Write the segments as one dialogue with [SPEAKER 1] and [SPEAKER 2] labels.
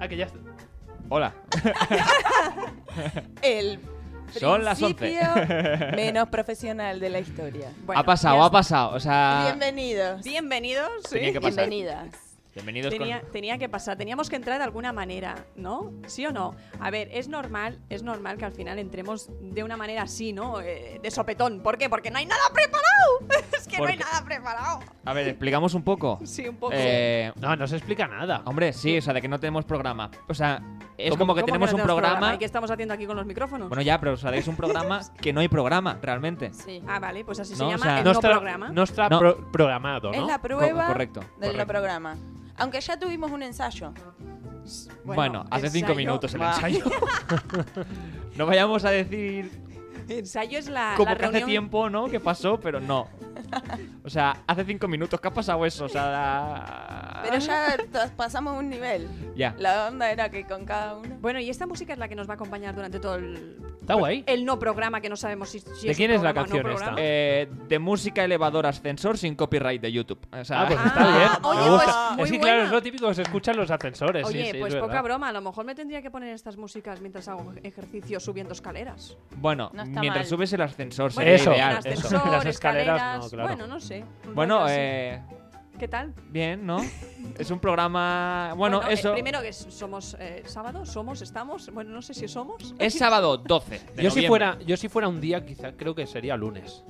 [SPEAKER 1] Ah, que ya está. Hola.
[SPEAKER 2] El
[SPEAKER 1] Son las 11.
[SPEAKER 2] principio menos profesional de la historia.
[SPEAKER 3] Bueno,
[SPEAKER 1] ha pasado,
[SPEAKER 3] ya
[SPEAKER 1] ha pasado. O sea.
[SPEAKER 2] Bienvenidos.
[SPEAKER 3] Bienvenidos.
[SPEAKER 1] Tenía que pasar.
[SPEAKER 2] Bienvenidas.
[SPEAKER 1] Bienvenidos
[SPEAKER 3] Tenía,
[SPEAKER 1] con.
[SPEAKER 3] tenía que pasar, teníamos que entrar de alguna manera, ¿no? ¿Sí o no? A ver, es normal, es normal que al final entremos de una manera así, ¿no? Eh, de sopetón. ¿Por qué? Porque no hay nada preparado. es que no hay
[SPEAKER 1] Porque-
[SPEAKER 3] nada preparado.
[SPEAKER 1] A ver, explicamos un poco.
[SPEAKER 3] Sí, un poco.
[SPEAKER 1] Eh,
[SPEAKER 4] No, no se explica nada.
[SPEAKER 1] hombre, sí, o sea, de que no tenemos programa. O sea, es
[SPEAKER 3] ¿Cómo-
[SPEAKER 1] como que
[SPEAKER 3] cómo
[SPEAKER 1] tenemos
[SPEAKER 3] no
[SPEAKER 1] un programa.
[SPEAKER 3] ¿Y qué estamos haciendo aquí con los micrófonos?
[SPEAKER 1] Bueno, ya, pero o sea, es un programa que no hay programa, realmente.
[SPEAKER 2] Sí.
[SPEAKER 3] ah, vale, pues así se
[SPEAKER 1] No, o
[SPEAKER 3] llama
[SPEAKER 1] sea-
[SPEAKER 3] el
[SPEAKER 1] No
[SPEAKER 3] no,
[SPEAKER 4] está,
[SPEAKER 3] programa.
[SPEAKER 4] no está
[SPEAKER 1] No.
[SPEAKER 4] pro- programado,
[SPEAKER 2] Es
[SPEAKER 4] ¿no?
[SPEAKER 2] la prueba
[SPEAKER 1] Co- correcto,
[SPEAKER 2] del
[SPEAKER 1] correcto.
[SPEAKER 2] no programa. Aunque ya tuvimos un ensayo.
[SPEAKER 1] Bueno, hace cinco
[SPEAKER 3] ensayo-
[SPEAKER 1] minutos el
[SPEAKER 2] Va.
[SPEAKER 1] ensayo. no vayamos a decir
[SPEAKER 3] Ensayo es Ah, la,
[SPEAKER 1] como
[SPEAKER 3] la
[SPEAKER 1] que hace
[SPEAKER 3] reunión.
[SPEAKER 1] tiempo, ¿no? Que pasó, pero no. O sea, hace cinco minutos que ha pasado eso. O sea, da-
[SPEAKER 2] Pero ya pasamos un nivel.
[SPEAKER 1] Ya.
[SPEAKER 2] La onda era que con cada uno.
[SPEAKER 3] Bueno, y esta música es la que nos va a acompañar durante todo el,
[SPEAKER 4] Está guay.
[SPEAKER 3] el no programa que no sabemos si, si
[SPEAKER 4] ¿De
[SPEAKER 3] es
[SPEAKER 4] quién
[SPEAKER 3] un
[SPEAKER 4] es la
[SPEAKER 3] programa o no
[SPEAKER 4] canción esta?
[SPEAKER 3] programa.
[SPEAKER 1] Eh, de música elevador ascensor sin copyright de YouTube. O sea,
[SPEAKER 4] Ah, pues
[SPEAKER 3] Ah,
[SPEAKER 4] está bien.
[SPEAKER 3] oye,
[SPEAKER 4] Me gusta.
[SPEAKER 3] pues muy
[SPEAKER 4] es que
[SPEAKER 3] buena.
[SPEAKER 4] claro, es lo típico que se escuchan los ascensores. sí,
[SPEAKER 3] Oye,
[SPEAKER 4] sí,
[SPEAKER 3] pues
[SPEAKER 4] es
[SPEAKER 3] poca
[SPEAKER 4] verdad.
[SPEAKER 3] broma, a lo mejor me tendría que poner estas músicas mientras hago ejercicio subiendo escaleras.
[SPEAKER 1] bueno,
[SPEAKER 2] No está
[SPEAKER 1] mientras
[SPEAKER 2] mal.
[SPEAKER 1] subes el ascensor
[SPEAKER 4] Bueno,
[SPEAKER 1] sería
[SPEAKER 4] eso,
[SPEAKER 1] ideal.
[SPEAKER 4] eso.
[SPEAKER 3] en ascensor,
[SPEAKER 4] Las escaleras,
[SPEAKER 3] escaleras,
[SPEAKER 4] no, claro.
[SPEAKER 3] bueno, no sé. un rollo
[SPEAKER 1] Bueno,
[SPEAKER 3] así.
[SPEAKER 1] eh,
[SPEAKER 3] ¿qué tal?
[SPEAKER 1] bien, ¿no? Es un programa. Bueno,
[SPEAKER 3] eh,
[SPEAKER 1] eso.
[SPEAKER 3] primero que s- somos eh, sábado, somos, estamos, bueno, no sé si somos.
[SPEAKER 1] Es sábado 12. de
[SPEAKER 4] Yo si,
[SPEAKER 1] noviembre.
[SPEAKER 4] fuera, yo si fuera un día, quizá creo que sería lunes.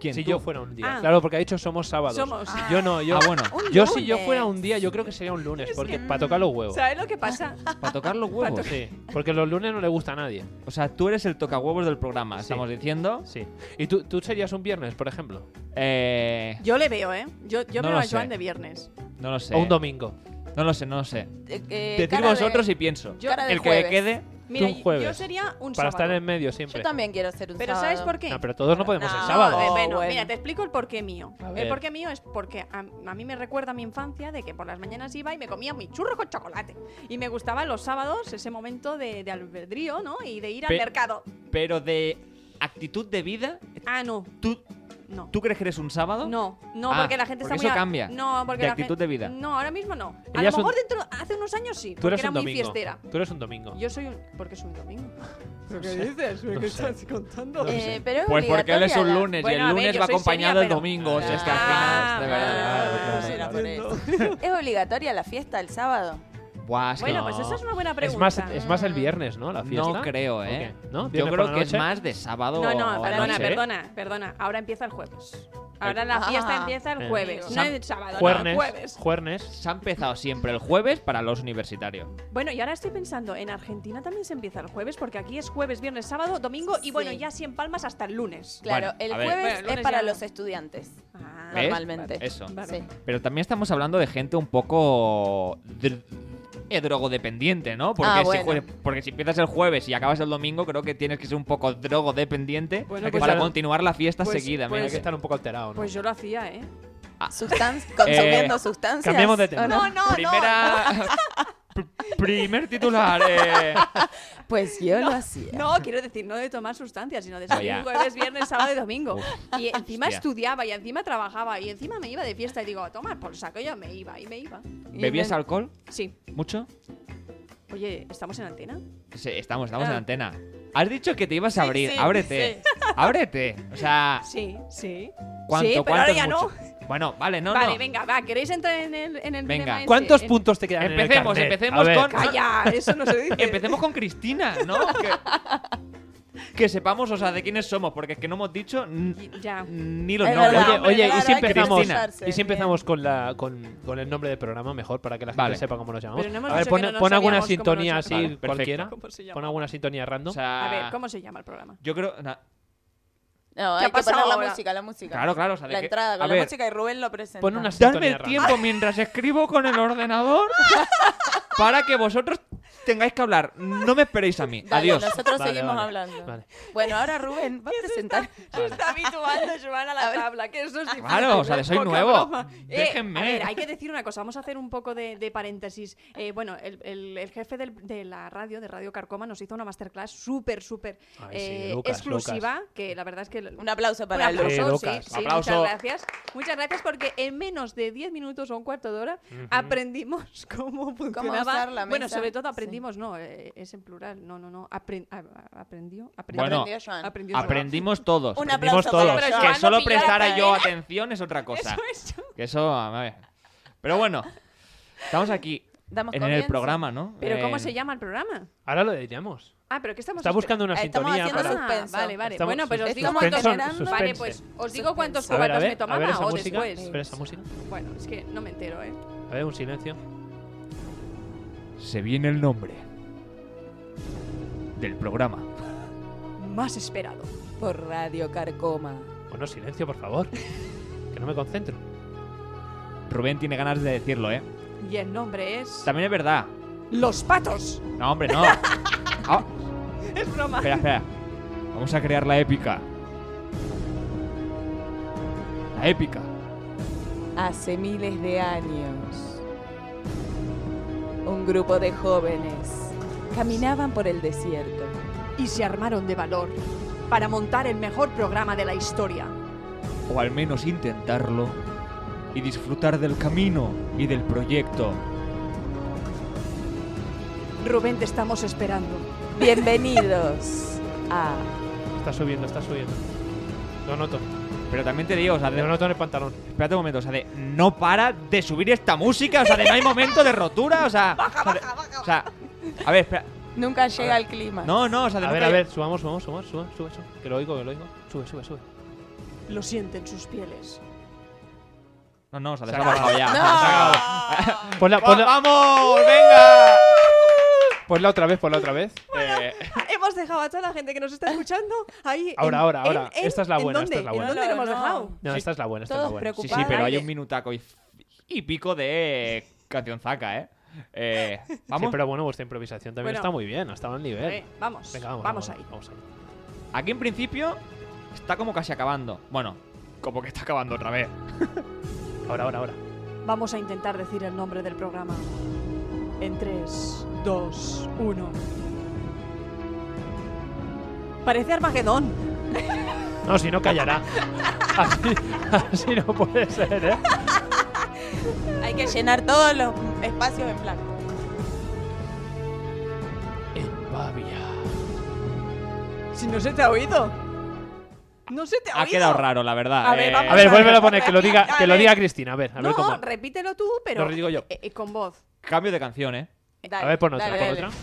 [SPEAKER 1] ¿Quién?
[SPEAKER 4] Si
[SPEAKER 1] ¿Tú?
[SPEAKER 4] yo fuera un día.
[SPEAKER 3] Ah.
[SPEAKER 4] Claro, porque ha dicho somos sábados.
[SPEAKER 3] Somos.
[SPEAKER 2] Ah.
[SPEAKER 4] Yo no, yo.
[SPEAKER 1] Ah, bueno.
[SPEAKER 2] Un
[SPEAKER 4] Yo si yo
[SPEAKER 2] lunes.
[SPEAKER 4] fuera un día, yo creo que sería un lunes, porque
[SPEAKER 2] que-
[SPEAKER 4] para tocar los huevos.
[SPEAKER 3] ¿Sabes lo que pasa?
[SPEAKER 1] Para tocar los huevos.
[SPEAKER 4] Sí, porque los lunes no le gusta a nadie.
[SPEAKER 1] O sea, tú eres el tocahuevos del programa,
[SPEAKER 4] Sí.
[SPEAKER 1] estamos diciendo.
[SPEAKER 4] Sí. ¿Y tú, tú serías un viernes, por ejemplo?
[SPEAKER 1] Eh,
[SPEAKER 3] Yo le veo, ¿eh? Yo, yo
[SPEAKER 1] No
[SPEAKER 3] veo
[SPEAKER 1] lo
[SPEAKER 3] a Joan
[SPEAKER 1] sé.
[SPEAKER 3] de viernes.
[SPEAKER 1] no lo sé.
[SPEAKER 4] O un domingo.
[SPEAKER 1] No lo sé, no lo sé.
[SPEAKER 2] Eh, eh,
[SPEAKER 1] Decir
[SPEAKER 2] cara de-
[SPEAKER 1] vosotros y pienso.
[SPEAKER 2] Yo- cara de
[SPEAKER 1] el que
[SPEAKER 2] jueves.
[SPEAKER 1] quede.
[SPEAKER 3] Mira,
[SPEAKER 4] un
[SPEAKER 3] yo-
[SPEAKER 4] jueves.
[SPEAKER 3] yo sería un
[SPEAKER 4] Para
[SPEAKER 3] sábado.
[SPEAKER 4] estar en medio
[SPEAKER 2] Yo
[SPEAKER 4] siempre.
[SPEAKER 2] también quiero hacer un
[SPEAKER 3] Pero
[SPEAKER 2] sábado.
[SPEAKER 3] ¿sabes por qué?
[SPEAKER 4] No, pero todos no podemos
[SPEAKER 2] No.
[SPEAKER 4] el
[SPEAKER 3] No,
[SPEAKER 4] sábado.
[SPEAKER 3] eh, bueno,
[SPEAKER 2] bueno.
[SPEAKER 3] mira, te explico el porqué mío.
[SPEAKER 4] A
[SPEAKER 3] El
[SPEAKER 4] ver.
[SPEAKER 3] porqué mío es porque a, a mí me recuerda a mi infancia de que por las mañanas iba y me comía mi churro con chocolate. Y me gustaba los sábados ese momento de, de albedrío, ¿no? Y de ir al
[SPEAKER 1] Pe-
[SPEAKER 3] mercado.
[SPEAKER 1] Pero de actitud de vida,
[SPEAKER 3] Ah, no,
[SPEAKER 1] ¿tú,
[SPEAKER 3] no.
[SPEAKER 1] ¿tú crees que eres un sábado?
[SPEAKER 3] No, no,
[SPEAKER 1] Ah,
[SPEAKER 3] porque la gente está
[SPEAKER 1] porque
[SPEAKER 3] muy.
[SPEAKER 1] eso
[SPEAKER 3] a-
[SPEAKER 1] cambia.
[SPEAKER 3] No, porque
[SPEAKER 1] De
[SPEAKER 3] la gen-
[SPEAKER 1] actitud de vida.
[SPEAKER 3] No, ahora mismo no. A
[SPEAKER 4] Ella es
[SPEAKER 3] lo
[SPEAKER 4] un-
[SPEAKER 3] mejor dentro, hace unos años sí,
[SPEAKER 4] Tú
[SPEAKER 3] porque
[SPEAKER 4] eres
[SPEAKER 3] era
[SPEAKER 4] un
[SPEAKER 3] muy
[SPEAKER 4] domingo.
[SPEAKER 3] fiestera.
[SPEAKER 4] Tú eres un domingo.
[SPEAKER 3] Yo soy un. Porque soy un domingo. ¿Pero
[SPEAKER 4] qué sé.
[SPEAKER 3] dices?
[SPEAKER 4] No ¿Qué sé. estás
[SPEAKER 3] contando?
[SPEAKER 4] No
[SPEAKER 2] Eh,
[SPEAKER 4] sé.
[SPEAKER 2] pero es
[SPEAKER 1] Pues porque él es un
[SPEAKER 2] obligatoria la-
[SPEAKER 1] lunes
[SPEAKER 3] Bueno,
[SPEAKER 1] y
[SPEAKER 3] a
[SPEAKER 1] el
[SPEAKER 3] ver,
[SPEAKER 1] lunes
[SPEAKER 3] yo
[SPEAKER 1] va
[SPEAKER 3] soy
[SPEAKER 1] acompañado
[SPEAKER 3] seria,
[SPEAKER 1] del
[SPEAKER 3] pero-
[SPEAKER 1] domingo. si es que al
[SPEAKER 3] Ah,
[SPEAKER 1] final, de
[SPEAKER 2] ah,
[SPEAKER 1] verdad.
[SPEAKER 2] ah, era por eso.
[SPEAKER 1] ah.
[SPEAKER 2] Es obligatoria la fiesta el sábado.
[SPEAKER 1] Buah, es que
[SPEAKER 3] Bueno,
[SPEAKER 1] no.
[SPEAKER 3] pues esa es una buena pregunta.
[SPEAKER 4] Es más, es más el viernes, ¿no? La fiesta.
[SPEAKER 1] No creo, ¿eh?
[SPEAKER 4] Ok. ¿No?
[SPEAKER 1] Yo
[SPEAKER 4] ¿Viernes por
[SPEAKER 1] creo
[SPEAKER 4] la
[SPEAKER 1] que es
[SPEAKER 4] noche?
[SPEAKER 1] más de sábado.
[SPEAKER 3] No,
[SPEAKER 1] o
[SPEAKER 3] no, perdona,
[SPEAKER 1] Oh, noche. ¿eh?
[SPEAKER 3] perdona, perdona. Ahora empieza el jueves. Ahora la fiesta
[SPEAKER 2] Ah.
[SPEAKER 3] empieza el
[SPEAKER 4] Eh.
[SPEAKER 3] jueves, no
[SPEAKER 1] Sam-
[SPEAKER 3] el sábado, no el
[SPEAKER 4] Juernes.
[SPEAKER 3] jueves.
[SPEAKER 4] Juernes.
[SPEAKER 1] Se ha empezado siempre el jueves para los universitarios.
[SPEAKER 3] Bueno, y ahora estoy pensando, en Argentina también se empieza el jueves, porque aquí es jueves, viernes, sábado, domingo y bueno,
[SPEAKER 2] Sí.
[SPEAKER 3] ya sí en Palmas hasta el lunes.
[SPEAKER 2] Claro,
[SPEAKER 1] Bueno,
[SPEAKER 2] el
[SPEAKER 1] a ver.
[SPEAKER 2] jueves
[SPEAKER 3] Bueno, el
[SPEAKER 2] es
[SPEAKER 3] lunes
[SPEAKER 2] para
[SPEAKER 3] ya no.
[SPEAKER 2] los estudiantes,
[SPEAKER 3] Ah,
[SPEAKER 1] ¿Ves?
[SPEAKER 2] normalmente. Ah.
[SPEAKER 1] Eso.
[SPEAKER 3] Vale.
[SPEAKER 2] Sí.
[SPEAKER 1] Pero también estamos hablando de gente un poco dr- eh, drogodependiente, ¿no? Porque,
[SPEAKER 2] Ah,
[SPEAKER 1] si
[SPEAKER 2] bueno.
[SPEAKER 1] jue- porque si empiezas el jueves y acabas el domingo, creo que tienes que ser un poco drogodependiente
[SPEAKER 3] Bueno,
[SPEAKER 4] pues
[SPEAKER 1] para
[SPEAKER 4] ya-
[SPEAKER 1] continuar la fiesta
[SPEAKER 3] pues-
[SPEAKER 1] seguida. mira
[SPEAKER 4] Hay que
[SPEAKER 1] que-
[SPEAKER 4] estar un poco alterado, ¿no?
[SPEAKER 3] Pues yo lo hacía, ¿eh?
[SPEAKER 2] Sustan- consumiendo sustancias.
[SPEAKER 4] cambiemos de
[SPEAKER 2] ¿o
[SPEAKER 4] tema.
[SPEAKER 2] no?
[SPEAKER 3] no,
[SPEAKER 1] Eh, Primera... pr- primer titular. eh.
[SPEAKER 2] Pues yo lo hacía.
[SPEAKER 3] No, quiero decir, no de tomar sustancias, sino de
[SPEAKER 1] Ah,
[SPEAKER 3] salir
[SPEAKER 1] ya.
[SPEAKER 3] jueves, viernes, sábado y domingo.
[SPEAKER 1] Uf,
[SPEAKER 3] y encima
[SPEAKER 1] hostia.
[SPEAKER 3] estudiaba, y encima trabajaba, y encima me iba de fiesta y digo, toma, por saco, yo me iba, y me iba.
[SPEAKER 2] Y
[SPEAKER 1] ¿Bebías
[SPEAKER 2] no-
[SPEAKER 1] alcohol?
[SPEAKER 3] Sí.
[SPEAKER 1] ¿Mucho?
[SPEAKER 3] Oye, ¿estamos en antena?
[SPEAKER 1] Sí, estamos, estamos en
[SPEAKER 3] Ah.
[SPEAKER 1] antena. Has dicho que te ibas a
[SPEAKER 2] Sí,
[SPEAKER 1] abrir.
[SPEAKER 2] sí,
[SPEAKER 1] ábrete. Ábrete. O sea,
[SPEAKER 3] Sí, sí.
[SPEAKER 1] ¿cuánto,
[SPEAKER 3] sí, pero
[SPEAKER 1] cuánto
[SPEAKER 3] ahora
[SPEAKER 1] es
[SPEAKER 3] ya no.
[SPEAKER 1] mucho? Bueno, vale, no,
[SPEAKER 3] vale,
[SPEAKER 1] no.
[SPEAKER 3] venga, va, ¿queréis entrar en el, en el
[SPEAKER 1] Venga.
[SPEAKER 3] tema ese?
[SPEAKER 4] ¿Cuántos
[SPEAKER 3] En-
[SPEAKER 4] puntos te quedan
[SPEAKER 1] Empecemos,
[SPEAKER 4] en el carnet?
[SPEAKER 1] empecemos
[SPEAKER 4] A ver.
[SPEAKER 1] con-
[SPEAKER 3] Calla, eso no se dice.
[SPEAKER 1] Empecemos con Cristina, ¿no? que, que sepamos, o sea, de quiénes somos, porque es que no hemos dicho n-
[SPEAKER 3] Ya.
[SPEAKER 1] ni los
[SPEAKER 2] Es
[SPEAKER 1] nombres.
[SPEAKER 2] verdad,
[SPEAKER 4] Oye,
[SPEAKER 2] hombre,
[SPEAKER 4] oye,
[SPEAKER 2] claro,
[SPEAKER 4] y si
[SPEAKER 2] hay que
[SPEAKER 4] empezamos,
[SPEAKER 2] esforzarse,
[SPEAKER 4] y si empezamos con, la, con, con el nombre del programa, mejor para que la gente
[SPEAKER 1] Vale.
[SPEAKER 4] sepa cómo nos llamamos.
[SPEAKER 3] Pero no hemos
[SPEAKER 4] a ver,
[SPEAKER 3] dicho
[SPEAKER 4] pon,
[SPEAKER 3] que no nos
[SPEAKER 4] pon alguna
[SPEAKER 3] sabíamos cómo
[SPEAKER 4] sintonía
[SPEAKER 3] nos
[SPEAKER 4] así
[SPEAKER 1] llamamos. Vale,
[SPEAKER 4] cualquiera.
[SPEAKER 3] ¿Cómo se llama?
[SPEAKER 4] Pon alguna sintonía
[SPEAKER 1] O
[SPEAKER 4] random.
[SPEAKER 1] sea,
[SPEAKER 3] A ver, ¿cómo se llama el programa?
[SPEAKER 1] Yo creo. na-
[SPEAKER 2] No,
[SPEAKER 3] ¿Qué
[SPEAKER 2] hay
[SPEAKER 3] ha
[SPEAKER 2] que
[SPEAKER 3] pasado
[SPEAKER 2] poner
[SPEAKER 3] ahora?
[SPEAKER 2] la música, la música.
[SPEAKER 1] claro, claro. O sea, de
[SPEAKER 2] La
[SPEAKER 1] que-
[SPEAKER 2] entrada
[SPEAKER 1] a
[SPEAKER 2] con la
[SPEAKER 1] ver,
[SPEAKER 2] música y Rubén lo presenta.
[SPEAKER 4] Pon una
[SPEAKER 1] Darme
[SPEAKER 4] sintonía
[SPEAKER 1] el tiempo mientras escribo con el ordenador para que vosotros tengáis que hablar, no me esperéis a mí.
[SPEAKER 2] Dale,
[SPEAKER 1] Adiós.
[SPEAKER 2] Nosotros
[SPEAKER 4] Vale,
[SPEAKER 2] seguimos
[SPEAKER 4] vale,
[SPEAKER 2] hablando.
[SPEAKER 4] vale.
[SPEAKER 2] Bueno, ahora Rubén va a presentar.
[SPEAKER 3] Se está habituando, Joan, a la tabla, que eso es difícil.
[SPEAKER 1] Claro, o sea, que soy
[SPEAKER 3] Poca
[SPEAKER 1] nuevo.
[SPEAKER 3] broma. Eh,
[SPEAKER 1] Déjenme.
[SPEAKER 3] A ver, hay que decir una cosa, vamos a hacer un poco de, de paréntesis. Eh, bueno, el, el- el jefe del- de la radio, de Radio Carcoma, nos hizo una masterclass súper, súper
[SPEAKER 4] Ay, sí,
[SPEAKER 3] eh,
[SPEAKER 4] Lucas,
[SPEAKER 3] exclusiva, que la verdad es que...
[SPEAKER 2] Un aplauso para
[SPEAKER 3] Un
[SPEAKER 2] él.
[SPEAKER 3] aplauso,
[SPEAKER 4] Sí, Lucas.
[SPEAKER 3] sí, sí,
[SPEAKER 1] Aplauso.
[SPEAKER 3] muchas gracias. Muchas gracias porque en menos de 10 minutos o un cuarto de hora aprendimos cómo funcionaba.
[SPEAKER 2] usar la
[SPEAKER 3] Bueno,
[SPEAKER 2] mesa,
[SPEAKER 3] sobre todo
[SPEAKER 2] sí.
[SPEAKER 3] aprendimos, no, eh, es en plural, no, no, no, apren- a- a- aprendió, aprendió.
[SPEAKER 1] Bueno,
[SPEAKER 2] Aprendió Joan.
[SPEAKER 3] aprendió Joan.
[SPEAKER 1] Aprendimos todos.
[SPEAKER 2] Un
[SPEAKER 4] Aprendimos
[SPEAKER 2] aplauso
[SPEAKER 4] todos.
[SPEAKER 2] para
[SPEAKER 3] Pero
[SPEAKER 2] Joan.
[SPEAKER 1] Que
[SPEAKER 3] Joan
[SPEAKER 1] solo
[SPEAKER 3] no pillara
[SPEAKER 1] prestara yo
[SPEAKER 2] cadena.
[SPEAKER 1] atención es otra cosa.
[SPEAKER 3] Eso es, Joan.
[SPEAKER 1] Que eso, a ver. Pero bueno, estamos aquí
[SPEAKER 2] Damos
[SPEAKER 1] en el
[SPEAKER 2] comienzo.
[SPEAKER 1] programa, ¿no?
[SPEAKER 3] Pero ¿cómo
[SPEAKER 1] En-
[SPEAKER 4] Eh,
[SPEAKER 3] se llama el programa?
[SPEAKER 4] Ahora lo diríamos.
[SPEAKER 3] Ah, pero ¿qué estamos
[SPEAKER 4] Está buscando una
[SPEAKER 2] Estamos
[SPEAKER 4] sintonía
[SPEAKER 2] haciendo
[SPEAKER 3] para...
[SPEAKER 4] para...
[SPEAKER 2] sus- suspenso.
[SPEAKER 3] vale, vale.
[SPEAKER 4] Estamos-
[SPEAKER 3] bueno, pues os digo
[SPEAKER 2] Estamos
[SPEAKER 3] cuántos
[SPEAKER 2] generando-
[SPEAKER 3] Vale,
[SPEAKER 4] suspense.
[SPEAKER 3] pues os digo cuántos
[SPEAKER 2] Suspense.
[SPEAKER 4] A ver, a
[SPEAKER 3] cubatas
[SPEAKER 4] ver, a
[SPEAKER 3] me
[SPEAKER 4] ver
[SPEAKER 3] tomaba
[SPEAKER 4] esa
[SPEAKER 3] o
[SPEAKER 4] música.
[SPEAKER 3] después.
[SPEAKER 4] A ver esa música.
[SPEAKER 3] Bueno, es que no me entero, ¿eh?
[SPEAKER 4] A ver, un silencio.
[SPEAKER 1] Se viene el nombre del programa.
[SPEAKER 3] Más esperado.
[SPEAKER 2] Por Radio Carcoma.
[SPEAKER 4] Bueno, silencio, por favor. Que no me concentro.
[SPEAKER 1] Rubén tiene ganas de decirlo, ¿eh?
[SPEAKER 3] Y el nombre es...
[SPEAKER 1] También es verdad.
[SPEAKER 3] Los Patos.
[SPEAKER 1] No, hombre, no. Ah,
[SPEAKER 3] Es broma.
[SPEAKER 1] espera, espera. Vamos a crear la épica. La épica.
[SPEAKER 2] Hace miles de años, un grupo de jóvenes caminaban por el desierto.
[SPEAKER 3] Y se armaron de valor para montar el mejor programa de la historia.
[SPEAKER 1] O al menos intentarlo. Y disfrutar del camino y del proyecto.
[SPEAKER 3] Rubén, te estamos esperando.
[SPEAKER 2] Bienvenidos a
[SPEAKER 4] Está subiendo, está subiendo. Lo noto.
[SPEAKER 1] Pero también te digo, o sea, de-
[SPEAKER 4] Lo noto en el pantalón.
[SPEAKER 1] espérate un momento, o sea, de no para de subir esta música, o sea, de no hay momento de rotura, o sea. Baja, baja, baja. O sea, a ver, espera.
[SPEAKER 2] Nunca llega el clima.
[SPEAKER 1] No, no, o sea, de
[SPEAKER 4] A ver,
[SPEAKER 1] nunca-
[SPEAKER 4] a ver, subamos, subamos, subamos, sube, sube, sube. Que lo oigo, que lo oigo. Sube, sube, sube.
[SPEAKER 3] Lo sienten sus pieles.
[SPEAKER 1] No, no, o sea,
[SPEAKER 4] Se
[SPEAKER 1] les ha
[SPEAKER 4] acaba.
[SPEAKER 1] bajado ya.
[SPEAKER 2] ¡No!
[SPEAKER 1] o sea, se ha acabado.
[SPEAKER 3] Ah.
[SPEAKER 4] Ponla,
[SPEAKER 1] ¡Va-
[SPEAKER 4] ponla,
[SPEAKER 1] ¡Vamos! ¡Venga!
[SPEAKER 4] ponla otra vez, ponla otra vez.
[SPEAKER 1] Eh,
[SPEAKER 3] Hemos dejado a toda la gente que nos está escuchando ahí.
[SPEAKER 4] Ahora,
[SPEAKER 3] en-
[SPEAKER 4] ahora,
[SPEAKER 3] en-
[SPEAKER 4] ahora.
[SPEAKER 3] en-
[SPEAKER 4] Esta es la
[SPEAKER 3] ¿en
[SPEAKER 4] buena,
[SPEAKER 3] dónde?
[SPEAKER 4] esta es la buena.
[SPEAKER 3] ¿En dónde lo hemos
[SPEAKER 2] No, no.
[SPEAKER 3] dejado?
[SPEAKER 4] No,
[SPEAKER 1] Sí.
[SPEAKER 4] esta es la buena, esta es
[SPEAKER 2] Todos
[SPEAKER 4] la buena.
[SPEAKER 1] sí,
[SPEAKER 2] preocupados.
[SPEAKER 1] sí, pero hay
[SPEAKER 2] Ocupada,
[SPEAKER 1] un minutaco y, y pico de cancionzaca, ¿eh? Eh,
[SPEAKER 4] Sí,
[SPEAKER 1] vamos,
[SPEAKER 4] pero bueno, vuestra improvisación también
[SPEAKER 3] Bueno.
[SPEAKER 4] está muy bien, ha estado al nivel.
[SPEAKER 3] Eh, vamos,
[SPEAKER 4] Venga,
[SPEAKER 3] vamos,
[SPEAKER 4] vamos,
[SPEAKER 3] ahí.
[SPEAKER 4] Vamos ahí.
[SPEAKER 1] aquí en principio está como casi acabando. Bueno, como que está acabando otra vez.
[SPEAKER 4] Ahora, ahora, ahora.
[SPEAKER 3] Vamos a intentar decir el nombre del programa. En 3, 2, 1. Parece Armagedón.
[SPEAKER 4] No, si no callará. Así, así no puede ser, ¿eh?
[SPEAKER 2] Hay que llenar todos los espacios en blanco.
[SPEAKER 4] En Bavia.
[SPEAKER 3] Si no se te ha oído. No se te ha,
[SPEAKER 1] Ha
[SPEAKER 3] oído.
[SPEAKER 1] quedado raro, la verdad.
[SPEAKER 3] A ver,
[SPEAKER 1] Eh,
[SPEAKER 3] vamos
[SPEAKER 4] A ver, vuélvelo a
[SPEAKER 3] Vamos a
[SPEAKER 4] poner, que lo
[SPEAKER 3] ver,
[SPEAKER 4] diga,
[SPEAKER 3] a
[SPEAKER 4] que lo
[SPEAKER 3] ver.
[SPEAKER 4] diga Cristina. A ver, a ver
[SPEAKER 3] no,
[SPEAKER 4] cómo.
[SPEAKER 3] repítelo tú, pero
[SPEAKER 4] Lo digo yo.
[SPEAKER 3] eh, eh, con voz.
[SPEAKER 1] Cambio de canción, ¿eh?
[SPEAKER 2] Dale,
[SPEAKER 4] A ver, pon otra,
[SPEAKER 2] dale,
[SPEAKER 4] pon
[SPEAKER 2] dale.
[SPEAKER 4] otra.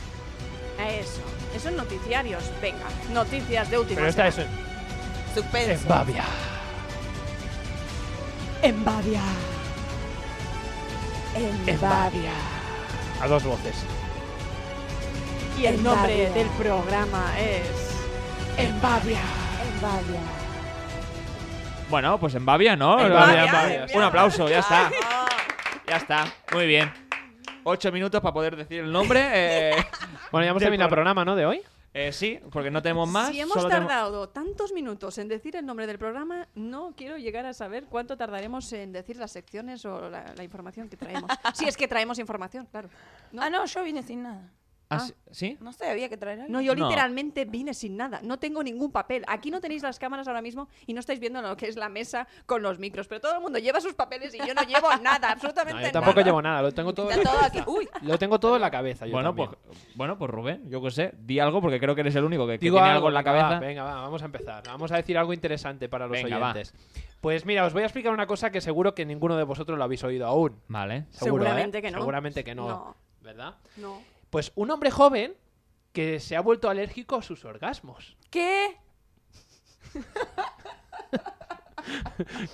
[SPEAKER 3] A eso. Esos noticiarios. Venga, noticias de última
[SPEAKER 4] Pero esta
[SPEAKER 3] semana.
[SPEAKER 4] es en, en
[SPEAKER 2] Suspenso.
[SPEAKER 4] Bavia.
[SPEAKER 3] En Bavia.
[SPEAKER 2] En
[SPEAKER 4] En Bavia. A dos voces.
[SPEAKER 3] Y el
[SPEAKER 2] En
[SPEAKER 3] nombre
[SPEAKER 2] Bavia.
[SPEAKER 3] del programa es...
[SPEAKER 4] En Bavia.
[SPEAKER 2] En Bavia.
[SPEAKER 1] Bueno, pues en Bavia, ¿no?
[SPEAKER 4] En
[SPEAKER 1] O sea,
[SPEAKER 4] Bavia,
[SPEAKER 1] ya-
[SPEAKER 4] Bavia,
[SPEAKER 1] Un
[SPEAKER 4] sí.
[SPEAKER 1] aplauso, ya está. Ya está. Muy bien. Ocho minutos para poder decir el nombre. Eh,
[SPEAKER 4] Bueno, ya hemos
[SPEAKER 1] Del
[SPEAKER 4] terminado el
[SPEAKER 1] programa.
[SPEAKER 4] programa, ¿no? De hoy.
[SPEAKER 1] eh, sí, porque no tenemos más.
[SPEAKER 3] si hemos
[SPEAKER 1] solo tenemos-
[SPEAKER 3] tardado tantos minutos en decir el nombre del programa, no quiero llegar a saber cuánto tardaremos en decir las secciones o la, la información que traemos. si es que traemos información, claro. ¿no?
[SPEAKER 2] Ah, no, yo vine sin nada.
[SPEAKER 1] Ah, sí- ¿Sí?
[SPEAKER 2] No sé, había que traer algo.
[SPEAKER 3] No, yo
[SPEAKER 1] No.
[SPEAKER 3] literalmente vine sin nada, no tengo ningún papel. Aquí no tenéis las cámaras ahora mismo y no estáis viendo lo que es la mesa con los micros, pero todo el mundo lleva sus papeles y yo no llevo nada, absolutamente
[SPEAKER 4] No, yo
[SPEAKER 3] nada.
[SPEAKER 4] tampoco llevo nada, lo tengo todo.
[SPEAKER 2] Está todo aquí. Uy,
[SPEAKER 4] Lo tengo todo en la cabeza. Ah, yo
[SPEAKER 1] Bueno pues,
[SPEAKER 4] también.
[SPEAKER 1] bueno, pues Rubén, yo qué sé, di algo porque creo que eres el único que, que
[SPEAKER 4] Digo
[SPEAKER 1] tiene
[SPEAKER 4] algo,
[SPEAKER 1] algo en la
[SPEAKER 4] venga, va,
[SPEAKER 1] cabeza.
[SPEAKER 4] venga, va, vamos a empezar. Vamos a decir algo interesante para los
[SPEAKER 1] Venga, va.
[SPEAKER 4] oyentes. Pues mira, os voy a explicar una cosa que seguro que ninguno de vosotros lo habéis oído aún.
[SPEAKER 1] Vale.
[SPEAKER 4] Seguro,
[SPEAKER 3] Seguramente
[SPEAKER 4] ¿eh?
[SPEAKER 3] que no.
[SPEAKER 4] Seguramente que no.
[SPEAKER 3] No.
[SPEAKER 4] ¿Verdad?
[SPEAKER 3] No.
[SPEAKER 4] Pues un hombre joven que se ha vuelto alérgico a sus orgasmos.
[SPEAKER 2] ¿qué?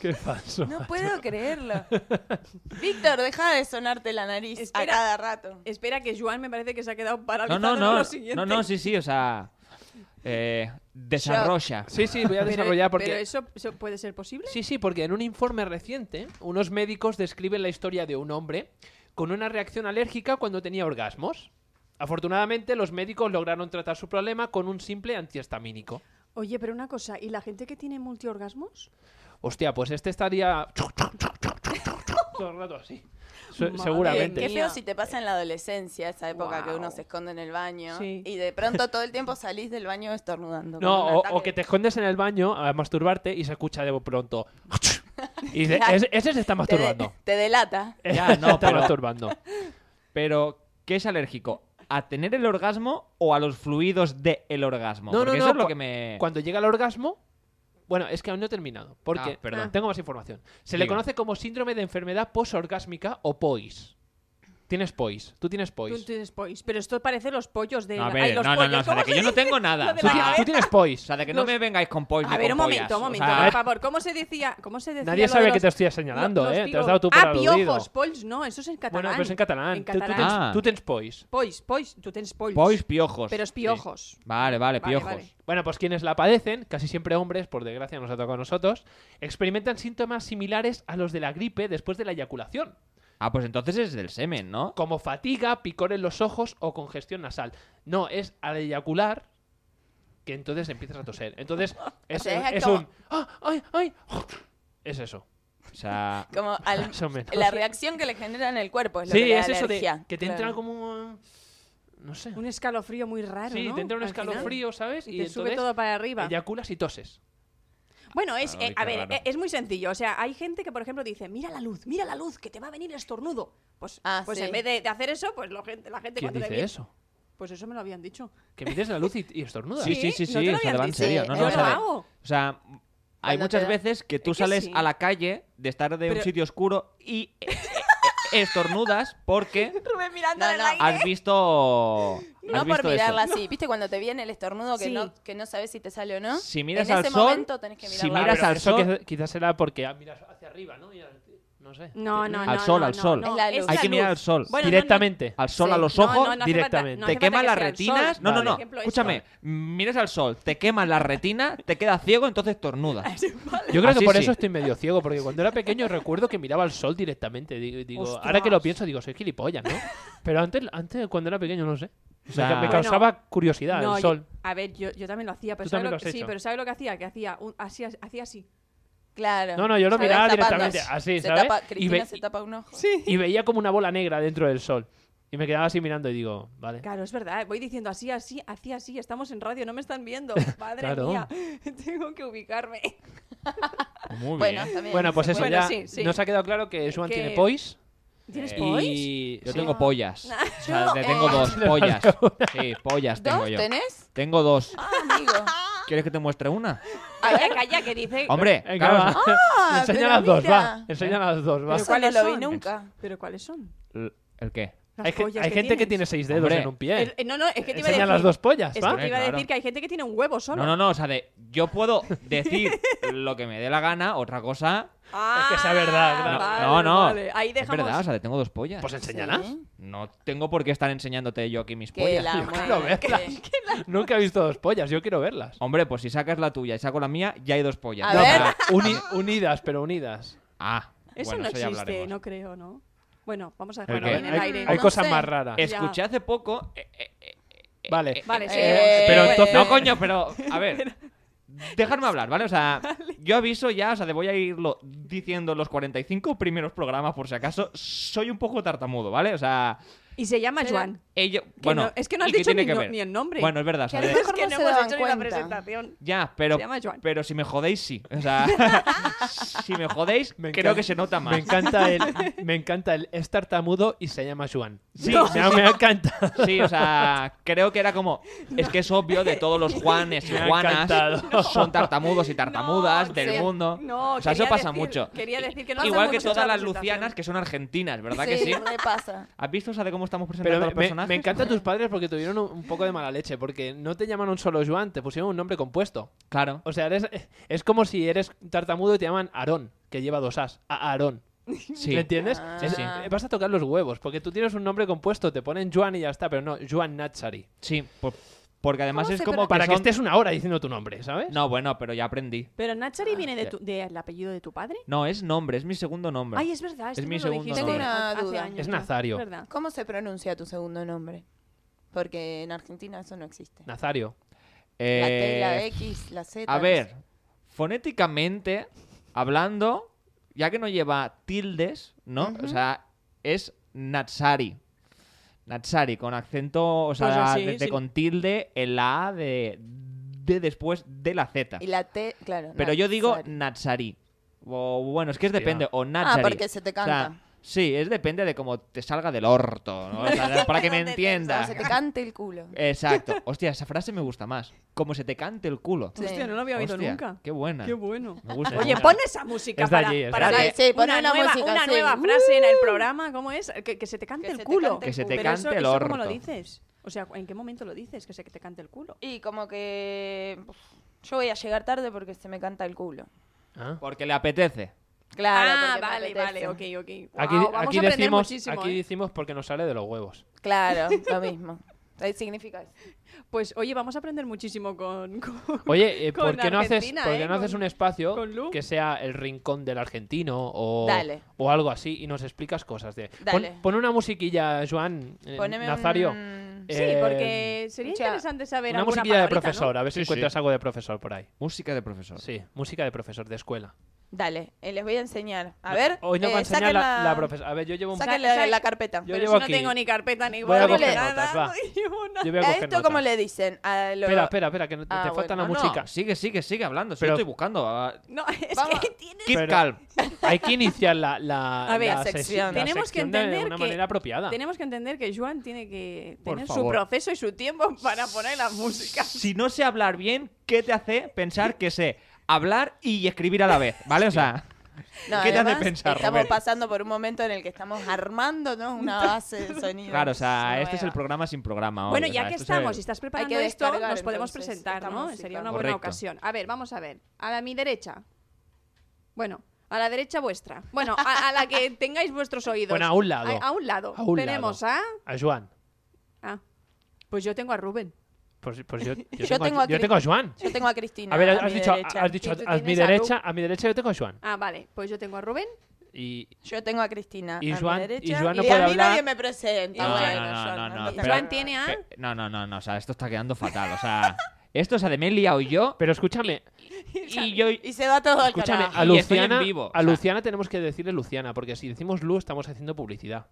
[SPEAKER 4] Qué falso.
[SPEAKER 2] No puedo creerlo. Víctor, deja de sonarte la nariz
[SPEAKER 3] Espera.
[SPEAKER 2] a cada rato.
[SPEAKER 3] Espera que Joan me parece que se ha quedado
[SPEAKER 1] No,
[SPEAKER 3] paralizado
[SPEAKER 1] no,
[SPEAKER 3] en
[SPEAKER 1] no.
[SPEAKER 3] lo siguiente.
[SPEAKER 1] No, no, sí, sí, o sea. Eh, desarrolla.
[SPEAKER 4] Sí, sí, voy a
[SPEAKER 3] Pero-
[SPEAKER 4] desarrollar porque...
[SPEAKER 3] ¿Pero eso, eso puede ser posible?
[SPEAKER 4] Sí, sí, porque en un informe reciente, unos médicos describen la historia de un hombre con una reacción alérgica cuando tenía orgasmos. Afortunadamente, los médicos lograron tratar su problema con un simple antihistamínico.
[SPEAKER 3] Oye, pero una cosa, ¿y la gente que tiene multiorgasmos?
[SPEAKER 4] Hostia, pues este estaría. Todo el rato así. Se-
[SPEAKER 3] Madre
[SPEAKER 4] seguramente.
[SPEAKER 2] Qué
[SPEAKER 3] Mía.
[SPEAKER 2] feo si te pasa en la adolescencia, esa época que
[SPEAKER 3] Guau.
[SPEAKER 2] uno se esconde en el baño
[SPEAKER 3] Sí.
[SPEAKER 2] y de pronto todo el tiempo salís del baño estornudando.
[SPEAKER 4] No,
[SPEAKER 2] con un
[SPEAKER 4] o,
[SPEAKER 2] ataque.
[SPEAKER 4] o que te escondes en el baño a masturbarte y se escucha de pronto. Y dice,
[SPEAKER 2] Claro.
[SPEAKER 4] "Ese- ese se está
[SPEAKER 2] Te de-
[SPEAKER 4] masturbando.
[SPEAKER 2] te delata.
[SPEAKER 1] Ya, no,
[SPEAKER 4] está
[SPEAKER 1] pero-
[SPEAKER 4] masturbando.
[SPEAKER 1] Pero, ¿qué es alérgico? ¿A tener el orgasmo o a los fluidos del orgasmo?
[SPEAKER 4] No, no,
[SPEAKER 1] Porque
[SPEAKER 4] no,
[SPEAKER 1] eso es lo
[SPEAKER 4] cua-
[SPEAKER 1] que me...
[SPEAKER 4] Cuando llega el orgasmo. Bueno, es que aún no he terminado. Porque
[SPEAKER 1] Ah, perdón.
[SPEAKER 4] tengo más información. Se le
[SPEAKER 1] Diga.
[SPEAKER 4] conoce como síndrome de enfermedad posorgásmica o POIS. Tienes POIS. Tú tienes
[SPEAKER 3] Tú
[SPEAKER 4] POIS. Tú,
[SPEAKER 3] tienes pois, pero esto parece los pollos de...
[SPEAKER 1] No, a
[SPEAKER 3] la-
[SPEAKER 1] ver,
[SPEAKER 3] Ay, los
[SPEAKER 1] no, no,
[SPEAKER 3] pollos,
[SPEAKER 1] no, o sea,
[SPEAKER 3] ¿cómo
[SPEAKER 1] de que
[SPEAKER 3] se
[SPEAKER 1] yo no
[SPEAKER 3] dice?
[SPEAKER 1] tengo nada.
[SPEAKER 3] Lo
[SPEAKER 1] O
[SPEAKER 3] de la
[SPEAKER 4] ti-
[SPEAKER 1] sea,
[SPEAKER 4] tú
[SPEAKER 3] cabeza.
[SPEAKER 4] tienes POIS.
[SPEAKER 1] o sea, de que no me vengáis con pollo.
[SPEAKER 3] A ver, un momento, un momento, por favor. ¿Cómo se decía? ¿Cómo se decía
[SPEAKER 4] Nadie
[SPEAKER 3] lo
[SPEAKER 4] sabe
[SPEAKER 3] de
[SPEAKER 4] que te
[SPEAKER 3] los-
[SPEAKER 4] estoy señalando,
[SPEAKER 3] lo- los
[SPEAKER 4] ¿eh? Te has
[SPEAKER 3] piros?
[SPEAKER 4] dado tú por
[SPEAKER 3] Ah,
[SPEAKER 4] aludido.
[SPEAKER 3] piojos, polls, no, eso es en catalán.
[SPEAKER 4] Bueno, pero es en catalán.
[SPEAKER 3] En
[SPEAKER 4] Tú- tú
[SPEAKER 3] catalán.
[SPEAKER 4] tens-
[SPEAKER 1] Ah.
[SPEAKER 4] Tú tienes POIS.
[SPEAKER 3] Pois, pois, tú tienes polls.
[SPEAKER 1] Pois piojos.
[SPEAKER 3] Pero es
[SPEAKER 1] Sí.
[SPEAKER 3] piojos.
[SPEAKER 1] Vale, vale,
[SPEAKER 3] Vale,
[SPEAKER 1] piojos.
[SPEAKER 3] vale.
[SPEAKER 4] Bueno, pues quienes la padecen, casi siempre hombres, por desgracia nos ha tocado a nosotros, experimentan síntomas similares a los de la gripe después de la eyaculación,
[SPEAKER 1] Ah, pues entonces es del semen, ¿no?
[SPEAKER 4] como fatiga, picor en los ojos o congestión nasal. No, es al eyacular que entonces empiezas a toser. Entonces, es,
[SPEAKER 2] sea, es
[SPEAKER 4] es
[SPEAKER 2] como-
[SPEAKER 4] un... ¡Ah, ay, ay! Es eso.
[SPEAKER 1] O sea,
[SPEAKER 2] Como al-
[SPEAKER 4] Más o menos.
[SPEAKER 2] la reacción que le genera en el cuerpo es lo
[SPEAKER 4] Sí,
[SPEAKER 2] que le da
[SPEAKER 4] es eso de
[SPEAKER 2] alergia.
[SPEAKER 4] que te entra
[SPEAKER 2] Claro.
[SPEAKER 4] como... un- No sé.
[SPEAKER 3] Un escalofrío muy raro,
[SPEAKER 4] sí,
[SPEAKER 3] ¿no?
[SPEAKER 4] te entra un
[SPEAKER 3] Al final.
[SPEAKER 4] escalofrío, ¿sabes?
[SPEAKER 3] Y,
[SPEAKER 4] Y,
[SPEAKER 3] te sube
[SPEAKER 4] entonces
[SPEAKER 3] todo para arriba.
[SPEAKER 4] eyaculas y toses.
[SPEAKER 3] Bueno, es,
[SPEAKER 1] Ay,
[SPEAKER 3] eh, a
[SPEAKER 1] qué
[SPEAKER 3] ver,
[SPEAKER 1] raro.
[SPEAKER 3] eh, es muy sencillo. O sea, hay gente que, por ejemplo, dice, mira la luz, mira la luz, que te va a venir el estornudo. Pues,
[SPEAKER 2] Ah,
[SPEAKER 3] pues
[SPEAKER 2] sí.
[SPEAKER 3] en vez de, de hacer eso, pues lo gente, la gente
[SPEAKER 4] ¿Quién
[SPEAKER 3] cuando le
[SPEAKER 4] dice
[SPEAKER 3] viene-
[SPEAKER 4] eso?
[SPEAKER 3] Pues eso me lo habían dicho.
[SPEAKER 4] Que mides la luz y, y estornudas.
[SPEAKER 1] Sí, sí, sí,
[SPEAKER 3] ¿No te lo
[SPEAKER 1] sí, o sea,
[SPEAKER 3] habían
[SPEAKER 1] te va en
[SPEAKER 3] dicho?
[SPEAKER 1] serio, no,
[SPEAKER 2] Sí,
[SPEAKER 1] no,
[SPEAKER 3] yo
[SPEAKER 1] o
[SPEAKER 3] lo
[SPEAKER 1] sea,
[SPEAKER 3] hago.
[SPEAKER 1] o sea, hay
[SPEAKER 2] Cuando
[SPEAKER 1] muchas
[SPEAKER 2] te da-
[SPEAKER 1] veces que tú
[SPEAKER 3] Es que
[SPEAKER 1] sales
[SPEAKER 3] sí.
[SPEAKER 1] a la calle de estar de un
[SPEAKER 3] Pero-
[SPEAKER 1] sitio oscuro y eh, eh, estornudas porque
[SPEAKER 3] Rubén mirando
[SPEAKER 2] No,
[SPEAKER 3] el
[SPEAKER 2] no.
[SPEAKER 3] aire.
[SPEAKER 1] has visto
[SPEAKER 2] No
[SPEAKER 1] has
[SPEAKER 2] por
[SPEAKER 1] visto eso.
[SPEAKER 2] mirarla así. ¿Viste cuando te viene el estornudo que,
[SPEAKER 3] Sí.
[SPEAKER 2] no, que no sabes si te sale o no?
[SPEAKER 1] Si miras
[SPEAKER 2] en
[SPEAKER 1] al
[SPEAKER 2] ese
[SPEAKER 1] sol,
[SPEAKER 2] momento tenés que
[SPEAKER 1] si
[SPEAKER 2] mirarla.
[SPEAKER 4] Ah,
[SPEAKER 1] miras
[SPEAKER 4] pero
[SPEAKER 1] al
[SPEAKER 4] eso
[SPEAKER 1] sol-
[SPEAKER 4] quiz- Quizás será porque ah, miras hacia arriba, ¿no? Y al- no sé.
[SPEAKER 3] No, no, no.
[SPEAKER 1] Al sol,
[SPEAKER 3] no,
[SPEAKER 1] al
[SPEAKER 3] no,
[SPEAKER 1] sol.
[SPEAKER 3] no,
[SPEAKER 2] Es la luz. Hay
[SPEAKER 1] que mirar al sol.
[SPEAKER 3] Bueno, no, no.
[SPEAKER 4] Directamente.
[SPEAKER 1] Al sol, a
[SPEAKER 2] Sí.
[SPEAKER 1] los
[SPEAKER 3] No,
[SPEAKER 1] ojos,
[SPEAKER 3] no, no hace
[SPEAKER 1] directamente.
[SPEAKER 3] falta- no
[SPEAKER 1] te
[SPEAKER 3] hace
[SPEAKER 1] quema
[SPEAKER 3] falta
[SPEAKER 1] las
[SPEAKER 3] que sea el sol.
[SPEAKER 1] retinas. No,
[SPEAKER 4] Vale.
[SPEAKER 1] no,
[SPEAKER 4] Por
[SPEAKER 1] no.
[SPEAKER 3] ejemplo,
[SPEAKER 1] Escúchame.
[SPEAKER 3] esto.
[SPEAKER 1] Miras al sol, te quema la retina, te queda ciego, entonces tornudas.
[SPEAKER 4] Yo creo
[SPEAKER 1] Así
[SPEAKER 4] que por
[SPEAKER 1] sí.
[SPEAKER 4] eso estoy medio ciego, porque cuando era pequeño recuerdo que miraba al sol directamente. Digo, digo,
[SPEAKER 3] Ostras.
[SPEAKER 4] ahora que lo pienso, digo, soy gilipollas, ¿no? Pero antes, antes cuando era pequeño, no sé. Me
[SPEAKER 1] sea,
[SPEAKER 4] ca- me,
[SPEAKER 1] Bueno.
[SPEAKER 4] causaba curiosidad
[SPEAKER 3] No,
[SPEAKER 4] el
[SPEAKER 3] yo-
[SPEAKER 4] sol.
[SPEAKER 3] a ver, yo, yo también lo hacía, pero
[SPEAKER 4] Tú
[SPEAKER 3] ¿sabes
[SPEAKER 4] también
[SPEAKER 3] lo,
[SPEAKER 4] lo has
[SPEAKER 3] que- sí,
[SPEAKER 4] hecho.
[SPEAKER 3] pero ¿sabes lo que hacía? Que hacía un- así, hacía así.
[SPEAKER 2] Claro.
[SPEAKER 4] No, no, yo lo
[SPEAKER 2] Se
[SPEAKER 4] miraba
[SPEAKER 2] van tapando.
[SPEAKER 4] directamente, así,
[SPEAKER 2] Se
[SPEAKER 4] ¿sabes?
[SPEAKER 2] tapa-
[SPEAKER 4] Y
[SPEAKER 2] Cristina
[SPEAKER 4] ve-
[SPEAKER 2] se tapa un ojo.
[SPEAKER 4] Y veía como una bola negra dentro del sol. Y me quedaba así mirando y digo, vale.
[SPEAKER 3] Claro, es verdad. eh, Voy diciendo así, así, así, así. Estamos en radio, no me están viendo. Madre
[SPEAKER 4] Claro.
[SPEAKER 3] mía, tengo que ubicarme.
[SPEAKER 1] Muy
[SPEAKER 2] Bueno,
[SPEAKER 1] bien.
[SPEAKER 2] también
[SPEAKER 4] Bueno, pues
[SPEAKER 2] se
[SPEAKER 4] eso
[SPEAKER 2] puede.
[SPEAKER 3] Bueno,
[SPEAKER 4] ya
[SPEAKER 3] sí, sí.
[SPEAKER 4] nos ha quedado claro que Juan
[SPEAKER 3] Que-
[SPEAKER 4] tiene pois.
[SPEAKER 3] ¿Tienes
[SPEAKER 1] Eh,
[SPEAKER 3] pois?
[SPEAKER 4] Y...
[SPEAKER 1] Yo
[SPEAKER 4] sí.
[SPEAKER 1] tengo pollas. O sea, te tengo
[SPEAKER 2] eh,
[SPEAKER 1] dos pollas. Sí, pollas tengo
[SPEAKER 2] ¿Dos
[SPEAKER 1] yo.
[SPEAKER 2] tenés?
[SPEAKER 1] Tengo dos.
[SPEAKER 2] Ah, amigo.
[SPEAKER 1] ¿Quieres que te muestre una?
[SPEAKER 3] Calla, calla, que dice.
[SPEAKER 1] Hombre,
[SPEAKER 4] Venga,
[SPEAKER 1] claro,
[SPEAKER 4] va.
[SPEAKER 2] Ah,
[SPEAKER 4] enseña
[SPEAKER 2] pero
[SPEAKER 4] las dos,
[SPEAKER 2] mira.
[SPEAKER 4] va. Enseña las dos, va.
[SPEAKER 3] Pero
[SPEAKER 2] Eso
[SPEAKER 3] ¿cuáles
[SPEAKER 2] no lo vi
[SPEAKER 3] son?
[SPEAKER 2] nunca.
[SPEAKER 3] ¿Pero cuáles son?
[SPEAKER 1] ¿El el qué?
[SPEAKER 3] Las
[SPEAKER 4] Hay, ge-
[SPEAKER 3] pollas
[SPEAKER 4] hay gente que tiene
[SPEAKER 3] tienes.
[SPEAKER 4] seis dedos
[SPEAKER 1] Hombre.
[SPEAKER 4] en un pie.
[SPEAKER 3] El- eh, no, no, es que te iba a
[SPEAKER 4] Enseña
[SPEAKER 3] decir.
[SPEAKER 4] las dos ¿eh? pollas,
[SPEAKER 3] Es
[SPEAKER 4] va.
[SPEAKER 3] que te iba a
[SPEAKER 1] Claro.
[SPEAKER 3] decir que hay gente que tiene un huevo solo.
[SPEAKER 1] No, no, no, o sea, de yo puedo decir lo que me dé la gana, otra cosa.
[SPEAKER 3] Ah,
[SPEAKER 4] Es que sea verdad, claro.
[SPEAKER 3] vale,
[SPEAKER 1] no, no.
[SPEAKER 3] vale. Ahí dejamos.
[SPEAKER 1] Es verdad, o sea, de tengo dos pollas.
[SPEAKER 4] Pues enséñalas.
[SPEAKER 2] Sí.
[SPEAKER 1] no tengo por qué estar enseñándote yo aquí mis
[SPEAKER 2] Que
[SPEAKER 1] pollas.
[SPEAKER 2] la
[SPEAKER 4] Yo quiero
[SPEAKER 2] muerte.
[SPEAKER 4] verlas. Nunca he visto dos pollas, yo quiero verlas.
[SPEAKER 1] Hombre, pues si sacas la tuya y saco la mía, ya hay dos pollas.
[SPEAKER 2] A
[SPEAKER 1] No,
[SPEAKER 2] ver.
[SPEAKER 1] pero-
[SPEAKER 4] Uni- unidas, pero unidas.
[SPEAKER 1] Ah,
[SPEAKER 3] Eso
[SPEAKER 1] bueno,
[SPEAKER 3] no
[SPEAKER 1] ya
[SPEAKER 3] existe,
[SPEAKER 1] hablaremos.
[SPEAKER 3] no creo, ¿no? Bueno, vamos a
[SPEAKER 1] Pero
[SPEAKER 3] dejarlo en
[SPEAKER 1] que
[SPEAKER 3] el
[SPEAKER 4] hay
[SPEAKER 3] aire.
[SPEAKER 4] hay
[SPEAKER 2] No
[SPEAKER 4] cosas
[SPEAKER 2] sé.
[SPEAKER 4] más raras.
[SPEAKER 3] Es-
[SPEAKER 1] Escuché hace poco. eh, eh, eh, eh,
[SPEAKER 4] Vale.
[SPEAKER 1] eh,
[SPEAKER 3] Vale, sí.
[SPEAKER 2] Eh,
[SPEAKER 1] Pero
[SPEAKER 2] eh,
[SPEAKER 1] entonces.
[SPEAKER 2] eh.
[SPEAKER 1] No, coño, pero. A ver. Dejarme hablar, ¿vale? O sea, yo aviso ya, o sea, te voy a irlo diciendo los 45 primeros programas, por si acaso. Soy un poco tartamudo, ¿vale? O sea,
[SPEAKER 3] Y se llama
[SPEAKER 2] Pero-
[SPEAKER 3] Joan.
[SPEAKER 1] ello.
[SPEAKER 3] Que
[SPEAKER 1] Bueno,
[SPEAKER 3] no- es que no has
[SPEAKER 1] ¿y qué
[SPEAKER 3] dicho
[SPEAKER 1] tiene
[SPEAKER 3] ni
[SPEAKER 1] que
[SPEAKER 3] no-
[SPEAKER 1] ver?
[SPEAKER 3] ni el nombre.
[SPEAKER 1] Bueno, es verdad, o sea,
[SPEAKER 2] Que
[SPEAKER 1] de-
[SPEAKER 2] no- mejor se daban cuenta.
[SPEAKER 1] ya, pero,
[SPEAKER 3] Se llama Joan.
[SPEAKER 1] pero si me jodéis, sí. O sea, si me jodéis,
[SPEAKER 4] Me
[SPEAKER 1] creo
[SPEAKER 4] encanta-
[SPEAKER 1] que se nota
[SPEAKER 4] Me
[SPEAKER 1] más.
[SPEAKER 4] encanta el, me encanta el es tartamudo y se llama Juan.
[SPEAKER 1] Sí,
[SPEAKER 4] me,
[SPEAKER 1] sí,
[SPEAKER 4] me encanta.
[SPEAKER 1] Sí, o sea, creo que era como. Es que es obvio de todos los Juanes y
[SPEAKER 4] Me ha
[SPEAKER 1] Juanas
[SPEAKER 4] encantado.
[SPEAKER 1] son tartamudos y tartamudas
[SPEAKER 3] No,
[SPEAKER 1] del
[SPEAKER 3] sí.
[SPEAKER 1] mundo.
[SPEAKER 3] No,
[SPEAKER 1] o sea, eso
[SPEAKER 3] quería
[SPEAKER 1] pasa
[SPEAKER 3] decir-
[SPEAKER 1] mucho.
[SPEAKER 3] quería decir que no
[SPEAKER 1] Igual
[SPEAKER 3] pasa
[SPEAKER 1] que
[SPEAKER 3] mucho
[SPEAKER 1] todas
[SPEAKER 3] en la
[SPEAKER 1] las
[SPEAKER 3] presentación.
[SPEAKER 1] lucianas que son argentinas, ¿verdad
[SPEAKER 2] Sí,
[SPEAKER 1] que sí?
[SPEAKER 2] me pasa.
[SPEAKER 1] ¿Has visto, o sea, de cómo estamos presentando
[SPEAKER 4] Pero
[SPEAKER 1] a
[SPEAKER 4] me,
[SPEAKER 1] los
[SPEAKER 4] me,
[SPEAKER 1] personajes?
[SPEAKER 4] me encantan tus padres porque tuvieron un, un poco de mala leche, porque no te llamaron solo Juan, te pusieron un nombre compuesto.
[SPEAKER 1] Claro.
[SPEAKER 4] O sea, eres, es como si eres tartamudo y te llaman Aarón, que lleva dos as. A Aarón.
[SPEAKER 1] Sí.
[SPEAKER 4] ¿Me entiendes?
[SPEAKER 2] Ah.
[SPEAKER 4] Es-
[SPEAKER 1] Sí.
[SPEAKER 4] eh, Vas a tocar los huevos, porque tú tienes un nombre compuesto, te ponen Juan y ya está, pero no, Juan Natsari.
[SPEAKER 1] Sí, por- porque además
[SPEAKER 2] ¿Cómo
[SPEAKER 1] es
[SPEAKER 2] se
[SPEAKER 1] como.
[SPEAKER 2] pronuncia?
[SPEAKER 4] Para que este
[SPEAKER 1] son-
[SPEAKER 4] estés una hora diciendo tu nombre, ¿sabes?
[SPEAKER 1] No, bueno, pero ya aprendí.
[SPEAKER 3] Pero Nachari viene de tu- del apellido de tu padre.
[SPEAKER 1] No, es nombre, es mi segundo nombre.
[SPEAKER 3] Ay, es verdad. esto
[SPEAKER 1] mi
[SPEAKER 3] me lo
[SPEAKER 1] segundo
[SPEAKER 3] dijiste
[SPEAKER 2] nombre. Tengo una
[SPEAKER 3] hace
[SPEAKER 2] duda.
[SPEAKER 3] años
[SPEAKER 4] Es
[SPEAKER 3] ya.
[SPEAKER 4] Nazario.
[SPEAKER 3] Es verdad.
[SPEAKER 2] ¿Cómo se pronuncia tu segundo nombre? Porque en Argentina eso no existe.
[SPEAKER 4] Nazario.
[SPEAKER 2] La
[SPEAKER 1] Eh,
[SPEAKER 2] T, la X, la Z.
[SPEAKER 1] a
[SPEAKER 2] no
[SPEAKER 1] ver,
[SPEAKER 2] sé.
[SPEAKER 1] fonéticamente hablando, ya que no lleva tildes, ¿no? O sea, es Natsari. Natsari, con acento, o sea,
[SPEAKER 3] Pues así,
[SPEAKER 1] de- de
[SPEAKER 3] sí.
[SPEAKER 1] con tilde en la A de, de después de la Z.
[SPEAKER 2] Y la T, claro.
[SPEAKER 1] Pero yo digo
[SPEAKER 2] Natsari.
[SPEAKER 1] Natsari. O bueno, es que es
[SPEAKER 4] Hostia.
[SPEAKER 1] depende. O Natsari.
[SPEAKER 2] Ah, porque se te
[SPEAKER 1] O
[SPEAKER 2] canta.
[SPEAKER 1] sea, sí, es depende de cómo te salga del orto, ¿no? O sea, para que me
[SPEAKER 2] Donde te-
[SPEAKER 1] entiendas.
[SPEAKER 2] donde Se te cante el culo.
[SPEAKER 1] Exacto. Hostia, esa frase me gusta más. Como se te cante el culo.
[SPEAKER 2] Sí.
[SPEAKER 3] Hostia, no lo había oído
[SPEAKER 1] Hostia,
[SPEAKER 3] nunca.
[SPEAKER 1] Qué buena.
[SPEAKER 3] Qué bueno.
[SPEAKER 1] Me gusta.
[SPEAKER 3] Oye,
[SPEAKER 1] esa.
[SPEAKER 3] pon esa música
[SPEAKER 4] Es de
[SPEAKER 3] para,
[SPEAKER 4] allí, es de
[SPEAKER 3] para
[SPEAKER 1] allí.
[SPEAKER 3] que-
[SPEAKER 2] Sí, pon
[SPEAKER 3] una,
[SPEAKER 2] una
[SPEAKER 3] nueva,
[SPEAKER 2] música,
[SPEAKER 3] una
[SPEAKER 2] sí.
[SPEAKER 3] nueva
[SPEAKER 2] Uh.
[SPEAKER 3] frase en el programa. ¿Cómo es? Que, que se te cante
[SPEAKER 2] Que
[SPEAKER 3] el
[SPEAKER 2] se te
[SPEAKER 3] culo.
[SPEAKER 2] cante
[SPEAKER 1] Que se te
[SPEAKER 2] Pero
[SPEAKER 1] cante
[SPEAKER 3] eso,
[SPEAKER 1] el
[SPEAKER 3] eso
[SPEAKER 1] orto.
[SPEAKER 3] ¿Cómo lo dices? O sea, ¿en qué momento lo dices? Que se que te cante el culo.
[SPEAKER 2] Y como que uf, yo voy a llegar tarde porque se me canta el culo.
[SPEAKER 4] Ah.
[SPEAKER 1] Porque le apetece.
[SPEAKER 2] Claro, porque
[SPEAKER 3] ah,
[SPEAKER 2] me
[SPEAKER 3] vale,
[SPEAKER 2] apetece.
[SPEAKER 3] vale, ok, ok. Wow,
[SPEAKER 4] Aquí,
[SPEAKER 3] vamos
[SPEAKER 4] aquí
[SPEAKER 3] a aprender
[SPEAKER 4] decimos,
[SPEAKER 3] muchísimo,
[SPEAKER 4] aquí
[SPEAKER 3] ¿eh?
[SPEAKER 4] decimos porque nos sale de los huevos.
[SPEAKER 2] Claro, lo mismo. Eh, Significa eso.
[SPEAKER 3] Pues oye, vamos a aprender muchísimo con... con-
[SPEAKER 4] Oye, eh,
[SPEAKER 3] Con
[SPEAKER 4] ¿por qué no haces,
[SPEAKER 3] Argentina,
[SPEAKER 4] por qué
[SPEAKER 3] ¿eh?
[SPEAKER 4] no haces
[SPEAKER 3] Con-
[SPEAKER 4] un espacio
[SPEAKER 3] con Lu.
[SPEAKER 4] que sea el rincón del argentino o,
[SPEAKER 2] Dale.
[SPEAKER 4] o algo así y nos explicas cosas? De... Pon,
[SPEAKER 2] Dale.
[SPEAKER 4] pon una musiquilla, Joan, eh,
[SPEAKER 2] Poneme
[SPEAKER 4] Nazario.
[SPEAKER 2] un-
[SPEAKER 3] Sí,
[SPEAKER 4] Eh,
[SPEAKER 3] porque sería
[SPEAKER 2] escucha,
[SPEAKER 3] interesante saber
[SPEAKER 4] Una
[SPEAKER 3] alguna
[SPEAKER 4] musiquilla de
[SPEAKER 3] palabrita,
[SPEAKER 4] profesor, a ver si
[SPEAKER 1] Sí, sí.
[SPEAKER 4] encuentras algo de profesor por ahí.
[SPEAKER 1] Música de profesor.
[SPEAKER 4] Sí, música de profesor, de escuela.
[SPEAKER 2] Dale, eh, les voy a enseñar. A
[SPEAKER 4] No,
[SPEAKER 2] ver,
[SPEAKER 4] Hoy nos va a
[SPEAKER 2] eh,
[SPEAKER 4] enseñar
[SPEAKER 2] saquen
[SPEAKER 4] la, la profesora. A ver, yo llevo un.
[SPEAKER 2] saquen
[SPEAKER 3] Sa-
[SPEAKER 2] la-
[SPEAKER 3] sa-
[SPEAKER 2] la carpeta.
[SPEAKER 3] ¿no?
[SPEAKER 4] Yo
[SPEAKER 3] Pero
[SPEAKER 4] llevo
[SPEAKER 3] si
[SPEAKER 4] aquí.
[SPEAKER 3] no tengo ni carpeta ni
[SPEAKER 4] Voy a
[SPEAKER 3] bolígrafo,
[SPEAKER 2] coger
[SPEAKER 3] nada,
[SPEAKER 4] notas, va.
[SPEAKER 3] no digo
[SPEAKER 4] Yo
[SPEAKER 3] nada.
[SPEAKER 4] voy a
[SPEAKER 2] ¿A
[SPEAKER 4] coger
[SPEAKER 2] esto cómo
[SPEAKER 4] notas.
[SPEAKER 2] le dicen? A lo-
[SPEAKER 4] Espera, espera, espera, que no te,
[SPEAKER 2] Ah,
[SPEAKER 4] te falta
[SPEAKER 2] bueno,
[SPEAKER 4] la
[SPEAKER 1] No, no,
[SPEAKER 4] música.
[SPEAKER 1] sigue, sigue, sigue hablando. Si
[SPEAKER 4] Pero-
[SPEAKER 1] lo estoy buscando. ah,
[SPEAKER 3] No, es
[SPEAKER 2] Vamos.
[SPEAKER 3] que tiene...
[SPEAKER 1] Keep
[SPEAKER 4] Pero-
[SPEAKER 1] calm.
[SPEAKER 4] Hay que iniciar la, la,
[SPEAKER 3] A ver,
[SPEAKER 4] la
[SPEAKER 2] sección.
[SPEAKER 4] sesi- la
[SPEAKER 3] Tenemos que
[SPEAKER 4] sección de
[SPEAKER 3] entender
[SPEAKER 4] una
[SPEAKER 3] que
[SPEAKER 4] manera apropiada.
[SPEAKER 3] Tenemos que entender que Joan tiene que
[SPEAKER 1] Por
[SPEAKER 3] tener su
[SPEAKER 1] favor.
[SPEAKER 3] proceso y su tiempo para poner la música.
[SPEAKER 1] Si no sé hablar bien, ¿qué te hace pensar que sé hablar y escribir a la vez? ¿Vale? O sea,
[SPEAKER 2] No,
[SPEAKER 1] ¿qué te hace
[SPEAKER 2] además,
[SPEAKER 1] pensar,
[SPEAKER 2] Estamos
[SPEAKER 1] Roberto?
[SPEAKER 2] pasando por un momento en el que estamos armando ¿no? una base de sonido.
[SPEAKER 1] claro, o sea, este es el
[SPEAKER 2] nueva.
[SPEAKER 1] programa sin programa. hoy,
[SPEAKER 3] bueno,
[SPEAKER 1] o
[SPEAKER 3] ya
[SPEAKER 1] sea,
[SPEAKER 3] que
[SPEAKER 1] esto se-
[SPEAKER 3] estamos y estás preparando
[SPEAKER 2] que
[SPEAKER 3] esto,
[SPEAKER 2] descargar,
[SPEAKER 3] nos podemos
[SPEAKER 2] entonces,
[SPEAKER 3] presentar,
[SPEAKER 2] esta
[SPEAKER 3] ¿no?
[SPEAKER 2] música.
[SPEAKER 3] Sería una buena
[SPEAKER 1] Correcto.
[SPEAKER 3] ocasión. A ver, vamos a ver. A la- mi derecha. Bueno, a la derecha vuestra. Bueno, a, a la que tengáis vuestros oídos.
[SPEAKER 4] Bueno, a un lado.
[SPEAKER 3] A, a un lado.
[SPEAKER 4] A un
[SPEAKER 3] Tenemos
[SPEAKER 4] A Juan.
[SPEAKER 3] a... Ah, pues yo tengo a Rubén.
[SPEAKER 4] Pues, pues yo, yo
[SPEAKER 2] Yo
[SPEAKER 4] tengo, a-
[SPEAKER 2] tengo a
[SPEAKER 4] yo
[SPEAKER 2] Cris-
[SPEAKER 4] tengo a Juan.
[SPEAKER 2] Yo tengo a Cristina.
[SPEAKER 4] A ver,
[SPEAKER 2] mi
[SPEAKER 4] has dicho,
[SPEAKER 2] derecha.
[SPEAKER 4] has
[SPEAKER 2] Y
[SPEAKER 4] dicho
[SPEAKER 2] tú
[SPEAKER 4] a mi
[SPEAKER 2] tienes a Lu.
[SPEAKER 4] derecha, a mi derecha yo tengo a Juan.
[SPEAKER 3] Ah, vale. Pues yo tengo a Rubén.
[SPEAKER 4] Y
[SPEAKER 2] Yo tengo a Cristina.
[SPEAKER 4] Y
[SPEAKER 2] a mi
[SPEAKER 4] Joan- y
[SPEAKER 2] derecha,
[SPEAKER 4] Joan no
[SPEAKER 2] y
[SPEAKER 4] puede
[SPEAKER 2] a mí
[SPEAKER 4] hablar.
[SPEAKER 2] nadie me presenta.
[SPEAKER 1] No,
[SPEAKER 2] bueno,
[SPEAKER 1] no, no,
[SPEAKER 2] Joan,
[SPEAKER 1] no, no,
[SPEAKER 2] te
[SPEAKER 1] pero-
[SPEAKER 3] Joan
[SPEAKER 2] hagas.
[SPEAKER 3] tiene a...
[SPEAKER 1] Pe- No, no, no, no. O sea, esto está quedando fatal. O sea, esto se ha de me he liado yo.
[SPEAKER 4] pero escúchame,
[SPEAKER 1] Y yo.
[SPEAKER 2] Y se va todo al
[SPEAKER 4] escúchame, ah,
[SPEAKER 2] carajo.
[SPEAKER 4] a
[SPEAKER 1] Y estoy en
[SPEAKER 4] Luciana,
[SPEAKER 1] vivo,
[SPEAKER 4] a
[SPEAKER 1] o sea.
[SPEAKER 4] Luciana tenemos que decirle Luciana, porque si decimos Lu estamos haciendo publicidad.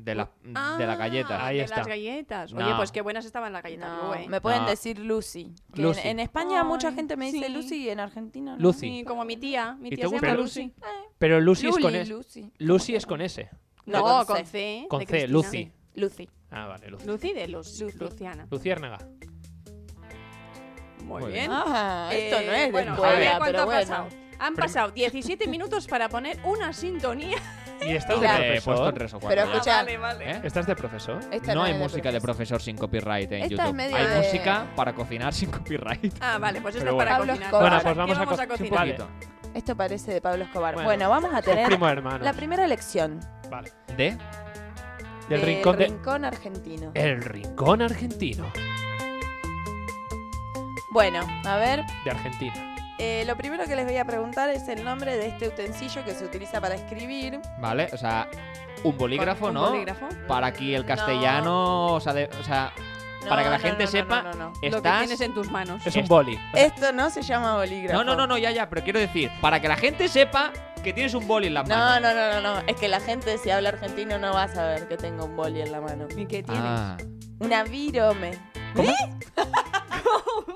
[SPEAKER 1] De la,
[SPEAKER 3] Ah,
[SPEAKER 1] de la galleta.
[SPEAKER 4] Ahí
[SPEAKER 3] de
[SPEAKER 4] está.
[SPEAKER 3] las galletas. Oye,
[SPEAKER 1] No.
[SPEAKER 3] pues qué buenas estaban las galletas,
[SPEAKER 2] No,
[SPEAKER 3] Lu, ¿eh?
[SPEAKER 2] me pueden
[SPEAKER 1] No.
[SPEAKER 2] decir Lucy. que
[SPEAKER 4] Lucy.
[SPEAKER 2] En, en España mucha
[SPEAKER 3] Ay,
[SPEAKER 2] gente me dice
[SPEAKER 3] sí.
[SPEAKER 2] Lucy y en Argentina no.
[SPEAKER 4] Lucy.
[SPEAKER 3] Sí, como mi tía. Mi
[SPEAKER 4] ¿Y
[SPEAKER 3] tía
[SPEAKER 4] te
[SPEAKER 3] se
[SPEAKER 4] gusta
[SPEAKER 3] llama
[SPEAKER 4] Lucy?
[SPEAKER 3] Lucy.
[SPEAKER 4] Pero Lucy es
[SPEAKER 2] Luli,
[SPEAKER 4] con S.
[SPEAKER 2] Lucy.
[SPEAKER 4] Lucy es con S.
[SPEAKER 2] No,
[SPEAKER 3] No,
[SPEAKER 2] con
[SPEAKER 3] con C.
[SPEAKER 4] Con
[SPEAKER 3] de
[SPEAKER 4] C,
[SPEAKER 3] Cristina.
[SPEAKER 4] Lucy.
[SPEAKER 2] Lucy.
[SPEAKER 4] Ah, vale, Lucy.
[SPEAKER 3] Lucy de los Luciana.
[SPEAKER 4] Luciérnaga.
[SPEAKER 3] Muy,
[SPEAKER 1] Muy
[SPEAKER 3] bien.
[SPEAKER 1] bien.
[SPEAKER 2] Ah,
[SPEAKER 3] Eh,
[SPEAKER 2] esto no es de
[SPEAKER 3] bueno,
[SPEAKER 1] Puebla,
[SPEAKER 3] a ver
[SPEAKER 2] escuela,
[SPEAKER 3] cuánto
[SPEAKER 2] pero
[SPEAKER 3] ha
[SPEAKER 2] bueno.
[SPEAKER 3] pasado. Han pasado 17 minutos para poner una sintonía.
[SPEAKER 4] Y estás de
[SPEAKER 2] Claro.
[SPEAKER 1] Eh, he puesto
[SPEAKER 4] profesor.
[SPEAKER 1] en tres o cuatro
[SPEAKER 2] Pero
[SPEAKER 1] ya.
[SPEAKER 2] escucha,
[SPEAKER 3] Ah, vale, vale.
[SPEAKER 1] ¿Eh?
[SPEAKER 4] Estás de profesor.
[SPEAKER 2] Esta
[SPEAKER 1] no hay
[SPEAKER 2] es
[SPEAKER 1] música de profesor sin copyright en
[SPEAKER 2] Esta es
[SPEAKER 1] YouTube.
[SPEAKER 2] medio
[SPEAKER 1] hay
[SPEAKER 2] de-
[SPEAKER 1] música para cocinar sin copyright.
[SPEAKER 3] Ah, vale, pues esto
[SPEAKER 4] Pero
[SPEAKER 3] es para
[SPEAKER 2] bueno.
[SPEAKER 3] cocinar.
[SPEAKER 2] Pablo
[SPEAKER 4] Bueno,
[SPEAKER 2] Escobar.
[SPEAKER 4] pues vamos,
[SPEAKER 3] ¿Qué vamos a
[SPEAKER 1] Un
[SPEAKER 3] cocinar?
[SPEAKER 4] Vale,
[SPEAKER 1] poquito.
[SPEAKER 2] Esto parece de Pablo Escobar.
[SPEAKER 4] Bueno,
[SPEAKER 2] Bueno, vamos a
[SPEAKER 4] es
[SPEAKER 2] tener
[SPEAKER 4] primo hermano.
[SPEAKER 2] la primera lección
[SPEAKER 4] Vale.
[SPEAKER 1] ¿De?
[SPEAKER 4] Del
[SPEAKER 2] del
[SPEAKER 4] rincón de- Eh.
[SPEAKER 2] rincón argentino.
[SPEAKER 4] El rincón argentino
[SPEAKER 2] Bueno, a ver,
[SPEAKER 4] de Argentina.
[SPEAKER 2] eh, lo primero que les voy a preguntar es el nombre de este utensilio que se utiliza para escribir.
[SPEAKER 1] Vale, o sea, un bolígrafo,
[SPEAKER 3] ¿Un
[SPEAKER 1] ¿no?
[SPEAKER 3] bolígrafo?
[SPEAKER 1] Para aquí el castellano, o sea, de- o sea, Para que la gente sepa-
[SPEAKER 2] no, no, no.
[SPEAKER 3] Lo que
[SPEAKER 1] estás...
[SPEAKER 3] tienes en tus manos.
[SPEAKER 4] Es un boli.
[SPEAKER 2] Esto no se llama bolígrafo.
[SPEAKER 1] No, no, no, no, ya, ya, pero quiero decir, para que la gente sepa que tienes un boli en la mano.
[SPEAKER 2] No, no, no, no, no. Es que la gente, si habla argentino, no va a saber que tengo un boli en la mano.
[SPEAKER 3] ¿Y qué tienes?
[SPEAKER 1] Ah.
[SPEAKER 2] Una virome.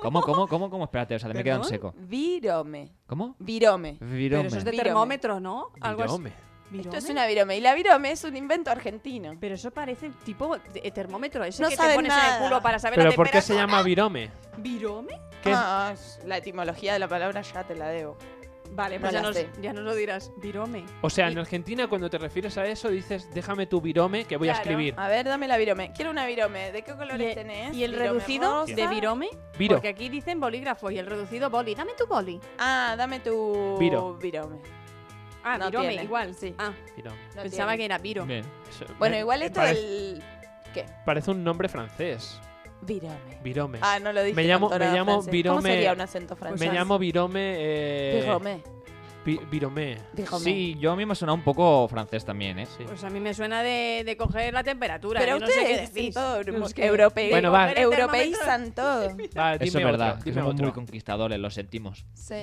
[SPEAKER 1] ¿Cómo, cómo, cómo, cómo? Espérate, o sea, me he quedado en seco.
[SPEAKER 3] ¿Perdón?
[SPEAKER 2] Virome.
[SPEAKER 1] ¿Cómo?
[SPEAKER 2] Virome.
[SPEAKER 3] Pero eso es de
[SPEAKER 2] Virome.
[SPEAKER 3] termómetro, ¿no? Algo así.
[SPEAKER 4] Virome.
[SPEAKER 2] Esto
[SPEAKER 3] ¿Virome?
[SPEAKER 2] es una virome. Y la virome es un invento argentino.
[SPEAKER 3] Pero eso parece tipo de- eh, termómetro. Ese
[SPEAKER 2] No
[SPEAKER 3] que te
[SPEAKER 2] saben
[SPEAKER 3] pones en
[SPEAKER 2] nada.
[SPEAKER 3] el culo para saber
[SPEAKER 4] Pero
[SPEAKER 3] la
[SPEAKER 4] ¿por qué se
[SPEAKER 3] temperatura.
[SPEAKER 4] llama virome?
[SPEAKER 3] ¿Virome?
[SPEAKER 4] ¿Qué?
[SPEAKER 2] Ah, la etimología de la palabra ya te la debo.
[SPEAKER 3] Vale,
[SPEAKER 2] No
[SPEAKER 3] pues ya,
[SPEAKER 2] la
[SPEAKER 3] nos,
[SPEAKER 2] sé.
[SPEAKER 3] ya nos lo dirás. Virome.
[SPEAKER 4] O sea, en Argentina cuando te refieres a eso dices, déjame tu virome que voy a
[SPEAKER 3] Claro.
[SPEAKER 4] escribir.
[SPEAKER 2] A ver, dame la virome. Quiero una virome. ¿De qué
[SPEAKER 3] ¿Y
[SPEAKER 2] colores
[SPEAKER 3] el,
[SPEAKER 2] tenés?
[SPEAKER 3] y el
[SPEAKER 2] Virome
[SPEAKER 3] reducido
[SPEAKER 2] rosa.
[SPEAKER 3] de virome?
[SPEAKER 4] Viro.
[SPEAKER 3] Porque aquí dicen bolígrafo y el reducido boli. Dame tu boli.
[SPEAKER 2] Ah, dame tu
[SPEAKER 4] Viro.
[SPEAKER 2] virome.
[SPEAKER 3] Ah,
[SPEAKER 2] No
[SPEAKER 3] virome,
[SPEAKER 2] tiene.
[SPEAKER 3] igual.
[SPEAKER 2] Sí.
[SPEAKER 3] Ah,
[SPEAKER 4] Virome.
[SPEAKER 2] No
[SPEAKER 3] pensaba
[SPEAKER 2] tiene.
[SPEAKER 3] que era viro.
[SPEAKER 1] Bien.
[SPEAKER 4] Eso-
[SPEAKER 2] Bueno,
[SPEAKER 4] me-
[SPEAKER 2] igual
[SPEAKER 4] me
[SPEAKER 2] esto
[SPEAKER 4] parece-
[SPEAKER 2] del... ¿Qué?
[SPEAKER 4] Parece un nombre francés.
[SPEAKER 2] Virome.
[SPEAKER 4] Virome.
[SPEAKER 2] Ah, no lo dije.
[SPEAKER 4] Me llamo-
[SPEAKER 2] con tono
[SPEAKER 4] me llamo
[SPEAKER 2] francés. ¿Cómo
[SPEAKER 4] virome-
[SPEAKER 2] sería un acento francés?
[SPEAKER 4] Me llamo Virome. eh,
[SPEAKER 2] Virome.
[SPEAKER 4] Pi- viromé.
[SPEAKER 2] Dígame.
[SPEAKER 1] Sí, yo a mí me suena un poco francés también, ¿eh?
[SPEAKER 4] Sí.
[SPEAKER 3] Pues a mí me suena de, de coger la temperatura.
[SPEAKER 2] Pero
[SPEAKER 3] yo no sé qué
[SPEAKER 2] ustedes
[SPEAKER 3] decís.
[SPEAKER 2] son todo
[SPEAKER 3] No es que-
[SPEAKER 2] europeos.
[SPEAKER 4] Bueno, va.
[SPEAKER 3] Coger el
[SPEAKER 2] Europeizan todo.
[SPEAKER 4] Va, dime
[SPEAKER 1] Eso es verdad,
[SPEAKER 4] otro,
[SPEAKER 1] que
[SPEAKER 4] dime
[SPEAKER 1] somos
[SPEAKER 4] otro.
[SPEAKER 1] muy conquistadores, lo sentimos.
[SPEAKER 2] Sí.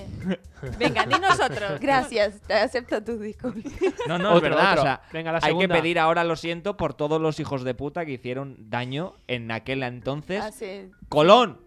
[SPEAKER 3] termómetro. Venga, di nosotros.
[SPEAKER 2] Gracias, te acepto tus disculpas.
[SPEAKER 1] No, no, es
[SPEAKER 4] Otro,
[SPEAKER 1] verdad.
[SPEAKER 4] otro.
[SPEAKER 1] O sea,
[SPEAKER 4] Venga, la
[SPEAKER 1] hay que
[SPEAKER 4] segunda.
[SPEAKER 1] pedir ahora lo siento por todos los hijos de puta que hicieron daño en aquel entonces.
[SPEAKER 2] Hace-
[SPEAKER 1] ¡Colón!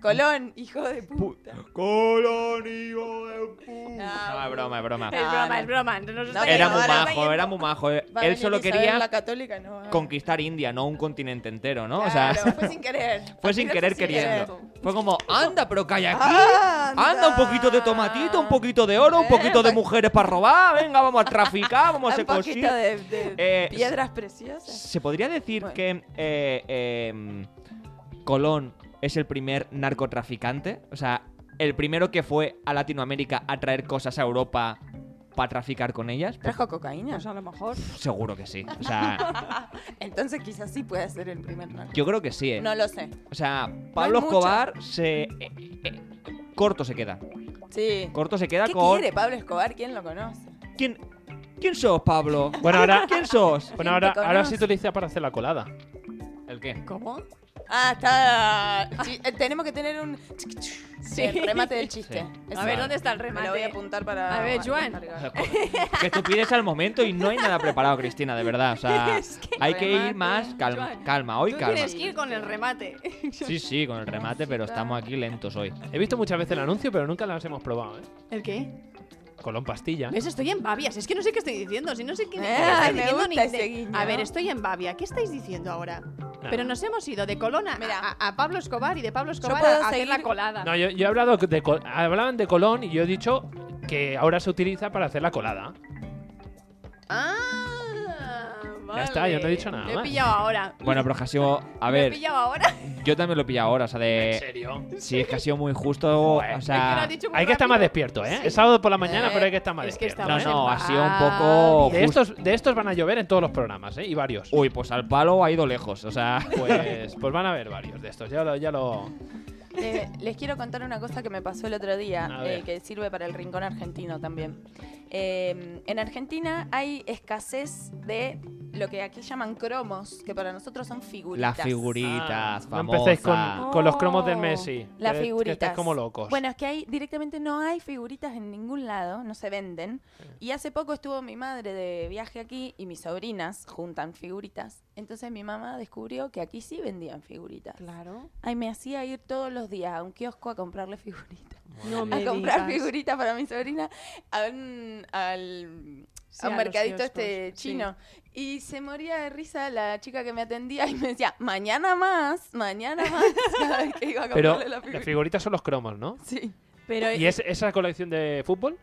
[SPEAKER 2] Colón, hijo de puta.
[SPEAKER 1] ¡Colón, hijo de puta! No,
[SPEAKER 2] No.
[SPEAKER 1] es broma, es broma.
[SPEAKER 3] Es broma, es broma. No nos
[SPEAKER 2] No,
[SPEAKER 3] está
[SPEAKER 1] Ah, Era
[SPEAKER 2] pero
[SPEAKER 1] muy
[SPEAKER 2] ahora va
[SPEAKER 1] majo,
[SPEAKER 2] yendo.
[SPEAKER 1] era muy majo.
[SPEAKER 2] Va a
[SPEAKER 1] Él
[SPEAKER 2] venir
[SPEAKER 1] solo
[SPEAKER 2] Isabel la
[SPEAKER 1] quería
[SPEAKER 2] católica no va a-
[SPEAKER 1] conquistar India, no un continente entero, ¿no? o
[SPEAKER 2] Claro,
[SPEAKER 1] sea,
[SPEAKER 2] fue sin querer.
[SPEAKER 1] fue sin
[SPEAKER 2] Creo que
[SPEAKER 1] querer
[SPEAKER 2] sin
[SPEAKER 1] queriendo.
[SPEAKER 2] querer.
[SPEAKER 1] Fue como, anda, pero que hay aquí.
[SPEAKER 2] Ah, Anda.
[SPEAKER 1] Anda, un poquito de tomatito, un poquito de oro, un
[SPEAKER 2] Eh,
[SPEAKER 1] poquito de
[SPEAKER 2] pa-
[SPEAKER 1] mujeres para robar. Venga, vamos a traficar, vamos a
[SPEAKER 2] Un
[SPEAKER 1] hacer
[SPEAKER 2] poquito
[SPEAKER 1] cosillas.
[SPEAKER 2] de, de
[SPEAKER 1] Eh,
[SPEAKER 2] piedras preciosas.
[SPEAKER 1] ¿Se podría decir
[SPEAKER 2] Bueno.
[SPEAKER 1] que eh, em, Colón es el primer narcotraficante? O sea, el primero que fue a Latinoamérica a traer cosas a Europa para traficar con ellas. Pues,
[SPEAKER 2] ¿Trajo cocaína?
[SPEAKER 3] Pues a lo mejor.
[SPEAKER 1] seguro que sí. O sea,
[SPEAKER 2] Entonces quizás sí puede ser el primer narco.
[SPEAKER 1] yo creo que sí. ¿eh?
[SPEAKER 2] No lo sé.
[SPEAKER 1] O sea, Pablo
[SPEAKER 2] mucho.
[SPEAKER 1] Escobar se... eh, eh, corto se queda.
[SPEAKER 2] Sí.
[SPEAKER 1] Corto se queda
[SPEAKER 2] ¿Qué
[SPEAKER 1] con...
[SPEAKER 2] quiere Pablo Escobar? ¿Quién lo conoce?
[SPEAKER 1] ¿Quién, ¿Quién sos, Pablo?
[SPEAKER 4] Bueno, ahora,
[SPEAKER 1] ¿Quién sos?
[SPEAKER 4] bueno, ahora,
[SPEAKER 2] te
[SPEAKER 4] ahora
[SPEAKER 2] conoce.
[SPEAKER 4] sí te lo hice para hacer la colada.
[SPEAKER 1] ¿El qué?
[SPEAKER 3] ¿Cómo?
[SPEAKER 2] Ah, está. Sí, eh, tenemos que tener un.
[SPEAKER 3] Sí.
[SPEAKER 2] El remate del chiste.
[SPEAKER 1] Sí.
[SPEAKER 2] Eso.
[SPEAKER 3] A ver, ¿dónde está el
[SPEAKER 2] Me lo voy a
[SPEAKER 3] remate?
[SPEAKER 2] apuntar para.
[SPEAKER 3] A ver, Joan.
[SPEAKER 1] Que tú pides al momento y no hay nada preparado, Cristina, de verdad. O sea,
[SPEAKER 3] Es que-
[SPEAKER 1] hay que ir
[SPEAKER 2] Remate,
[SPEAKER 1] más calma,
[SPEAKER 3] ¿eh? Joan.
[SPEAKER 1] calma hoy
[SPEAKER 3] Tú
[SPEAKER 1] calma.
[SPEAKER 3] tienes que ir con el remate.
[SPEAKER 1] Sí, sí, con el remate, pero estamos aquí lentos hoy.
[SPEAKER 4] He visto muchas veces el anuncio, pero nunca las hemos probado, ¿eh?
[SPEAKER 3] ¿El qué?
[SPEAKER 4] Colón pastilla.
[SPEAKER 3] ¿Ves? Estoy en babias. Es que no sé qué estoy diciendo. Si no sé qué ni-
[SPEAKER 2] Eh,
[SPEAKER 3] qué estoy
[SPEAKER 2] me
[SPEAKER 3] diciendo
[SPEAKER 2] gusta
[SPEAKER 3] ni de-
[SPEAKER 2] ese guiño.
[SPEAKER 3] A ver, estoy en babia. ¿Qué estáis diciendo ahora?
[SPEAKER 4] Ah.
[SPEAKER 3] Pero nos hemos ido de Colón a,
[SPEAKER 2] Mira.
[SPEAKER 3] a- a Pablo Escobar y de Pablo Escobar
[SPEAKER 2] puedo
[SPEAKER 3] a hacer
[SPEAKER 2] seguir-
[SPEAKER 3] la colada.
[SPEAKER 4] No, yo, yo he hablado de Col- hablaban de Colón y yo he dicho que ahora se utiliza para hacer la colada.
[SPEAKER 3] Eh. Ah,
[SPEAKER 4] Ya está, yo no he dicho nada
[SPEAKER 3] Lo he
[SPEAKER 4] más.
[SPEAKER 3] pillado ahora.
[SPEAKER 1] Bueno, pero es que ha sido. A
[SPEAKER 3] Lo he
[SPEAKER 1] ver,
[SPEAKER 3] pillado ahora.
[SPEAKER 1] yo también lo he pillado ahora, o sea,
[SPEAKER 4] ¿En
[SPEAKER 1] de.
[SPEAKER 4] serio?
[SPEAKER 1] Sí, es que ha sido muy justo.
[SPEAKER 4] Joder.
[SPEAKER 1] O
[SPEAKER 3] Es que lo
[SPEAKER 1] sea.
[SPEAKER 3] has dicho muy
[SPEAKER 4] Hay que estar más
[SPEAKER 3] rápido.
[SPEAKER 4] despierto, ¿eh?
[SPEAKER 3] Sí.
[SPEAKER 4] Es sábado por la mañana,
[SPEAKER 2] Eh,
[SPEAKER 4] pero hay que estar más
[SPEAKER 3] es que Ah,
[SPEAKER 4] despierto. ¿eh?
[SPEAKER 1] No,
[SPEAKER 3] estamos
[SPEAKER 1] no,
[SPEAKER 3] en
[SPEAKER 1] ha sido un
[SPEAKER 3] Babia.
[SPEAKER 1] poco.
[SPEAKER 4] De
[SPEAKER 1] justo.
[SPEAKER 4] estos, de estos van a llover en todos los programas, ¿eh? Y varios.
[SPEAKER 1] Uy, pues al palo ha ido lejos, o sea.
[SPEAKER 4] Pues, pues van a haber varios de estos. Ya lo. Ya lo...
[SPEAKER 2] Eh, les quiero contar una cosa que me pasó el otro día,
[SPEAKER 4] A ver.
[SPEAKER 2] eh, que sirve para el rincón argentino también. Eh, en Argentina hay escasez de lo que aquí llaman cromos, que para nosotros son figuritas.
[SPEAKER 1] Las figuritas,
[SPEAKER 4] Ah, no empecéis con,
[SPEAKER 1] famosas.
[SPEAKER 4] con los cromos del Messi.
[SPEAKER 3] Oh,
[SPEAKER 2] Las
[SPEAKER 4] que- Que
[SPEAKER 2] figuritas.
[SPEAKER 4] estáis como locos.
[SPEAKER 2] Bueno, es que hay, directamente no hay figuritas en ningún lado, no se venden. Y hace poco estuvo mi madre de viaje aquí y mis sobrinas juntan figuritas. Entonces mi mamá descubrió que aquí sí vendían figuritas.
[SPEAKER 3] Claro.
[SPEAKER 2] Ay, me hacía ir todos los días a un kiosco a comprarle figuritas.
[SPEAKER 3] No
[SPEAKER 2] a
[SPEAKER 3] me
[SPEAKER 2] comprar
[SPEAKER 3] digas.
[SPEAKER 2] figuritas para mi sobrina a un, al,
[SPEAKER 3] Sí,
[SPEAKER 2] a un
[SPEAKER 3] a los
[SPEAKER 2] mercadito este
[SPEAKER 3] kioscos, sí.
[SPEAKER 2] chino. Y se moría de risa la chica que me atendía y me decía, mañana más, mañana más. Cada vez que iba a
[SPEAKER 4] pero
[SPEAKER 2] comprarle la
[SPEAKER 4] las
[SPEAKER 2] figurita.
[SPEAKER 4] figuritas son los cromos, ¿no?
[SPEAKER 2] Sí,
[SPEAKER 3] Pero
[SPEAKER 4] ¿Y es, esa colección de fútbol?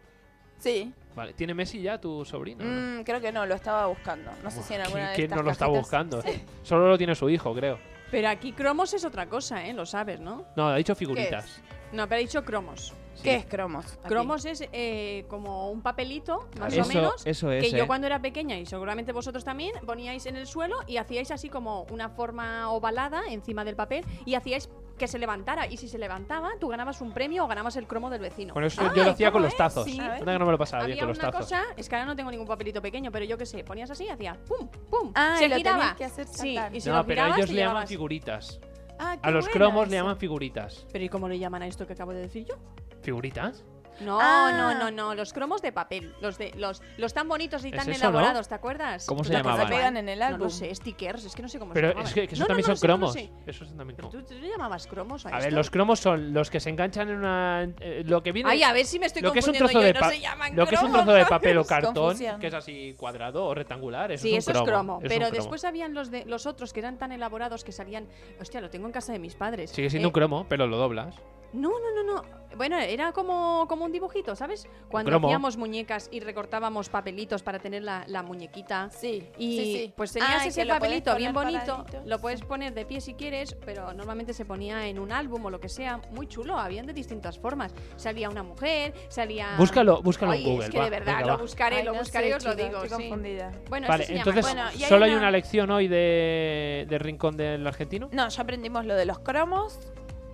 [SPEAKER 2] sí.
[SPEAKER 4] Vale. ¿Tiene Messi ya tu sobrino?
[SPEAKER 2] Mm, creo que no, lo estaba buscando. No sé si en
[SPEAKER 4] ¿Qui-
[SPEAKER 2] alguna de
[SPEAKER 4] ¿Quién
[SPEAKER 2] estas
[SPEAKER 4] no lo está
[SPEAKER 2] cajitas-
[SPEAKER 4] buscando? Solo lo tiene su hijo, creo.
[SPEAKER 3] Pero aquí cromos es otra cosa, ¿eh? Lo sabes, ¿no?
[SPEAKER 4] No, ha dicho figuritas.
[SPEAKER 3] No, pero he dicho cromos.
[SPEAKER 2] ¿Qué es cromos? Aquí.
[SPEAKER 3] Cromos es eh, como un papelito, más o
[SPEAKER 1] Eso,
[SPEAKER 3] menos,
[SPEAKER 1] eso es.
[SPEAKER 3] que yo
[SPEAKER 1] eh.
[SPEAKER 3] cuando era pequeña, y seguramente vosotros también, poníais en el suelo y hacíais así como una forma ovalada encima del papel y hacíais que se levantara. Y si se levantaba, tú ganabas un premio o ganabas el cromo del vecino.
[SPEAKER 4] Con eso yo lo hacía con los tazos.
[SPEAKER 3] Ah, Sí.
[SPEAKER 4] Anda que no me lo pasaba bien
[SPEAKER 3] Había
[SPEAKER 4] con los
[SPEAKER 3] una
[SPEAKER 4] tazos.
[SPEAKER 3] cosa, es que ahora no tengo ningún papelito pequeño, pero yo qué sé, ponías así y hacías pum, pum,
[SPEAKER 2] Ah,
[SPEAKER 3] se
[SPEAKER 2] y lo
[SPEAKER 3] giraba.
[SPEAKER 2] tenías que hacer
[SPEAKER 3] sí,
[SPEAKER 2] saltar.
[SPEAKER 3] y si
[SPEAKER 4] No,
[SPEAKER 3] lo
[SPEAKER 4] pero
[SPEAKER 3] girabas,
[SPEAKER 4] ellos
[SPEAKER 3] te
[SPEAKER 4] le llaman
[SPEAKER 3] llevabas.
[SPEAKER 4] figuritas.
[SPEAKER 2] Ah, qué
[SPEAKER 4] A los
[SPEAKER 2] buena
[SPEAKER 4] cromos le
[SPEAKER 2] esa.
[SPEAKER 4] llaman figuritas.
[SPEAKER 3] Pero ¿y cómo le llaman a esto que acabo de decir yo?
[SPEAKER 4] ¿Figuritas?
[SPEAKER 3] No,
[SPEAKER 2] Ah.
[SPEAKER 3] no, no, no, los cromos de papel, los de los, los tan bonitos y
[SPEAKER 4] ¿Es
[SPEAKER 3] tan
[SPEAKER 4] eso,
[SPEAKER 3] elaborados, ¿te acuerdas?
[SPEAKER 1] ¿Cómo se
[SPEAKER 2] Los que se
[SPEAKER 1] llamaban?
[SPEAKER 2] pegan en el
[SPEAKER 3] No
[SPEAKER 2] álbum.
[SPEAKER 3] lo sé, stickers, es que no sé cómo se
[SPEAKER 4] Pero
[SPEAKER 3] llamaban.
[SPEAKER 4] es que, que esos
[SPEAKER 3] Pues No, no,
[SPEAKER 4] también
[SPEAKER 3] no lo
[SPEAKER 4] son
[SPEAKER 3] sé, no lo
[SPEAKER 4] cromos.
[SPEAKER 3] sé.
[SPEAKER 4] Esos son también
[SPEAKER 3] Pero
[SPEAKER 4] cromos.
[SPEAKER 3] tú, tú le llamabas cromos a,
[SPEAKER 4] A ver,
[SPEAKER 3] esto?
[SPEAKER 4] los cromos son los que se enganchan en una. eh, lo que viene.
[SPEAKER 3] Ay, a ver si me estoy
[SPEAKER 4] lo que es un trozo
[SPEAKER 3] confundiendo yo,
[SPEAKER 4] de
[SPEAKER 3] no
[SPEAKER 4] pa-
[SPEAKER 3] se llaman
[SPEAKER 4] lo que es un
[SPEAKER 3] cromos,
[SPEAKER 4] trozo de
[SPEAKER 3] ¿no?
[SPEAKER 4] papel o cartón,
[SPEAKER 2] Confusión.
[SPEAKER 4] que es así cuadrado o rectangular. Eso
[SPEAKER 3] Sí,
[SPEAKER 4] es un
[SPEAKER 3] eso es cromo,
[SPEAKER 4] eso es
[SPEAKER 3] pero
[SPEAKER 4] un cromo.
[SPEAKER 3] después habían los de los otros que eran tan elaborados que salían, hostia, lo tengo en casa de mis padres.
[SPEAKER 4] Sigue siendo
[SPEAKER 3] Eh,
[SPEAKER 4] un cromo, pero lo doblas.
[SPEAKER 3] No, no, no, no. Bueno, era como, como un dibujito, ¿sabes? Cuando
[SPEAKER 4] cromo.
[SPEAKER 3] hacíamos muñecas y recortábamos papelitos para tener la, la muñequita.
[SPEAKER 2] Sí,
[SPEAKER 3] Y
[SPEAKER 2] sí, sí.
[SPEAKER 3] pues tenías
[SPEAKER 2] Ah, y
[SPEAKER 3] ese
[SPEAKER 2] que lo podés
[SPEAKER 3] papelito bien
[SPEAKER 2] poner
[SPEAKER 3] bonito,
[SPEAKER 2] paradito.
[SPEAKER 3] lo puedes poner de pie si quieres, pero normalmente se ponía en un álbum o lo que sea, muy chulo, habían de distintas formas. Salía una mujer, salía...
[SPEAKER 4] Búscalo, búscalo
[SPEAKER 3] Ay,
[SPEAKER 4] en Google.
[SPEAKER 3] Es que
[SPEAKER 4] va,
[SPEAKER 3] de verdad,
[SPEAKER 4] venga,
[SPEAKER 3] lo
[SPEAKER 4] va.
[SPEAKER 3] buscaré,
[SPEAKER 2] Ay,
[SPEAKER 3] lo
[SPEAKER 2] no sé,
[SPEAKER 3] buscaré, os lo
[SPEAKER 2] chicos,
[SPEAKER 3] digo,
[SPEAKER 2] estoy
[SPEAKER 3] sí.
[SPEAKER 2] confundida.
[SPEAKER 3] Bueno,
[SPEAKER 4] Vale,
[SPEAKER 3] eso se llama
[SPEAKER 4] entonces
[SPEAKER 3] cromo.
[SPEAKER 2] Bueno, y hay
[SPEAKER 4] solo hay
[SPEAKER 2] una-
[SPEAKER 4] una lección hoy de, de rincón del argentino.
[SPEAKER 2] No, ya aprendimos lo de los cromos,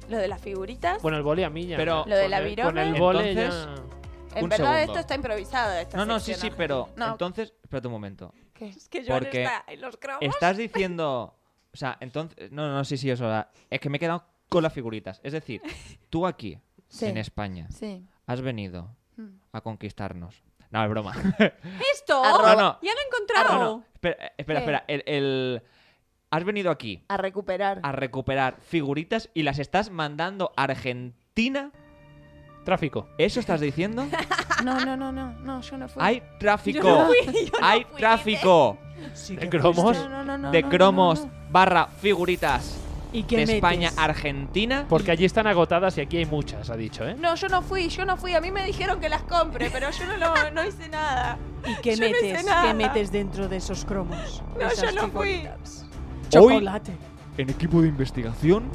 [SPEAKER 2] lo de las figuritas.
[SPEAKER 4] Bueno, el vole a mí ya.
[SPEAKER 1] Pero-
[SPEAKER 2] Lo de
[SPEAKER 4] Con
[SPEAKER 2] la
[SPEAKER 4] el-
[SPEAKER 2] virome.
[SPEAKER 4] Con el vole ya-
[SPEAKER 1] Entonces,
[SPEAKER 2] En
[SPEAKER 1] un
[SPEAKER 2] verdad
[SPEAKER 1] segundo.
[SPEAKER 2] esto está improvisado. Esta
[SPEAKER 1] No, no, sí,
[SPEAKER 2] sección,
[SPEAKER 1] sí, pero
[SPEAKER 2] No.
[SPEAKER 1] entonces, espérate un momento.
[SPEAKER 2] ¿Qué?
[SPEAKER 3] Es que Joan
[SPEAKER 1] Porque
[SPEAKER 3] está en los cromos.
[SPEAKER 1] Estás diciendo, o sea, entonces, no, no, sí, sí, eso era- es que me he quedado con las figuritas. Es decir, tú aquí,
[SPEAKER 2] Sí.
[SPEAKER 1] en España,
[SPEAKER 2] Sí.
[SPEAKER 1] has venido
[SPEAKER 2] Mm.
[SPEAKER 1] a conquistarnos. No, es broma.
[SPEAKER 3] ¡Esto!
[SPEAKER 1] Arroba- No, no.
[SPEAKER 3] ¡Ya lo he
[SPEAKER 1] Ah,
[SPEAKER 3] encontrado!
[SPEAKER 1] no, no, Espera, eh, espera,
[SPEAKER 2] ¿Qué?
[SPEAKER 1] espera. El, el- Has venido aquí
[SPEAKER 2] A recuperar.
[SPEAKER 1] a recuperar figuritas y las estás mandando a Argentina.
[SPEAKER 4] Tráfico.
[SPEAKER 1] ¿Eso estás diciendo?
[SPEAKER 2] No, no, no, no, no, yo no fui.
[SPEAKER 1] ¡Hay tráfico!
[SPEAKER 3] Yo no fui, yo no
[SPEAKER 1] ¡Hay
[SPEAKER 3] fui.
[SPEAKER 1] tráfico
[SPEAKER 4] de cromos.
[SPEAKER 2] No, no, no, ¿eh? no,
[SPEAKER 1] de
[SPEAKER 2] no, no,
[SPEAKER 1] cromos
[SPEAKER 2] no, no.
[SPEAKER 1] barra figuritas
[SPEAKER 3] ¿Y qué
[SPEAKER 1] de España
[SPEAKER 3] metes?
[SPEAKER 1] a Argentina?
[SPEAKER 4] Porque allí están agotadas y aquí hay muchas, ha dicho, ¿eh?
[SPEAKER 2] No, yo no fui, yo no fui. A mí me dijeron que las compre, pero yo no, lo- no hice nada.
[SPEAKER 3] ¿Y qué
[SPEAKER 2] Yo no hice
[SPEAKER 3] metes?
[SPEAKER 2] nada.
[SPEAKER 3] ¿Qué metes dentro de esos cromos?
[SPEAKER 2] No,
[SPEAKER 3] Esas
[SPEAKER 2] yo no fui.
[SPEAKER 3] figuritas.
[SPEAKER 1] Hoy,
[SPEAKER 3] Chocolate.
[SPEAKER 1] en equipo de investigación,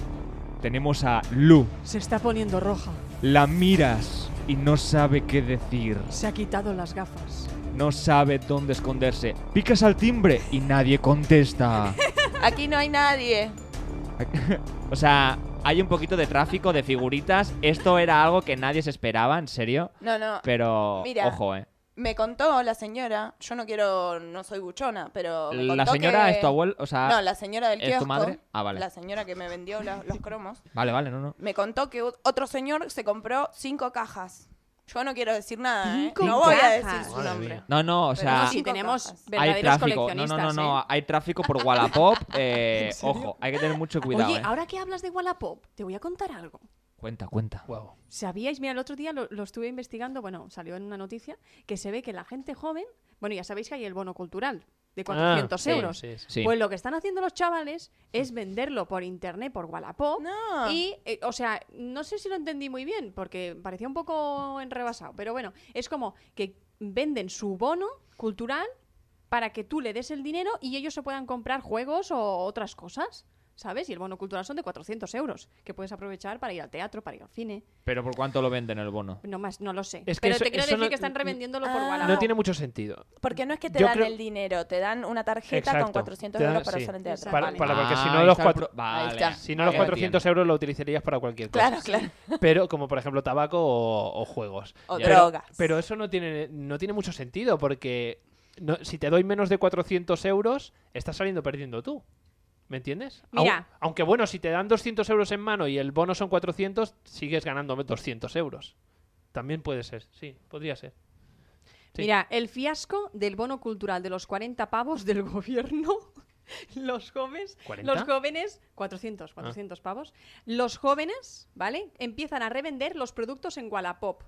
[SPEAKER 1] tenemos a Lu.
[SPEAKER 3] Se está poniendo roja.
[SPEAKER 1] La miras y no sabe qué decir.
[SPEAKER 3] Se ha quitado las gafas.
[SPEAKER 1] No sabe dónde esconderse. Picas al timbre y nadie contesta.
[SPEAKER 2] Aquí no hay nadie.
[SPEAKER 1] O sea, hay un poquito de tráfico de figuritas. Esto era algo que nadie se esperaba, en serio.
[SPEAKER 2] No, no.
[SPEAKER 1] Pero,
[SPEAKER 2] Mira,
[SPEAKER 1] ojo, ¿eh?
[SPEAKER 2] Me contó la señora, yo no quiero, no soy buchona, pero me
[SPEAKER 1] La
[SPEAKER 2] contó
[SPEAKER 1] señora
[SPEAKER 2] que-
[SPEAKER 1] es tu abuela, o sea...
[SPEAKER 2] No, la señora del
[SPEAKER 1] ¿es tu
[SPEAKER 2] kiosco.
[SPEAKER 1] madre? Ah, vale.
[SPEAKER 2] La señora que me vendió los, los cromos.
[SPEAKER 1] Vale, vale, no, no.
[SPEAKER 2] Me contó que u- otro señor se compró cinco cajas. Yo no quiero decir nada, ¿eh?
[SPEAKER 3] Cinco
[SPEAKER 2] No voy a
[SPEAKER 3] cajas.
[SPEAKER 2] decir su
[SPEAKER 4] Madre
[SPEAKER 2] nombre.
[SPEAKER 4] mía.
[SPEAKER 1] No, no, o
[SPEAKER 2] Pero
[SPEAKER 1] sea...
[SPEAKER 2] no,
[SPEAKER 3] si
[SPEAKER 2] sí,
[SPEAKER 3] tenemos
[SPEAKER 2] Hay
[SPEAKER 1] Hay
[SPEAKER 3] verdaderos
[SPEAKER 1] tráfico, no, no,
[SPEAKER 3] coleccionistas.
[SPEAKER 1] no,
[SPEAKER 3] ¿eh?
[SPEAKER 1] no, hay tráfico por Wallapop. eh,
[SPEAKER 3] ¿En serio?
[SPEAKER 1] ojo, hay que tener mucho cuidado.
[SPEAKER 3] Oye,
[SPEAKER 1] eh.
[SPEAKER 3] ahora que hablas de Wallapop, te voy a contar algo.
[SPEAKER 1] Cuenta, cuenta.
[SPEAKER 2] Pues,
[SPEAKER 4] Wow.
[SPEAKER 3] ¿Sabíais? Mira, el otro día lo, lo estuve investigando, bueno, salió en una noticia, que se ve que la gente joven, bueno, ya sabéis que hay el bono cultural de
[SPEAKER 4] Ah,
[SPEAKER 3] 400 euros.
[SPEAKER 1] Ah, Sí.
[SPEAKER 3] Pues lo que están haciendo los chavales es venderlo por internet, por Wallapop.
[SPEAKER 2] No.
[SPEAKER 3] Y, eh, o sea, no sé si lo entendí muy bien, porque parecía un poco enrebasado, pero bueno, es como que venden su bono cultural para que tú le des el dinero y ellos se puedan comprar juegos o otras cosas, ¿sabes? Y el bono cultural son de 400 euros, que puedes aprovechar para ir al teatro, para ir al cine,
[SPEAKER 1] Pero ¿por cuánto lo venden el bono?
[SPEAKER 3] no más, no lo sé.
[SPEAKER 4] Es que
[SPEAKER 3] pero
[SPEAKER 4] eso-
[SPEAKER 3] te quiero
[SPEAKER 4] eso
[SPEAKER 3] decir
[SPEAKER 4] no-
[SPEAKER 3] que están revendiéndolo por
[SPEAKER 2] Ah.
[SPEAKER 3] Wallapop.
[SPEAKER 4] No tiene mucho sentido.
[SPEAKER 2] Porque no es que te
[SPEAKER 4] Yo
[SPEAKER 2] dan
[SPEAKER 4] creo-
[SPEAKER 2] el dinero, te dan una tarjeta con
[SPEAKER 4] Exacto.
[SPEAKER 2] 400
[SPEAKER 4] Te dan-
[SPEAKER 2] euros para
[SPEAKER 4] sí.
[SPEAKER 2] usar en teatro.
[SPEAKER 4] Para,
[SPEAKER 3] Vale.
[SPEAKER 4] para- porque si
[SPEAKER 1] Ah,
[SPEAKER 4] no
[SPEAKER 1] ahí
[SPEAKER 4] los
[SPEAKER 1] está el
[SPEAKER 4] cuatro-
[SPEAKER 1] pro- Vale.
[SPEAKER 2] Ahí está.
[SPEAKER 4] Si no, los
[SPEAKER 1] Ya
[SPEAKER 4] 400
[SPEAKER 1] entiendo.
[SPEAKER 4] euros lo utilizarías para cualquier cosa.
[SPEAKER 2] Claro, claro.
[SPEAKER 4] Pero, como por ejemplo tabaco o, o juegos.
[SPEAKER 2] O
[SPEAKER 1] Ya.
[SPEAKER 4] Pero-
[SPEAKER 2] drogas.
[SPEAKER 4] Pero, eso no tiene, no tiene mucho sentido porque no- si te doy menos de 400 euros, estás saliendo perdiendo tú. ¿Me entiendes? Au-
[SPEAKER 3] Mira.
[SPEAKER 4] aunque bueno, si te dan 200 euros en mano y el bono son 400, sigues ganando 200 euros. También puede ser, sí, podría ser. Sí.
[SPEAKER 3] Mira, el fiasco del bono cultural de los 40 pavos del gobierno. Los jóvenes,
[SPEAKER 4] ¿40?
[SPEAKER 3] los jóvenes, 400, 400
[SPEAKER 4] Ah.
[SPEAKER 3] pavos. Los jóvenes, ¿vale? Empiezan a revender los productos en Wallapop.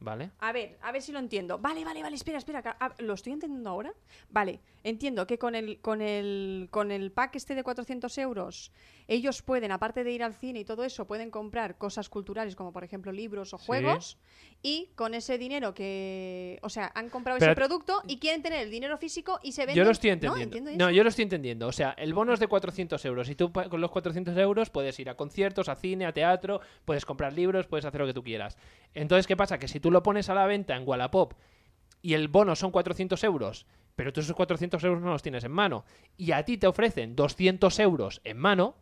[SPEAKER 4] ¿Vale?
[SPEAKER 3] A ver, a ver si lo entiendo. Vale, vale, vale, espera, espera. que- ah, ¿Lo estoy entendiendo ahora? Vale, entiendo que con el, con, el, con el pack este de 400 euros, ellos pueden, aparte de ir al cine y todo eso, pueden comprar cosas culturales como, por ejemplo, libros o
[SPEAKER 4] Sí.
[SPEAKER 3] juegos. Y con ese dinero que. O sea, han comprado
[SPEAKER 4] Pero-
[SPEAKER 3] ese producto y quieren tener el dinero físico y se venden.
[SPEAKER 4] Yo lo estoy
[SPEAKER 3] No,
[SPEAKER 4] entendiendo.
[SPEAKER 3] entiendo
[SPEAKER 4] No,
[SPEAKER 3] eso.
[SPEAKER 4] yo lo estoy entendiendo. O sea, el bono es de 400 euros y tú pa- con los 400 euros puedes ir a conciertos, a cine, a teatro, puedes comprar libros, puedes hacer lo que tú quieras. Entonces, ¿qué pasa? Que si tú lo pones a la venta en Wallapop y el bono son 400 euros, pero tú esos 400 euros no los tienes en mano y a ti te ofrecen 200 euros en mano,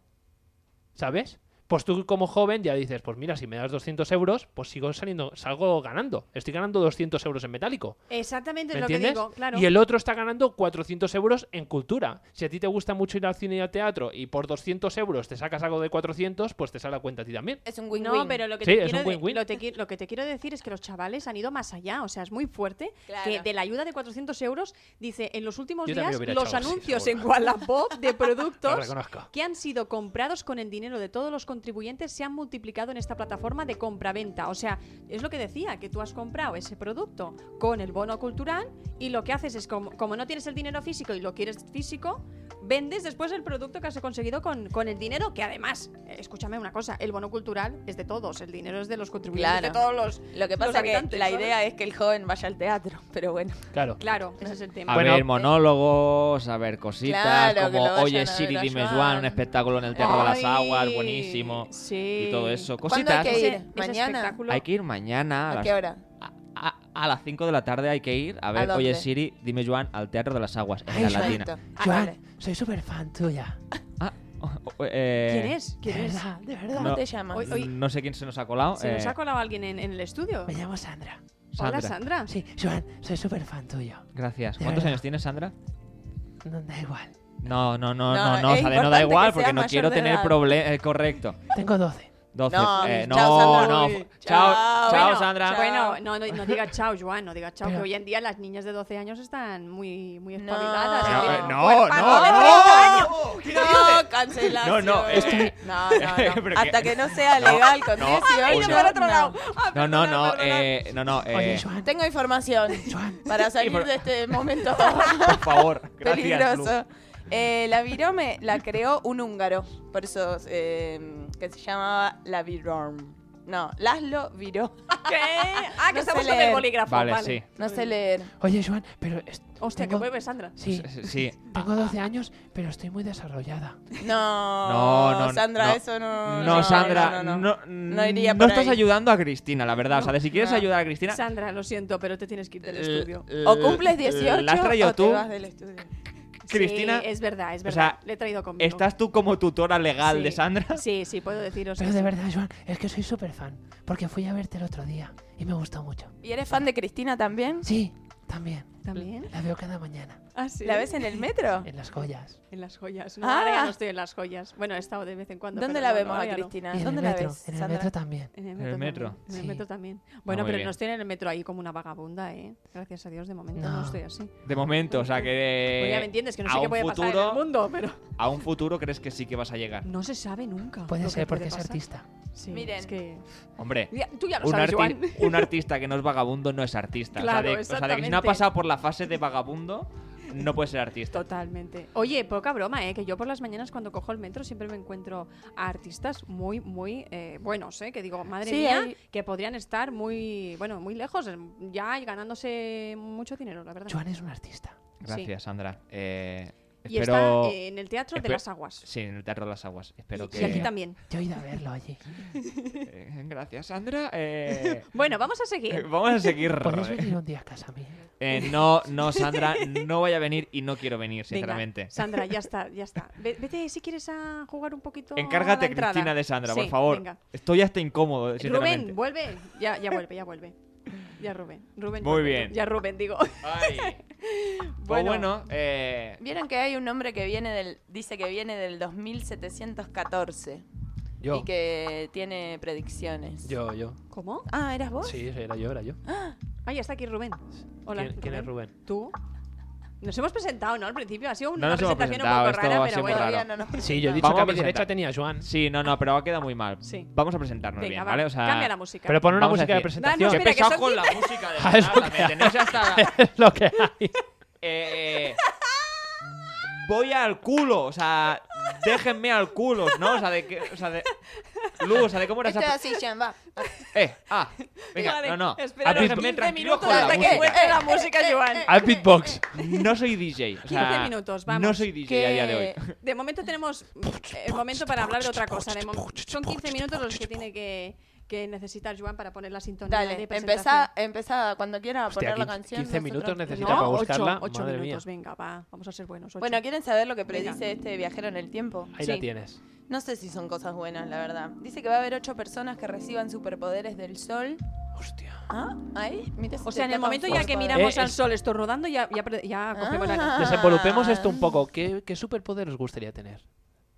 [SPEAKER 4] ¿sabes? Pues tú como joven ya dices, pues mira, si me das 200 euros, pues sigo saliendo, salgo ganando. Estoy ganando 200 euros en metálico.
[SPEAKER 3] Exactamente
[SPEAKER 4] ¿Me
[SPEAKER 3] es lo
[SPEAKER 4] entiendes?
[SPEAKER 3] que digo, claro.
[SPEAKER 4] Y el otro está ganando 400 euros en cultura. Si a ti te gusta mucho ir al cine y al teatro y por 200 euros te sacas algo de 400, pues te sale la cuenta a ti también.
[SPEAKER 2] Es un win-win.
[SPEAKER 3] No, pero lo que,
[SPEAKER 4] Sí,
[SPEAKER 3] te
[SPEAKER 4] es
[SPEAKER 3] quiero
[SPEAKER 4] un
[SPEAKER 3] de-
[SPEAKER 4] win-win.
[SPEAKER 3] lo, te qui- lo que te quiero decir es que los chavales han ido más allá, o sea, es muy fuerte
[SPEAKER 2] Claro.
[SPEAKER 3] que de la ayuda de 400 euros, dice, en los últimos
[SPEAKER 4] Yo también
[SPEAKER 3] días
[SPEAKER 4] hubiera
[SPEAKER 3] los
[SPEAKER 4] echado así,
[SPEAKER 3] anuncios
[SPEAKER 4] seguro.
[SPEAKER 3] en Wallapop de
[SPEAKER 4] Lo
[SPEAKER 3] productos
[SPEAKER 4] reconozco.
[SPEAKER 3] que han sido comprados con el dinero de todos los contribuyentes se han multiplicado en esta plataforma de compraventa. O sea, es lo que decía, que tú has comprado ese producto con el bono cultural y lo que haces es, como, como no tienes el dinero físico y lo quieres físico, vendes después el producto que has conseguido con, con el dinero, que además, eh, escúchame una cosa, el bono cultural es de todos, el dinero es de los contribuyentes,
[SPEAKER 2] Claro.
[SPEAKER 3] de todos los...
[SPEAKER 2] Lo que
[SPEAKER 3] los
[SPEAKER 2] pasa es que
[SPEAKER 3] habitantes,
[SPEAKER 2] la
[SPEAKER 3] ¿sabes?
[SPEAKER 2] idea es que el joven vaya al teatro, pero bueno.
[SPEAKER 4] Claro.
[SPEAKER 3] Claro, ese es el tema.
[SPEAKER 1] A
[SPEAKER 4] Bueno,
[SPEAKER 1] ver monólogos, a ver cositas,
[SPEAKER 2] Claro, que
[SPEAKER 1] como
[SPEAKER 2] lo vayan a
[SPEAKER 1] Oye
[SPEAKER 2] ver
[SPEAKER 1] Siri
[SPEAKER 2] a
[SPEAKER 1] Dime
[SPEAKER 2] Joan.
[SPEAKER 1] Juan, un espectáculo en el Teatro de las
[SPEAKER 3] Ay,
[SPEAKER 1] Aguas, buenísimo.
[SPEAKER 3] sí.
[SPEAKER 1] Y todo eso,
[SPEAKER 2] ¿Cuándo
[SPEAKER 1] cositas.
[SPEAKER 2] hay que
[SPEAKER 3] Ese-
[SPEAKER 2] ir?
[SPEAKER 3] ese
[SPEAKER 2] ¿Mañana?
[SPEAKER 3] espectáculo-
[SPEAKER 1] Hay que ir mañana a
[SPEAKER 2] ¿A
[SPEAKER 1] las,
[SPEAKER 2] qué hora?
[SPEAKER 1] a- a- a las 5 de la tarde hay que ir a ver
[SPEAKER 2] ¿A
[SPEAKER 1] Oye
[SPEAKER 2] dónde?
[SPEAKER 1] Siri, Dime Juan al Teatro de las Aguas, en la Latina.
[SPEAKER 2] Perfecto. Ah, vale.
[SPEAKER 5] Joan, soy súper fan tuya.
[SPEAKER 1] Ah, o- o- eh,
[SPEAKER 3] ¿Quién es? ¿Quién
[SPEAKER 5] de
[SPEAKER 3] es?
[SPEAKER 5] verdad, de verdad.
[SPEAKER 2] ¿Cómo
[SPEAKER 1] No.
[SPEAKER 2] te llamas?
[SPEAKER 3] Hoy- hoy-
[SPEAKER 1] No sé quién se nos ha colado.
[SPEAKER 3] Se nos
[SPEAKER 1] eh,
[SPEAKER 3] ha colado alguien en, en el estudio.
[SPEAKER 5] Me llamo Sandra.
[SPEAKER 1] Sandra.
[SPEAKER 3] Hola, Sandra.
[SPEAKER 4] Sí, Joan, soy súper fan tuyo.
[SPEAKER 1] Gracias.
[SPEAKER 4] De
[SPEAKER 1] ¿Cuántos
[SPEAKER 4] verdad.
[SPEAKER 1] años tienes, Sandra?
[SPEAKER 4] No, da igual.
[SPEAKER 1] No, no,
[SPEAKER 2] No,
[SPEAKER 1] no, no, no,
[SPEAKER 2] es
[SPEAKER 1] Sade, no
[SPEAKER 2] importante
[SPEAKER 1] da igual
[SPEAKER 2] que sea
[SPEAKER 1] porque no
[SPEAKER 2] mayor
[SPEAKER 1] quiero
[SPEAKER 2] de
[SPEAKER 1] tener
[SPEAKER 2] edad.
[SPEAKER 1] problemas. correcto.
[SPEAKER 4] Tengo 12.
[SPEAKER 1] 12.
[SPEAKER 2] No,
[SPEAKER 1] eh, no,
[SPEAKER 2] chao, Sandra.
[SPEAKER 1] no.
[SPEAKER 2] Uy,
[SPEAKER 1] Chao,
[SPEAKER 2] chao.
[SPEAKER 1] chao,
[SPEAKER 3] Bueno,
[SPEAKER 1] Sandra.
[SPEAKER 3] Ah, Bueno, no, no, no digas chao, Joan, no digas chao,
[SPEAKER 4] Pero-
[SPEAKER 3] que hoy en día las niñas de 12 años están muy, muy
[SPEAKER 2] No.
[SPEAKER 3] espabiladas.
[SPEAKER 1] Pero,
[SPEAKER 3] tienen
[SPEAKER 1] eh,
[SPEAKER 3] un
[SPEAKER 1] no,
[SPEAKER 3] cuerpazo de
[SPEAKER 1] no,
[SPEAKER 3] 30 años.
[SPEAKER 1] no. ¿Qué dices?
[SPEAKER 2] No, cancelación.
[SPEAKER 1] No, no, eh,
[SPEAKER 2] no, no,
[SPEAKER 1] pero
[SPEAKER 2] no. Hasta
[SPEAKER 1] que-
[SPEAKER 2] que no sea
[SPEAKER 1] No,
[SPEAKER 2] legal con
[SPEAKER 1] no,
[SPEAKER 2] 18.
[SPEAKER 1] uno.
[SPEAKER 2] no.
[SPEAKER 1] No, no, no, eh, no, no, eh,
[SPEAKER 4] Oye, Joan.
[SPEAKER 2] Tengo información para salir
[SPEAKER 1] pero-
[SPEAKER 2] de este momento
[SPEAKER 1] por favor, gracias. Lu.
[SPEAKER 2] peligroso. Eh, la virome la creó un húngaro, por eso eh, que se llamaba la virom. No, Laszlo Viró.
[SPEAKER 3] ¿Qué? Ah, que
[SPEAKER 2] No
[SPEAKER 3] estamos
[SPEAKER 2] sé
[SPEAKER 3] con el
[SPEAKER 2] leer.
[SPEAKER 3] bolígrafo. Vale,
[SPEAKER 1] Vale, sí.
[SPEAKER 2] No sé leer.
[SPEAKER 4] Oye, Joan, pero. es-
[SPEAKER 3] Hostia, que
[SPEAKER 4] tengo-
[SPEAKER 3] vuelve Sandra.
[SPEAKER 4] Sí,
[SPEAKER 1] Sí, sí.
[SPEAKER 4] tengo 12 años, pero estoy muy desarrollada.
[SPEAKER 2] Pues No,
[SPEAKER 1] No, no,
[SPEAKER 2] Sandra,
[SPEAKER 1] no.
[SPEAKER 2] eso no.
[SPEAKER 1] No, Sandra,
[SPEAKER 2] no, no,
[SPEAKER 1] no,
[SPEAKER 2] no. No iría
[SPEAKER 1] no
[SPEAKER 2] por
[SPEAKER 1] estás
[SPEAKER 2] ahí.
[SPEAKER 1] ayudando a Cristina, la verdad. O sea, de si quieres
[SPEAKER 2] no.
[SPEAKER 1] ayudar a Cristina,
[SPEAKER 3] Sandra, lo siento, pero te tienes que ir del
[SPEAKER 1] Eh,
[SPEAKER 3] estudio.
[SPEAKER 2] O cumples 18
[SPEAKER 1] La has traído
[SPEAKER 2] o
[SPEAKER 1] tú.
[SPEAKER 2] te vas del estudio.
[SPEAKER 1] Cristina,
[SPEAKER 3] Sí, es verdad, es
[SPEAKER 1] o
[SPEAKER 3] verdad.
[SPEAKER 1] sea,
[SPEAKER 3] Le he traído conmigo.
[SPEAKER 1] ¿Estás tú como tutora legal
[SPEAKER 3] Sí.
[SPEAKER 1] de Sandra?
[SPEAKER 3] Sí, sí, puedo deciros.
[SPEAKER 4] Pero
[SPEAKER 3] eso.
[SPEAKER 4] de verdad, Joan, es que soy súper fan. Porque fui a verte el otro día y me gustó mucho.
[SPEAKER 2] ¿Y eres fan de Cristina también?
[SPEAKER 4] Sí, también.
[SPEAKER 3] ¿También?
[SPEAKER 4] La veo cada mañana.
[SPEAKER 3] Ah, sí.
[SPEAKER 2] ¿La ves en el metro?
[SPEAKER 4] En las joyas.
[SPEAKER 3] En las joyas. No,
[SPEAKER 2] Ah.
[SPEAKER 3] ahora ya no estoy en las joyas. Bueno, he estado de vez en cuando.
[SPEAKER 2] ¿Dónde
[SPEAKER 3] pero
[SPEAKER 2] la
[SPEAKER 3] no,
[SPEAKER 2] vemos
[SPEAKER 3] ahora
[SPEAKER 2] a
[SPEAKER 3] ya no.
[SPEAKER 2] Cristina?
[SPEAKER 4] Y en el
[SPEAKER 2] ¿Dónde la
[SPEAKER 4] metro,
[SPEAKER 2] ves,
[SPEAKER 4] En el
[SPEAKER 2] Sandra?
[SPEAKER 4] metro también.
[SPEAKER 3] En el
[SPEAKER 1] En
[SPEAKER 3] metro.
[SPEAKER 1] el metro. Ah,
[SPEAKER 3] también, En el
[SPEAKER 4] Sí.
[SPEAKER 3] metro también. Bueno,
[SPEAKER 1] muy
[SPEAKER 3] pero
[SPEAKER 1] bien.
[SPEAKER 3] no estoy en el metro ahí como una vagabunda, ¿eh? Gracias a Dios, de momento no,
[SPEAKER 4] No.
[SPEAKER 3] estoy así.
[SPEAKER 1] De momento, o sea que.
[SPEAKER 3] Bueno, ya me entiendes, que no
[SPEAKER 1] Eh, a
[SPEAKER 3] sé qué
[SPEAKER 1] un
[SPEAKER 3] puede pasar en
[SPEAKER 1] futuro-
[SPEAKER 3] el mundo, pero...
[SPEAKER 1] a un futuro crees que sí que vas a llegar.
[SPEAKER 3] No se sabe
[SPEAKER 2] Ah,
[SPEAKER 3] nunca.
[SPEAKER 4] Puede
[SPEAKER 3] lo que
[SPEAKER 4] ser porque es
[SPEAKER 3] pasar.
[SPEAKER 4] artista.
[SPEAKER 3] Sí,
[SPEAKER 2] Miren.
[SPEAKER 3] es que...
[SPEAKER 1] Hombre,
[SPEAKER 3] Ya, Tú ya lo
[SPEAKER 1] un,
[SPEAKER 3] sabes,
[SPEAKER 1] arti-
[SPEAKER 3] Joan.
[SPEAKER 1] un artista que no es vagabundo no es artista. O sea,
[SPEAKER 3] Claro,
[SPEAKER 1] de- o, sea, de que si no ha
[SPEAKER 3] exactamente.
[SPEAKER 1] pasado por la fase de vagabundo, no puede ser artista.
[SPEAKER 3] Totalmente. Oye, poca broma, ¿eh? Que yo por las mañanas cuando cojo el metro siempre me encuentro a artistas muy, muy eh, buenos, ¿eh? Que digo, madre
[SPEAKER 2] Sí,
[SPEAKER 3] mía,
[SPEAKER 2] hay-
[SPEAKER 3] que podrían estar muy, bueno, muy lejos, em, ya y ganándose mucho dinero, la verdad.
[SPEAKER 4] Joan es un artista.
[SPEAKER 1] Gracias, Sandra. Eh,
[SPEAKER 3] y
[SPEAKER 1] espero.
[SPEAKER 3] está eh, en el Teatro de
[SPEAKER 1] espe-
[SPEAKER 3] las Aguas.
[SPEAKER 1] Sí, en el Teatro de las Aguas. Espero
[SPEAKER 3] Y-
[SPEAKER 1] que.
[SPEAKER 3] Y aquí también.
[SPEAKER 4] Yo he ido a verlo allí.
[SPEAKER 1] Eh, gracias, Sandra. Eh,
[SPEAKER 3] Bueno, vamos a
[SPEAKER 1] eh,
[SPEAKER 3] seguir.
[SPEAKER 1] vamos a seguir.
[SPEAKER 4] Podéis venir un día a casa mía.
[SPEAKER 1] Eh, no, no, Sandra, no voy a venir y no quiero venir,
[SPEAKER 3] Venga,
[SPEAKER 1] sinceramente.
[SPEAKER 3] Sandra, ya está, ya está. Ve- Vete si quieres a jugar un poquito. a la
[SPEAKER 1] Encárgate,
[SPEAKER 3] entrada.
[SPEAKER 1] Cristina, de Sandra, por
[SPEAKER 3] Sí,
[SPEAKER 1] favor.
[SPEAKER 3] venga.
[SPEAKER 1] Estoy hasta incómodo, sinceramente.
[SPEAKER 3] Rubén, vuelve. Ya, ya vuelve, ya vuelve. Ya Rubén. Rubén
[SPEAKER 1] Muy
[SPEAKER 3] vuelve.
[SPEAKER 1] bien.
[SPEAKER 3] Ya Rubén, digo.
[SPEAKER 1] Ay. Pues
[SPEAKER 3] Bueno.
[SPEAKER 1] bueno, eh,
[SPEAKER 2] Vieron que hay un hombre que viene del, dice que viene del 2714 y que tiene predicciones.
[SPEAKER 4] Yo, yo.
[SPEAKER 3] ¿Cómo?
[SPEAKER 2] Ah, ¿eras vos?
[SPEAKER 4] Sí, era yo, era yo.
[SPEAKER 3] Ah, ya está aquí Rubén. Hola.
[SPEAKER 4] ¿Quién, quién es Rubén?
[SPEAKER 3] ¿Tú? Nos hemos presentado, ¿no? Al principio ha sido una
[SPEAKER 1] No nos hemos
[SPEAKER 3] presentación
[SPEAKER 1] presentado,
[SPEAKER 3] un poco
[SPEAKER 1] esto
[SPEAKER 3] rara,
[SPEAKER 1] va a
[SPEAKER 3] pero
[SPEAKER 1] ser muy
[SPEAKER 3] bueno.
[SPEAKER 1] raro.
[SPEAKER 2] Todavía no nos
[SPEAKER 4] Sí, yo he
[SPEAKER 2] presentamos.
[SPEAKER 4] dicho
[SPEAKER 1] Vamos
[SPEAKER 4] que
[SPEAKER 1] a
[SPEAKER 4] a mi
[SPEAKER 1] presentar.
[SPEAKER 4] derecha tenía a Joan.
[SPEAKER 1] sí, no, no, pero ha quedado muy mal.
[SPEAKER 3] Sí.
[SPEAKER 1] Vamos a presentarnos
[SPEAKER 3] Venga,
[SPEAKER 1] bien,
[SPEAKER 3] va,
[SPEAKER 1] ¿vale? O sea,
[SPEAKER 3] cambia la música.
[SPEAKER 4] Pero pon una
[SPEAKER 1] Vamos a
[SPEAKER 4] música de
[SPEAKER 1] decir-
[SPEAKER 4] presentación.
[SPEAKER 3] Danos-
[SPEAKER 1] Qué
[SPEAKER 3] Espera, que
[SPEAKER 1] pesado
[SPEAKER 3] son
[SPEAKER 1] con la
[SPEAKER 3] quince.
[SPEAKER 1] música de
[SPEAKER 4] Ah, es
[SPEAKER 1] verdad, la
[SPEAKER 4] verdad.
[SPEAKER 1] me tenéis hasta la-
[SPEAKER 4] es lo que hay.
[SPEAKER 1] Eh, eh, voy al culo, o sea, déjenme al culo, ¿no? O sea, de que, o sea, de Lu, o sea, de cómo era
[SPEAKER 2] Esto
[SPEAKER 1] esa
[SPEAKER 2] es así, Jean, va.
[SPEAKER 1] Eh, ah, venga,
[SPEAKER 3] Vale,
[SPEAKER 1] no, no.
[SPEAKER 3] esperaros
[SPEAKER 1] Déjenme
[SPEAKER 3] 15
[SPEAKER 1] tranquilo
[SPEAKER 3] minutos
[SPEAKER 1] con la
[SPEAKER 3] hasta que
[SPEAKER 1] música.
[SPEAKER 3] vuelva la música, Joan.
[SPEAKER 4] Al beatbox.
[SPEAKER 1] No soy DJ. O
[SPEAKER 3] 15
[SPEAKER 1] sea,
[SPEAKER 3] minutos, vamos.
[SPEAKER 1] No soy DJ a día de hoy.
[SPEAKER 3] De momento tenemos eh, el momento para hablar de otra cosa. De mom- son 15 minutos los que tiene que, que necesitar Joan para poner la sintonía
[SPEAKER 2] Dale,
[SPEAKER 3] de presentación.
[SPEAKER 2] empezá, empezá cuando quiera a
[SPEAKER 4] Hostia,
[SPEAKER 2] poner la
[SPEAKER 4] 15
[SPEAKER 2] canción.
[SPEAKER 4] 15 minutos
[SPEAKER 2] nosotros-
[SPEAKER 4] necesita
[SPEAKER 2] No.
[SPEAKER 4] para
[SPEAKER 3] ocho-
[SPEAKER 4] buscarla,
[SPEAKER 3] ocho
[SPEAKER 4] madre
[SPEAKER 3] minutos, venga, va. Vamos a ser buenos. ocho.
[SPEAKER 2] Bueno, ¿quieren saber lo que predice
[SPEAKER 3] Venga.
[SPEAKER 2] este viajero en el tiempo?
[SPEAKER 4] Ahí
[SPEAKER 3] Sí.
[SPEAKER 4] la tienes.
[SPEAKER 2] No sé si son cosas buenas, la verdad. Dice que va a haber ocho personas que reciban superpoderes del sol.
[SPEAKER 4] Hostia.
[SPEAKER 2] Ah, ahí. mira,
[SPEAKER 3] o
[SPEAKER 2] se
[SPEAKER 3] sea, en el
[SPEAKER 2] tapan
[SPEAKER 3] momento ya que
[SPEAKER 2] fosfo.
[SPEAKER 3] miramos
[SPEAKER 4] Eh,
[SPEAKER 3] al
[SPEAKER 4] es-
[SPEAKER 3] sol estornudando, ya, ya, pre- ya cogemos la
[SPEAKER 2] Ah.
[SPEAKER 4] Desenvolupemos esto un poco. ¿Qué, qué superpoder os gustaría tener?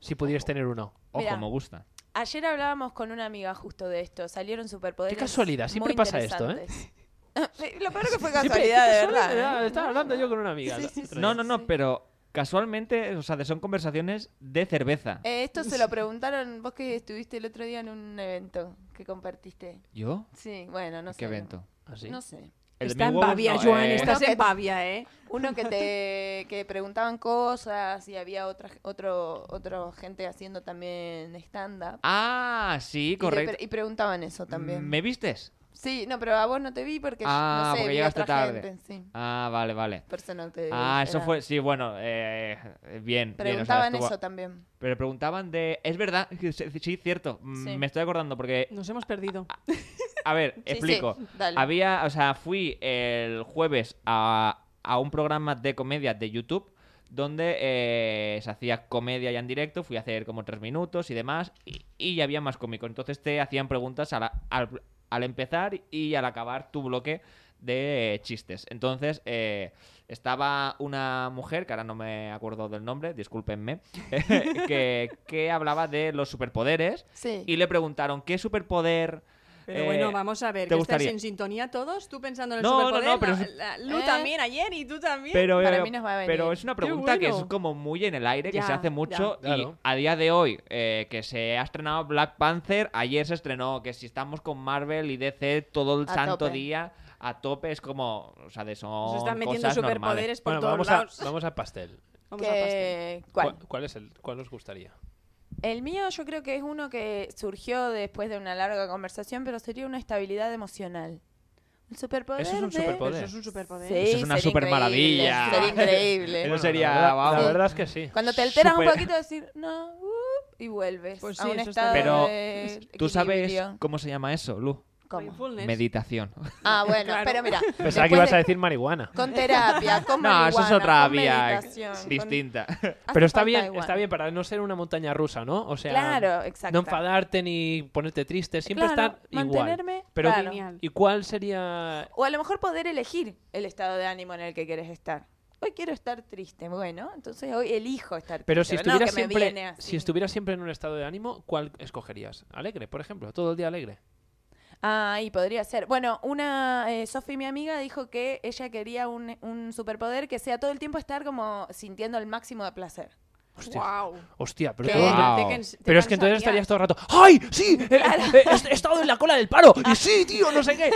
[SPEAKER 4] Si pudieras tener uno.
[SPEAKER 1] Ojo,
[SPEAKER 2] Mira.
[SPEAKER 1] me gusta.
[SPEAKER 2] Ayer hablábamos con una amiga justo de esto. Salieron superpoderes.
[SPEAKER 4] Qué casualidad, siempre
[SPEAKER 2] muy
[SPEAKER 4] pasa esto, ¿eh?
[SPEAKER 2] interesantes. Ah, eh, Lo peor que fue
[SPEAKER 4] Siempre-
[SPEAKER 2] casualidad, de
[SPEAKER 4] casualidad,
[SPEAKER 2] verdad. ¿eh?
[SPEAKER 4] Estaba hablando yo con una amiga.
[SPEAKER 2] Sí, sí, sí.
[SPEAKER 1] No, no, no, pero casualmente, o sea, de- son conversaciones de cerveza.
[SPEAKER 2] Eh, esto se lo preguntaron vos que estuviste el otro día en un evento que compartiste.
[SPEAKER 1] ¿Yo?
[SPEAKER 2] Sí, bueno, no sé.
[SPEAKER 1] ¿Qué evento?
[SPEAKER 4] Así.
[SPEAKER 2] No sé.
[SPEAKER 1] El de
[SPEAKER 3] Está
[SPEAKER 1] mis
[SPEAKER 3] en
[SPEAKER 1] huevos,
[SPEAKER 3] Bavia,
[SPEAKER 1] no,
[SPEAKER 3] Joan,
[SPEAKER 1] eh,
[SPEAKER 3] estás
[SPEAKER 2] No,
[SPEAKER 3] en
[SPEAKER 2] que-
[SPEAKER 3] Bavia, ¿eh?
[SPEAKER 2] Uno que te que preguntaban cosas y había otra otro otro gente haciendo también stand up.
[SPEAKER 1] Ah, sí,
[SPEAKER 2] Y te
[SPEAKER 1] correcto.
[SPEAKER 2] pre- Y, preguntaban eso también.
[SPEAKER 1] ¿Me vistes?
[SPEAKER 2] Sí, no, pero a vos no te vi porque
[SPEAKER 1] Ah,
[SPEAKER 2] no sé,
[SPEAKER 1] porque
[SPEAKER 2] vi a
[SPEAKER 1] llegaste
[SPEAKER 2] otra
[SPEAKER 1] tarde.
[SPEAKER 2] gente, sí.
[SPEAKER 1] Ah, vale, vale.
[SPEAKER 2] Por eso no te
[SPEAKER 1] Ah,
[SPEAKER 2] vi, Eh,
[SPEAKER 1] eso
[SPEAKER 2] era-
[SPEAKER 1] fue, sí, bueno, eh, bien. bien, o sea,
[SPEAKER 2] Preguntaban
[SPEAKER 1] estuvo-
[SPEAKER 2] eso también.
[SPEAKER 1] Pero preguntaban de... Es verdad, sí, sí, cierto, mm,
[SPEAKER 2] Sí.
[SPEAKER 1] me estoy acordando porque...
[SPEAKER 3] Nos hemos perdido.
[SPEAKER 1] A ver,
[SPEAKER 2] Sí,
[SPEAKER 1] explico.
[SPEAKER 2] sí, dale.
[SPEAKER 1] Había, o sea, fui el jueves a, a un programa de comedia de YouTube donde eh, se hacía comedia ya en directo, fui a hacer como tres minutos y demás, y, y había más cómico. Entonces te hacían preguntas a la- al, al, al empezar y al acabar tu bloque de chistes. Entonces, eh, estaba una mujer, que ahora no me acuerdo del nombre, discúlpenme, que, que hablaba de los superpoderes
[SPEAKER 2] Sí.
[SPEAKER 1] y le preguntaron, ¿qué superpoder...
[SPEAKER 3] Pero
[SPEAKER 1] eh,
[SPEAKER 3] bueno, vamos a ver, que
[SPEAKER 1] ¿te gustaría?
[SPEAKER 3] estáis en sintonía todos, tú pensando en el
[SPEAKER 1] No, no, no,
[SPEAKER 3] superpoder,
[SPEAKER 1] pero
[SPEAKER 3] la- la-
[SPEAKER 1] es-
[SPEAKER 3] Lu
[SPEAKER 2] Eh.
[SPEAKER 3] también ayer y tú también.
[SPEAKER 1] Pero,
[SPEAKER 2] Para
[SPEAKER 1] eh,
[SPEAKER 2] mí nos va a venir.
[SPEAKER 1] pero es una pregunta que es
[SPEAKER 3] bueno.
[SPEAKER 1] como muy en el aire, que se
[SPEAKER 3] Ya,
[SPEAKER 1] hace mucho.
[SPEAKER 4] ya.
[SPEAKER 1] Y
[SPEAKER 4] Claro.
[SPEAKER 1] a día de hoy, eh, que se ha estrenado Black Panther, ayer se estrenó, que si estamos con Marvel y DC todo el
[SPEAKER 2] A
[SPEAKER 1] santo
[SPEAKER 2] tope.
[SPEAKER 1] día, a tope es como, o sea, de son
[SPEAKER 3] Nos están metiendo
[SPEAKER 1] cosas normales.
[SPEAKER 3] superpoderes por
[SPEAKER 4] Bueno,
[SPEAKER 3] todos
[SPEAKER 4] vamos a,
[SPEAKER 3] lados.
[SPEAKER 4] vamos a pastel.
[SPEAKER 3] Vamos a pastel.
[SPEAKER 2] Que- ¿Cuál?
[SPEAKER 4] ¿Cuál es el cuál os gustaría?
[SPEAKER 2] El mío yo creo que es uno que surgió después de una larga conversación, pero sería una estabilidad emocional. El superpoder
[SPEAKER 4] Eso es un
[SPEAKER 2] de-
[SPEAKER 4] superpoder.
[SPEAKER 3] Pero eso es un superpoder.
[SPEAKER 2] Sí,
[SPEAKER 1] Eso es una
[SPEAKER 2] sería
[SPEAKER 1] supermaravilla.
[SPEAKER 2] increíble, Sería increíble.
[SPEAKER 1] Eso
[SPEAKER 4] Bueno,
[SPEAKER 1] sería,
[SPEAKER 4] la verdad,
[SPEAKER 1] vamos.
[SPEAKER 4] la verdad es que sí.
[SPEAKER 2] Cuando te alteras
[SPEAKER 1] Supera-
[SPEAKER 2] un poquito decir, no, uh, y vuelves
[SPEAKER 3] Pues
[SPEAKER 2] a
[SPEAKER 3] sí,
[SPEAKER 2] un
[SPEAKER 3] eso
[SPEAKER 2] estado
[SPEAKER 3] está
[SPEAKER 1] bien.
[SPEAKER 2] de
[SPEAKER 1] ¿Tú sabes
[SPEAKER 2] equilibrio.
[SPEAKER 1] cómo se llama eso, Lu?
[SPEAKER 2] ¿Cómo?
[SPEAKER 3] Mindfulness.
[SPEAKER 1] Meditación.
[SPEAKER 2] Ah, bueno,
[SPEAKER 3] Claro.
[SPEAKER 2] pero mira.
[SPEAKER 4] Pensaba que
[SPEAKER 2] después
[SPEAKER 4] ibas
[SPEAKER 2] de-
[SPEAKER 4] a decir marihuana.
[SPEAKER 2] Con terapia, con
[SPEAKER 1] no, eso es
[SPEAKER 2] marihuana,
[SPEAKER 1] otra
[SPEAKER 2] con
[SPEAKER 1] vía
[SPEAKER 2] meditación, con-
[SPEAKER 1] distinta.
[SPEAKER 2] Hace
[SPEAKER 4] Pero está
[SPEAKER 2] falta
[SPEAKER 4] bien,
[SPEAKER 2] igual.
[SPEAKER 4] está bien para no ser una montaña rusa, ¿no? O sea,
[SPEAKER 2] Claro, exacto.
[SPEAKER 4] no enfadarte ni ponerte triste, siempre
[SPEAKER 2] Claro,
[SPEAKER 4] estar igual.
[SPEAKER 2] mantenerme,
[SPEAKER 4] Pero
[SPEAKER 2] claro.
[SPEAKER 3] Genial.
[SPEAKER 4] ¿Y cuál sería
[SPEAKER 2] O a lo mejor poder elegir el estado de ánimo en el que quieres estar. Hoy quiero estar triste, bueno, entonces hoy elijo estar triste.
[SPEAKER 4] Pero si
[SPEAKER 2] no
[SPEAKER 4] estuvieras
[SPEAKER 2] que me viene
[SPEAKER 4] siempre
[SPEAKER 2] así.
[SPEAKER 4] si estuvieras siempre en un estado de ánimo, ¿cuál escogerías? Alegre, por ejemplo, todo el día alegre.
[SPEAKER 2] Ah, y podría ser. Bueno, una eh, Sofi, mi amiga, dijo que ella quería un, un superpoder que sea todo el tiempo estar como sintiendo el máximo de placer.
[SPEAKER 4] Hostia.
[SPEAKER 3] Wow.
[SPEAKER 4] Hostia, pero
[SPEAKER 1] Qué
[SPEAKER 4] todo el día-
[SPEAKER 1] guau.
[SPEAKER 4] Pero es que entonces estarías todo el rato, ¡ay, sí! eh, eh, he, he estado en la cola del paro, y sí, tío, no sé qué.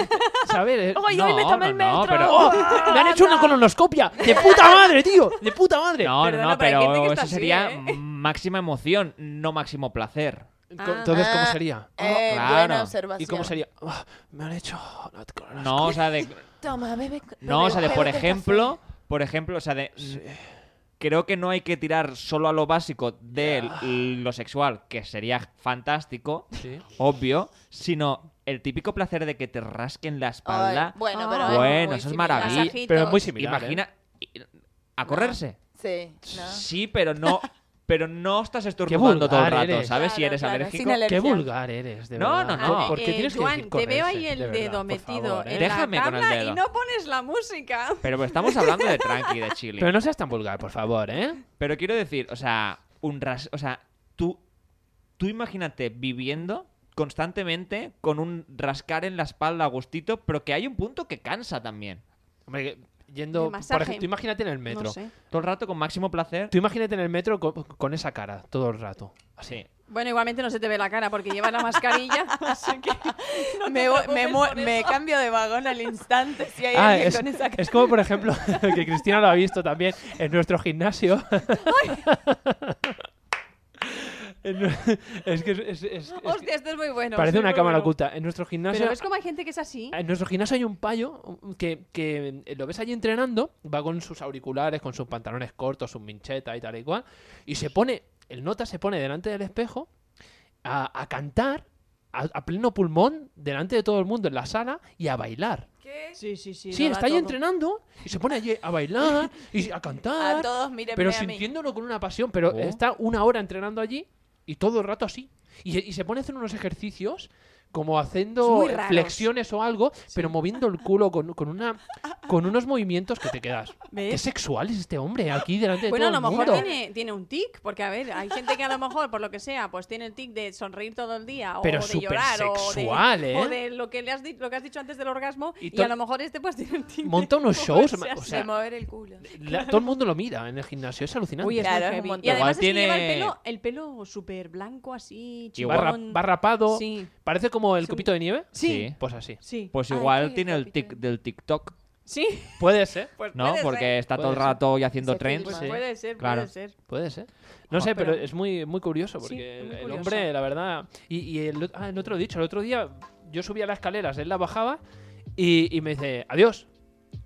[SPEAKER 4] ¿Sabes? Eh,
[SPEAKER 2] Ay,
[SPEAKER 1] no,
[SPEAKER 2] hoy me tomé el
[SPEAKER 1] no, no,
[SPEAKER 2] metro.
[SPEAKER 1] pero-
[SPEAKER 4] ¡Oh! ¡Me han hecho una colonoscopia! ¡De puta madre, tío! ¡De puta madre!
[SPEAKER 1] No,
[SPEAKER 3] Perdona,
[SPEAKER 1] no, no,
[SPEAKER 3] pero hay gente que
[SPEAKER 1] pero
[SPEAKER 3] está
[SPEAKER 1] eso
[SPEAKER 3] así,
[SPEAKER 1] sería
[SPEAKER 3] ¿eh?
[SPEAKER 1] mm, máxima emoción, no máximo placer.
[SPEAKER 4] Co- Entonces,
[SPEAKER 3] Ah,
[SPEAKER 4] ¿cómo sería? Oh,
[SPEAKER 2] Eh,
[SPEAKER 1] claro.
[SPEAKER 2] Buena
[SPEAKER 4] ¿Y
[SPEAKER 2] observación.
[SPEAKER 4] cómo sería? Ah, me han hecho la colonoscopia.
[SPEAKER 1] No, o sea, de,
[SPEAKER 2] Toma, bebe.
[SPEAKER 1] no,
[SPEAKER 2] bebe
[SPEAKER 1] o sea, de
[SPEAKER 2] un
[SPEAKER 1] por
[SPEAKER 2] café.
[SPEAKER 1] ejemplo, por ejemplo, o sea, de eh,
[SPEAKER 4] Sí.
[SPEAKER 1] creo que no hay que tirar solo a lo básico de lo sexual, que sería fantástico,
[SPEAKER 4] Sí.
[SPEAKER 1] obvio, sino el típico placer de que te rasquen la
[SPEAKER 2] Ay,
[SPEAKER 1] espalda.
[SPEAKER 2] bueno, pero
[SPEAKER 3] Ah.
[SPEAKER 2] es
[SPEAKER 1] Bueno,
[SPEAKER 2] muy
[SPEAKER 1] eso es
[SPEAKER 2] similar.
[SPEAKER 1] maravilla.
[SPEAKER 2] Masajitos.
[SPEAKER 4] Pero es muy similar. ¿eh?
[SPEAKER 1] Imagina i- a correrse.
[SPEAKER 2] Sí, ¿no?
[SPEAKER 1] Sí, pero no pero no estás estornudando
[SPEAKER 4] vulgar
[SPEAKER 1] todo el rato,
[SPEAKER 4] eres.
[SPEAKER 1] ¿sabes? si
[SPEAKER 2] Claro,
[SPEAKER 1] eres
[SPEAKER 2] claro,
[SPEAKER 1] alérgico.
[SPEAKER 2] sin alergia.
[SPEAKER 4] Qué vulgar eres, de
[SPEAKER 1] No,
[SPEAKER 4] verdad.
[SPEAKER 1] no, no.
[SPEAKER 4] ¿Por qué
[SPEAKER 3] Eh,
[SPEAKER 4] tienes que
[SPEAKER 3] Joan,
[SPEAKER 4] decir
[SPEAKER 3] te veo
[SPEAKER 4] correrse?
[SPEAKER 3] ahí
[SPEAKER 4] De
[SPEAKER 3] el
[SPEAKER 4] verdad,
[SPEAKER 3] dedo
[SPEAKER 4] por
[SPEAKER 3] metido
[SPEAKER 4] favor, ¿eh?
[SPEAKER 3] en
[SPEAKER 1] Déjame
[SPEAKER 3] la
[SPEAKER 1] con el
[SPEAKER 3] tabla
[SPEAKER 1] dedo.
[SPEAKER 3] y no pones la música.
[SPEAKER 1] Pero estamos hablando de tranqui, de chili.
[SPEAKER 4] Pero no seas tan vulgar, por favor, ¿eh?
[SPEAKER 1] Pero quiero decir, o sea, un ras- o sea, tú tú imagínate viviendo constantemente con un rascar en la espalda a gustito, pero que hay un punto que cansa también.
[SPEAKER 4] Hombre, que yendo.
[SPEAKER 3] De
[SPEAKER 4] Por
[SPEAKER 3] masaje.
[SPEAKER 4] ejemplo, tú imagínate en el metro.
[SPEAKER 3] No sé.
[SPEAKER 1] Todo el rato con máximo placer.
[SPEAKER 4] Tú imagínate en el metro con, con esa cara todo el rato.
[SPEAKER 1] Sí.
[SPEAKER 3] Bueno, igualmente no se te ve la cara porque llevas la mascarilla, así que no te
[SPEAKER 2] Me, voy- me,
[SPEAKER 3] preocupes
[SPEAKER 2] mu-
[SPEAKER 3] por
[SPEAKER 2] me
[SPEAKER 3] eso.
[SPEAKER 2] cambio de vagón al instante si hay
[SPEAKER 4] Ah,
[SPEAKER 2] alguien
[SPEAKER 4] es,
[SPEAKER 2] con esa cara.
[SPEAKER 4] es como, por ejemplo, que Cristina lo ha visto también en nuestro gimnasio. En nue- es que es- es- es- es que
[SPEAKER 3] Hostia, esto es muy bueno.
[SPEAKER 4] parece
[SPEAKER 3] sí,
[SPEAKER 4] una
[SPEAKER 3] muy
[SPEAKER 4] cámara
[SPEAKER 3] bueno.
[SPEAKER 4] oculta. En nuestro gimnasio.
[SPEAKER 3] Pero ves como hay gente que es así.
[SPEAKER 4] En nuestro gimnasio hay un payo mm, que, que eh, lo ves allí entrenando, va con sus auriculares, con sus pantalones cortos, sus minchetas y tal y cual, y se pone, el nota se pone delante del espejo a, a cantar a, a pleno pulmón delante de todo el mundo en la sala y a bailar.
[SPEAKER 3] Sí, sí, sí.
[SPEAKER 4] Sí,
[SPEAKER 3] lo da
[SPEAKER 4] está allí
[SPEAKER 3] todo.
[SPEAKER 4] entrenando y se pone allí a bailar y a
[SPEAKER 2] A
[SPEAKER 4] cantar,
[SPEAKER 2] todos, mírenme
[SPEAKER 4] pero
[SPEAKER 2] a mí.
[SPEAKER 4] sintiéndolo con una pasión, pero
[SPEAKER 1] Oh.
[SPEAKER 4] está una hora entrenando allí y todo el rato así. Y, se- y se pone a hacer unos ejercicios como
[SPEAKER 3] Son
[SPEAKER 4] haciendo
[SPEAKER 3] muy raros.
[SPEAKER 4] flexiones o algo, pero moviendo el culo con, con una, con unos movimientos que te quedas.
[SPEAKER 3] ¿Ves?
[SPEAKER 4] Qué sexual es este hombre aquí delante de
[SPEAKER 3] Bueno, a
[SPEAKER 4] todo
[SPEAKER 3] lo
[SPEAKER 4] el
[SPEAKER 3] mejor
[SPEAKER 4] mundo.
[SPEAKER 3] tiene, tiene un tic, porque a ver, hay gente que a lo mejor, por lo que sea, pues tiene el tic de sonreír todo el día,
[SPEAKER 4] Pero
[SPEAKER 3] o de
[SPEAKER 4] súper
[SPEAKER 3] llorar,
[SPEAKER 4] sexual,
[SPEAKER 3] o, de,
[SPEAKER 4] ¿eh?
[SPEAKER 3] o de lo que, le has di- lo que has dicho antes del orgasmo,
[SPEAKER 4] Y
[SPEAKER 3] y,
[SPEAKER 4] to-
[SPEAKER 3] a lo mejor este pues tiene el tic. de
[SPEAKER 4] Monta unos shows,
[SPEAKER 3] moverse
[SPEAKER 4] ma- o
[SPEAKER 3] así.
[SPEAKER 4] sea,
[SPEAKER 2] De mover el culo.
[SPEAKER 4] la- todo el mundo lo mira en el gimnasio, es alucinante.
[SPEAKER 3] Uy, es
[SPEAKER 2] Claro,
[SPEAKER 3] muy
[SPEAKER 2] es un
[SPEAKER 3] heavy.
[SPEAKER 2] montón.
[SPEAKER 3] Y además
[SPEAKER 1] Igual
[SPEAKER 3] es que lleva
[SPEAKER 1] tiene-
[SPEAKER 3] el pelo, el pelo súper blanco así,
[SPEAKER 1] Y
[SPEAKER 4] va, ra-
[SPEAKER 3] chivón.
[SPEAKER 4] va rapado,
[SPEAKER 3] Sí.
[SPEAKER 4] parece como el copito de nieve.
[SPEAKER 3] Sí.
[SPEAKER 4] Pues así.
[SPEAKER 3] Sí.
[SPEAKER 1] Pues
[SPEAKER 2] Ay,
[SPEAKER 1] igual
[SPEAKER 2] qué
[SPEAKER 1] tiene el tic
[SPEAKER 2] capitán.
[SPEAKER 1] del TikTok,
[SPEAKER 3] Sí.
[SPEAKER 4] Puede ser,
[SPEAKER 3] Pues
[SPEAKER 1] ¿no?
[SPEAKER 3] puede
[SPEAKER 1] Porque
[SPEAKER 3] ser.
[SPEAKER 1] está todo el
[SPEAKER 4] Puede ser.
[SPEAKER 1] rato y haciendo
[SPEAKER 2] Se
[SPEAKER 1] trends.
[SPEAKER 2] filma.
[SPEAKER 4] Sí.
[SPEAKER 3] Puede ser,
[SPEAKER 1] Claro.
[SPEAKER 3] puede ser.
[SPEAKER 4] Puede ser. No
[SPEAKER 1] Jo,
[SPEAKER 4] sé, pero
[SPEAKER 3] pero-
[SPEAKER 4] es muy, muy curioso porque
[SPEAKER 3] Sí,
[SPEAKER 4] el,
[SPEAKER 3] es muy
[SPEAKER 4] el
[SPEAKER 3] curioso.
[SPEAKER 4] hombre, la verdad. Y, y el, ot- ah, el otro dicho, el otro día yo subía las escaleras, él la bajaba y, y me dice adiós.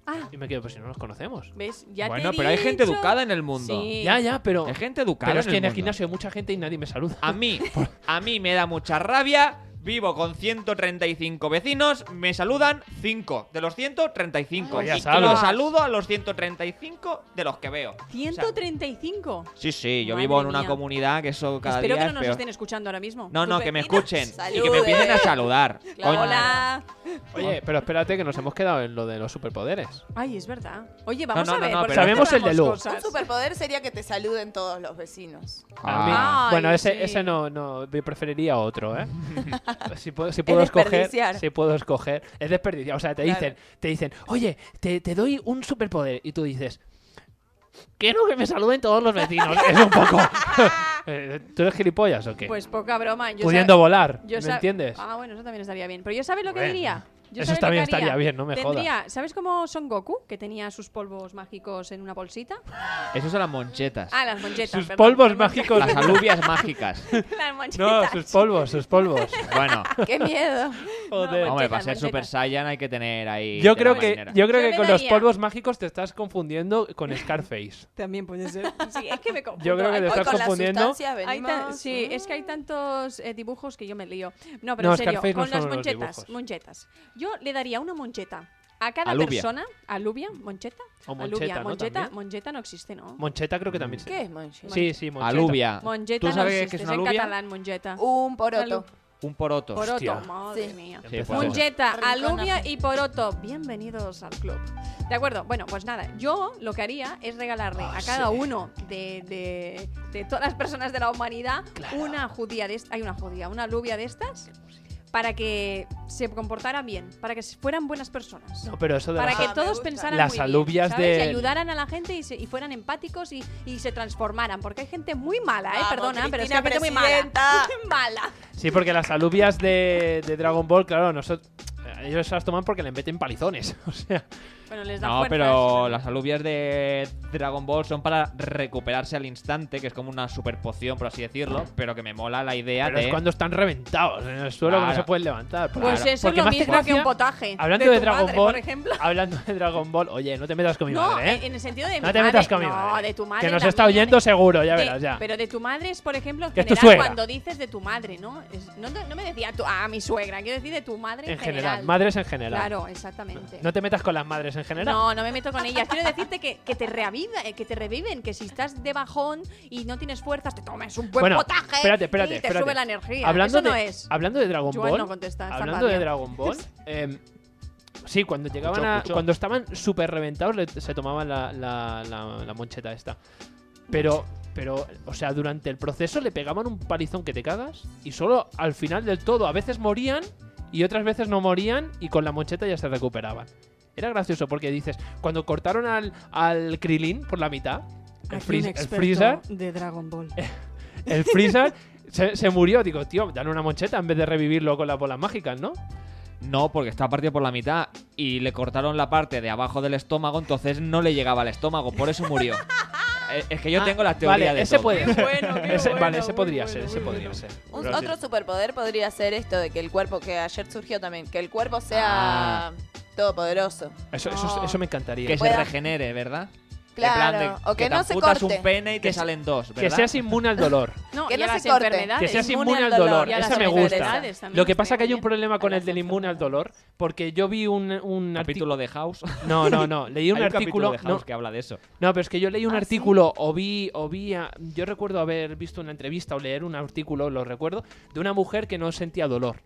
[SPEAKER 3] Ah,
[SPEAKER 4] Y me quedo, pues si no nos conocemos.
[SPEAKER 3] ¿ves? Ya te
[SPEAKER 1] bueno,
[SPEAKER 3] he
[SPEAKER 1] pero hay gente
[SPEAKER 3] dicho.
[SPEAKER 1] educada en el mundo.
[SPEAKER 3] Sí.
[SPEAKER 4] Ya, ya, pero,
[SPEAKER 1] Hay gente educada
[SPEAKER 4] pero es
[SPEAKER 1] en
[SPEAKER 4] que
[SPEAKER 1] el
[SPEAKER 4] en el
[SPEAKER 1] mundo.
[SPEAKER 4] gimnasio hay mucha gente y nadie me saluda.
[SPEAKER 1] A mí, a mí me da mucha rabia Vivo con 135 vecinos, me saludan 5 de los 135.
[SPEAKER 4] Ay, Pues ya
[SPEAKER 1] y
[SPEAKER 4] sabes.
[SPEAKER 1] los saludo a los 135 de los que veo. O sea,
[SPEAKER 3] 135.
[SPEAKER 1] sí, sí, yo
[SPEAKER 3] Madre
[SPEAKER 1] vivo en una
[SPEAKER 3] mía.
[SPEAKER 1] comunidad que eso cada
[SPEAKER 3] Espero que
[SPEAKER 1] día
[SPEAKER 3] no
[SPEAKER 1] es
[SPEAKER 3] nos
[SPEAKER 1] peor.
[SPEAKER 3] estén escuchando ahora mismo.
[SPEAKER 1] No,
[SPEAKER 3] Tus
[SPEAKER 1] no, que me
[SPEAKER 3] vecinos.
[SPEAKER 1] escuchen y que me
[SPEAKER 2] Saluden.
[SPEAKER 1] empiecen a saludar.
[SPEAKER 2] Claro.
[SPEAKER 1] Coño.
[SPEAKER 3] Hola.
[SPEAKER 4] Oye, pero espérate que nos hemos quedado en lo de los superpoderes.
[SPEAKER 3] Ay, es verdad. Oye, vamos
[SPEAKER 1] no,
[SPEAKER 3] a
[SPEAKER 1] no,
[SPEAKER 3] ver.
[SPEAKER 1] no,
[SPEAKER 3] ¿por qué
[SPEAKER 1] pero-
[SPEAKER 4] Sabemos el de
[SPEAKER 3] cerramos
[SPEAKER 4] Lu.
[SPEAKER 2] Un
[SPEAKER 3] cosas?
[SPEAKER 2] superpoder sería que te saluden todos los vecinos.
[SPEAKER 4] A mí-
[SPEAKER 1] Ah.
[SPEAKER 3] Ay,
[SPEAKER 4] bueno, ese,
[SPEAKER 3] sí.
[SPEAKER 4] ese no, no, yo preferiría otro, ¿eh? si puedo, si puedo escoger,
[SPEAKER 2] desperdiciar.
[SPEAKER 4] si puedo escoger, es desperdiciar. O sea, te
[SPEAKER 2] Claro.
[SPEAKER 4] dicen, te dicen, oye, te, te doy un superpoder y tú dices, quiero que me saluden todos los vecinos. es un poco. Eh, ¿Tú eres gilipollas o qué?
[SPEAKER 3] Pues poca broma. Yo
[SPEAKER 4] Pudiendo
[SPEAKER 3] sab-
[SPEAKER 4] volar,
[SPEAKER 3] yo
[SPEAKER 4] ¿me
[SPEAKER 3] sab-
[SPEAKER 4] entiendes?
[SPEAKER 3] Ah, bueno, eso también estaría bien. Pero yo sabes lo que
[SPEAKER 4] Bueno,
[SPEAKER 3] diría. Yo
[SPEAKER 4] eso
[SPEAKER 3] sabes lo que
[SPEAKER 4] también
[SPEAKER 3] haría.
[SPEAKER 4] estaría bien, no me jodas.
[SPEAKER 3] Tendría, ¿Sabes cómo Son Goku? Que tenía sus polvos mágicos en una bolsita.
[SPEAKER 1] Esos son las monchetas.
[SPEAKER 3] Ah, las monchetas.
[SPEAKER 4] Sus
[SPEAKER 3] perdón,
[SPEAKER 4] polvos
[SPEAKER 3] las
[SPEAKER 4] mágicos.
[SPEAKER 1] Las alubias mágicas.
[SPEAKER 3] monchetas, Las
[SPEAKER 4] No,
[SPEAKER 3] monchetas.
[SPEAKER 4] sus polvos, sus polvos.
[SPEAKER 1] Bueno,
[SPEAKER 2] ¡Qué miedo!
[SPEAKER 4] Joder.
[SPEAKER 1] hombre,
[SPEAKER 3] Monchetas,
[SPEAKER 1] para ser
[SPEAKER 3] monchetas.
[SPEAKER 1] Super Saiyan hay que tener ahí.
[SPEAKER 4] Yo
[SPEAKER 1] tela
[SPEAKER 4] creo que,
[SPEAKER 1] marinera.
[SPEAKER 4] yo creo
[SPEAKER 3] Yo
[SPEAKER 4] que
[SPEAKER 3] le
[SPEAKER 4] con los
[SPEAKER 3] daría-
[SPEAKER 4] polvos mágicos te estás confundiendo con Scarface.
[SPEAKER 3] También puede ser. Sí, es que me confundo.
[SPEAKER 4] Yo creo que
[SPEAKER 3] Hay
[SPEAKER 4] te
[SPEAKER 2] Hoy
[SPEAKER 4] estás
[SPEAKER 2] con las
[SPEAKER 4] confundiendo.
[SPEAKER 2] sustancias
[SPEAKER 3] Hay
[SPEAKER 2] venimos...
[SPEAKER 3] tan- sí, es que hay tantos eh, dibujos que yo me lío. No, pero
[SPEAKER 4] No,
[SPEAKER 3] en serio,
[SPEAKER 4] Scarface no
[SPEAKER 3] con las
[SPEAKER 4] son los
[SPEAKER 3] monchetas,
[SPEAKER 4] dibujos.
[SPEAKER 3] monchetas. Yo le daría una moncheta a cada
[SPEAKER 1] Alubia.
[SPEAKER 3] persona, alubia, moncheta,
[SPEAKER 4] O
[SPEAKER 3] alubia,
[SPEAKER 4] Moncheta, ¿no?
[SPEAKER 3] moncheta,
[SPEAKER 4] También.
[SPEAKER 3] moncheta no existe, ¿no?
[SPEAKER 4] Moncheta creo que también se-
[SPEAKER 2] ¿Qué es Monchi?
[SPEAKER 4] Sí, sí, Moncheta.
[SPEAKER 1] Alubia.
[SPEAKER 3] moncheta
[SPEAKER 4] ¿Tú
[SPEAKER 3] no
[SPEAKER 4] sabes qué
[SPEAKER 3] existe,
[SPEAKER 4] es
[SPEAKER 3] es
[SPEAKER 4] una
[SPEAKER 3] en
[SPEAKER 4] alubia?
[SPEAKER 3] catalán moncheta.
[SPEAKER 2] Un poroto.
[SPEAKER 3] Salud.
[SPEAKER 1] Un poroto.
[SPEAKER 3] Poroto,
[SPEAKER 4] Hostia.
[SPEAKER 3] madre
[SPEAKER 2] Sí.
[SPEAKER 3] mía.
[SPEAKER 1] Sí,
[SPEAKER 4] Empezamos.
[SPEAKER 1] puede ser.
[SPEAKER 3] Moncheta,
[SPEAKER 2] Rincona.
[SPEAKER 3] alubia y poroto. Bienvenidos al club. De acuerdo, bueno, pues nada, yo lo que haría es regalarle
[SPEAKER 4] Ah,
[SPEAKER 3] a cada uno de, de- de todas las personas de la humanidad una judía de estas, hay una judía, una alubia de estas, para que se comportaran bien, para que fueran buenas personas.
[SPEAKER 4] No, pero eso de
[SPEAKER 3] Para
[SPEAKER 4] las-
[SPEAKER 3] que
[SPEAKER 2] me
[SPEAKER 3] todos
[SPEAKER 2] gusta.
[SPEAKER 3] pensaran
[SPEAKER 4] Las
[SPEAKER 3] muy bien,
[SPEAKER 4] alubias
[SPEAKER 3] ¿sabes?
[SPEAKER 4] de-
[SPEAKER 3] Y ayudaran a la gente y, se- y fueran empáticos y, y se transformaran. Porque hay gente muy mala, ¿eh?
[SPEAKER 2] Vamos,
[SPEAKER 3] Perdona, pero es que
[SPEAKER 2] Cristina
[SPEAKER 3] hay gente muy mala.
[SPEAKER 2] presidenta.
[SPEAKER 3] Muy mala.
[SPEAKER 4] Sí, porque las alubias de, de Dragon Ball, claro, nosotros, ellos se las toman porque le meten palizones. O sea,
[SPEAKER 3] Bueno, les da
[SPEAKER 1] No,
[SPEAKER 3] fuerzas.
[SPEAKER 1] pero las alubias de Dragon Ball son para recuperarse al instante, que es como una super poción, por así decirlo, pero que me mola la idea
[SPEAKER 4] pero
[SPEAKER 1] de...
[SPEAKER 4] es cuando están reventados en el suelo que no
[SPEAKER 1] Claro.
[SPEAKER 4] se pueden levantar.
[SPEAKER 3] Pues
[SPEAKER 1] Claro,
[SPEAKER 3] eso es
[SPEAKER 4] porque
[SPEAKER 3] lo
[SPEAKER 4] me hace
[SPEAKER 3] mismo que
[SPEAKER 4] gracia-
[SPEAKER 3] un potaje.
[SPEAKER 4] Hablando
[SPEAKER 3] de,
[SPEAKER 4] de,
[SPEAKER 3] tu
[SPEAKER 4] Dragon
[SPEAKER 3] madre,
[SPEAKER 4] Ball,
[SPEAKER 3] por ejemplo.
[SPEAKER 4] hablando de Dragon Ball, oye, no te metas con mi
[SPEAKER 3] no,
[SPEAKER 4] madre, ¿eh?
[SPEAKER 3] en el sentido de mi
[SPEAKER 4] no te
[SPEAKER 3] madre.
[SPEAKER 4] metas con mi
[SPEAKER 3] no,
[SPEAKER 4] madre.
[SPEAKER 3] de tu madre.
[SPEAKER 4] que nos
[SPEAKER 3] también. ¿eh?
[SPEAKER 4] está oyendo seguro, ya
[SPEAKER 3] De-
[SPEAKER 4] verás, ya.
[SPEAKER 3] Pero de tu madre es, por ejemplo, en
[SPEAKER 4] Que es tu
[SPEAKER 3] general
[SPEAKER 4] suegra.
[SPEAKER 3] cuando dices de tu madre, ¿no? Es- no, no- no me decía tu- a mi suegra, quiero decir de tu madre en,
[SPEAKER 4] en general, madres en general.
[SPEAKER 3] Claro, exactamente.
[SPEAKER 4] No te metas con las madres en general.
[SPEAKER 3] No, no me meto con ellas. Quiero decirte que, que te reaviva, eh, que te reviven, que si estás de bajón y no tienes fuerzas, te tomes un buen
[SPEAKER 4] Bueno,
[SPEAKER 3] potaje
[SPEAKER 4] espérate, espérate,
[SPEAKER 3] y te
[SPEAKER 4] espérate.
[SPEAKER 3] sube la energía.
[SPEAKER 4] hablando
[SPEAKER 3] Eso
[SPEAKER 4] de,
[SPEAKER 3] no es.
[SPEAKER 4] Hablando de Dragon
[SPEAKER 3] Joan
[SPEAKER 4] Ball.
[SPEAKER 3] no contesta, está
[SPEAKER 4] hablando de
[SPEAKER 3] rabia.
[SPEAKER 4] Dragon Ball. em, sí, cuando llegaban
[SPEAKER 1] Escucho,
[SPEAKER 4] a-
[SPEAKER 1] escucho.
[SPEAKER 4] Cuando estaban súper reventados, le- se tomaban la, la- la- la moncheta esta. Pero. Pero, o sea, durante el proceso le pegaban un palizón que te cagas y solo al final del todo, a veces morían y otras veces no morían y con la moncheta ya se recuperaban. Era gracioso porque dices, cuando cortaron al, al Krilin por la mitad, el, Freez- el Freezer,
[SPEAKER 3] de Dragon Ball.
[SPEAKER 4] el Freezer se, se murió. Digo, tío, dale una moncheta en vez de revivirlo con las bolas mágicas, ¿no?
[SPEAKER 1] No, porque estaba partido por la mitad y le cortaron la parte de abajo del estómago, entonces no le llegaba al estómago, por eso murió. Eh, es que yo
[SPEAKER 4] Ah,
[SPEAKER 1] tengo la teoría
[SPEAKER 4] vale,
[SPEAKER 1] de
[SPEAKER 4] ese
[SPEAKER 1] todo.
[SPEAKER 4] puede ser.
[SPEAKER 3] bueno, qué
[SPEAKER 4] Ese-
[SPEAKER 3] bueno,
[SPEAKER 4] vale, ese
[SPEAKER 3] muy
[SPEAKER 4] podría
[SPEAKER 3] bueno,
[SPEAKER 4] ser, ese
[SPEAKER 3] muy
[SPEAKER 4] podría
[SPEAKER 3] bueno.
[SPEAKER 4] ser.
[SPEAKER 2] Un- otro superpoder podría ser esto de que el cuerpo, que ayer surgió también, que el cuerpo sea
[SPEAKER 4] Ah.
[SPEAKER 2] todopoderoso.
[SPEAKER 4] Eso, eso,
[SPEAKER 3] No.
[SPEAKER 4] eso me encantaría.
[SPEAKER 1] Que
[SPEAKER 4] Que,
[SPEAKER 1] se
[SPEAKER 2] pueda-
[SPEAKER 1] regenere, ¿verdad? De
[SPEAKER 2] Claro,
[SPEAKER 1] plan de
[SPEAKER 2] o que
[SPEAKER 1] te
[SPEAKER 2] no se
[SPEAKER 1] amputas
[SPEAKER 2] corte.
[SPEAKER 1] un pene y te
[SPEAKER 4] Que se-
[SPEAKER 1] salen dos, ¿verdad?
[SPEAKER 4] seas inmune al dolor.
[SPEAKER 3] No,
[SPEAKER 2] Que
[SPEAKER 3] y
[SPEAKER 2] no
[SPEAKER 3] a
[SPEAKER 2] se
[SPEAKER 3] las
[SPEAKER 2] corte.
[SPEAKER 4] que
[SPEAKER 3] enfermedades.
[SPEAKER 4] seas
[SPEAKER 2] inmune
[SPEAKER 4] inmune al
[SPEAKER 2] al
[SPEAKER 4] dolor.
[SPEAKER 2] dolor.
[SPEAKER 3] Y a las
[SPEAKER 4] Esa me gusta.
[SPEAKER 3] enfermedades también
[SPEAKER 4] Lo que
[SPEAKER 3] estaría
[SPEAKER 4] pasa que hay un
[SPEAKER 3] bien.
[SPEAKER 4] problema con
[SPEAKER 3] A
[SPEAKER 4] el
[SPEAKER 3] las
[SPEAKER 4] del inmune al dolor. Porque yo vi un, un artículo.
[SPEAKER 1] capítulo de House.
[SPEAKER 4] No, no, no. Leí
[SPEAKER 1] Hay
[SPEAKER 4] un
[SPEAKER 1] capítulo
[SPEAKER 4] artículo.
[SPEAKER 1] de
[SPEAKER 4] no,
[SPEAKER 1] House que habla de eso.
[SPEAKER 4] No, pero es que yo leí un
[SPEAKER 2] Ah, ¿sí?
[SPEAKER 4] artículo o vi, o vi a- yo recuerdo haber visto una entrevista o leer un artículo, lo recuerdo, de una mujer que no sentía dolor.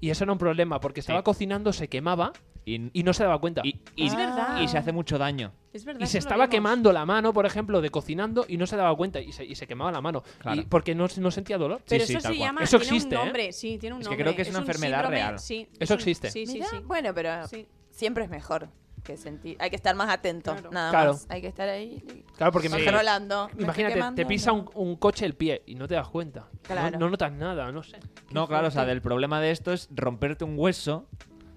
[SPEAKER 4] Y eso era un problema, porque estaba
[SPEAKER 1] Sí.
[SPEAKER 4] cocinando, se quemaba
[SPEAKER 1] Y,
[SPEAKER 4] y no se daba cuenta. Y,
[SPEAKER 1] y- y-
[SPEAKER 3] Es verdad.
[SPEAKER 1] y
[SPEAKER 2] Ah.
[SPEAKER 1] se hace mucho daño.
[SPEAKER 3] Es verdad,
[SPEAKER 4] se
[SPEAKER 3] eso lo
[SPEAKER 4] estaba
[SPEAKER 3] vimos.
[SPEAKER 4] quemando la mano, por ejemplo, de cocinando y no se daba cuenta y se, y se quemaba la mano.
[SPEAKER 1] Claro.
[SPEAKER 4] Y- porque no, no sentía dolor.
[SPEAKER 3] Pero
[SPEAKER 1] sí,
[SPEAKER 3] eso
[SPEAKER 1] tal
[SPEAKER 3] se
[SPEAKER 1] cual.
[SPEAKER 3] llama.
[SPEAKER 4] Eso
[SPEAKER 3] tiene un
[SPEAKER 4] existe, ¿eh?
[SPEAKER 3] nombre, sí, tiene un
[SPEAKER 1] Es que
[SPEAKER 3] nombre.
[SPEAKER 1] creo que es una
[SPEAKER 3] un
[SPEAKER 1] enfermedad
[SPEAKER 3] síndrome,
[SPEAKER 1] real.
[SPEAKER 3] sí,
[SPEAKER 4] Eso
[SPEAKER 3] es un-
[SPEAKER 4] existe.
[SPEAKER 3] Sí, sí,
[SPEAKER 2] Mirá,
[SPEAKER 3] sí.
[SPEAKER 2] Bueno, pero
[SPEAKER 3] Sí.
[SPEAKER 2] siempre es mejor que sentir. Hay que estar más atento,
[SPEAKER 3] Claro.
[SPEAKER 2] nada
[SPEAKER 4] Claro.
[SPEAKER 2] más. Hay que estar ahí
[SPEAKER 4] Claro, porque imagina-
[SPEAKER 2] controlando. Me estoy
[SPEAKER 4] imagínate,
[SPEAKER 2] quemando,
[SPEAKER 4] te pisa
[SPEAKER 2] no.
[SPEAKER 4] un, un coche el pie y no te das cuenta. No-
[SPEAKER 2] Claro.
[SPEAKER 4] No, notas nada, no sé.
[SPEAKER 1] No, claro, o sea,
[SPEAKER 3] fuerte.
[SPEAKER 1] del problema de esto es romperte un hueso,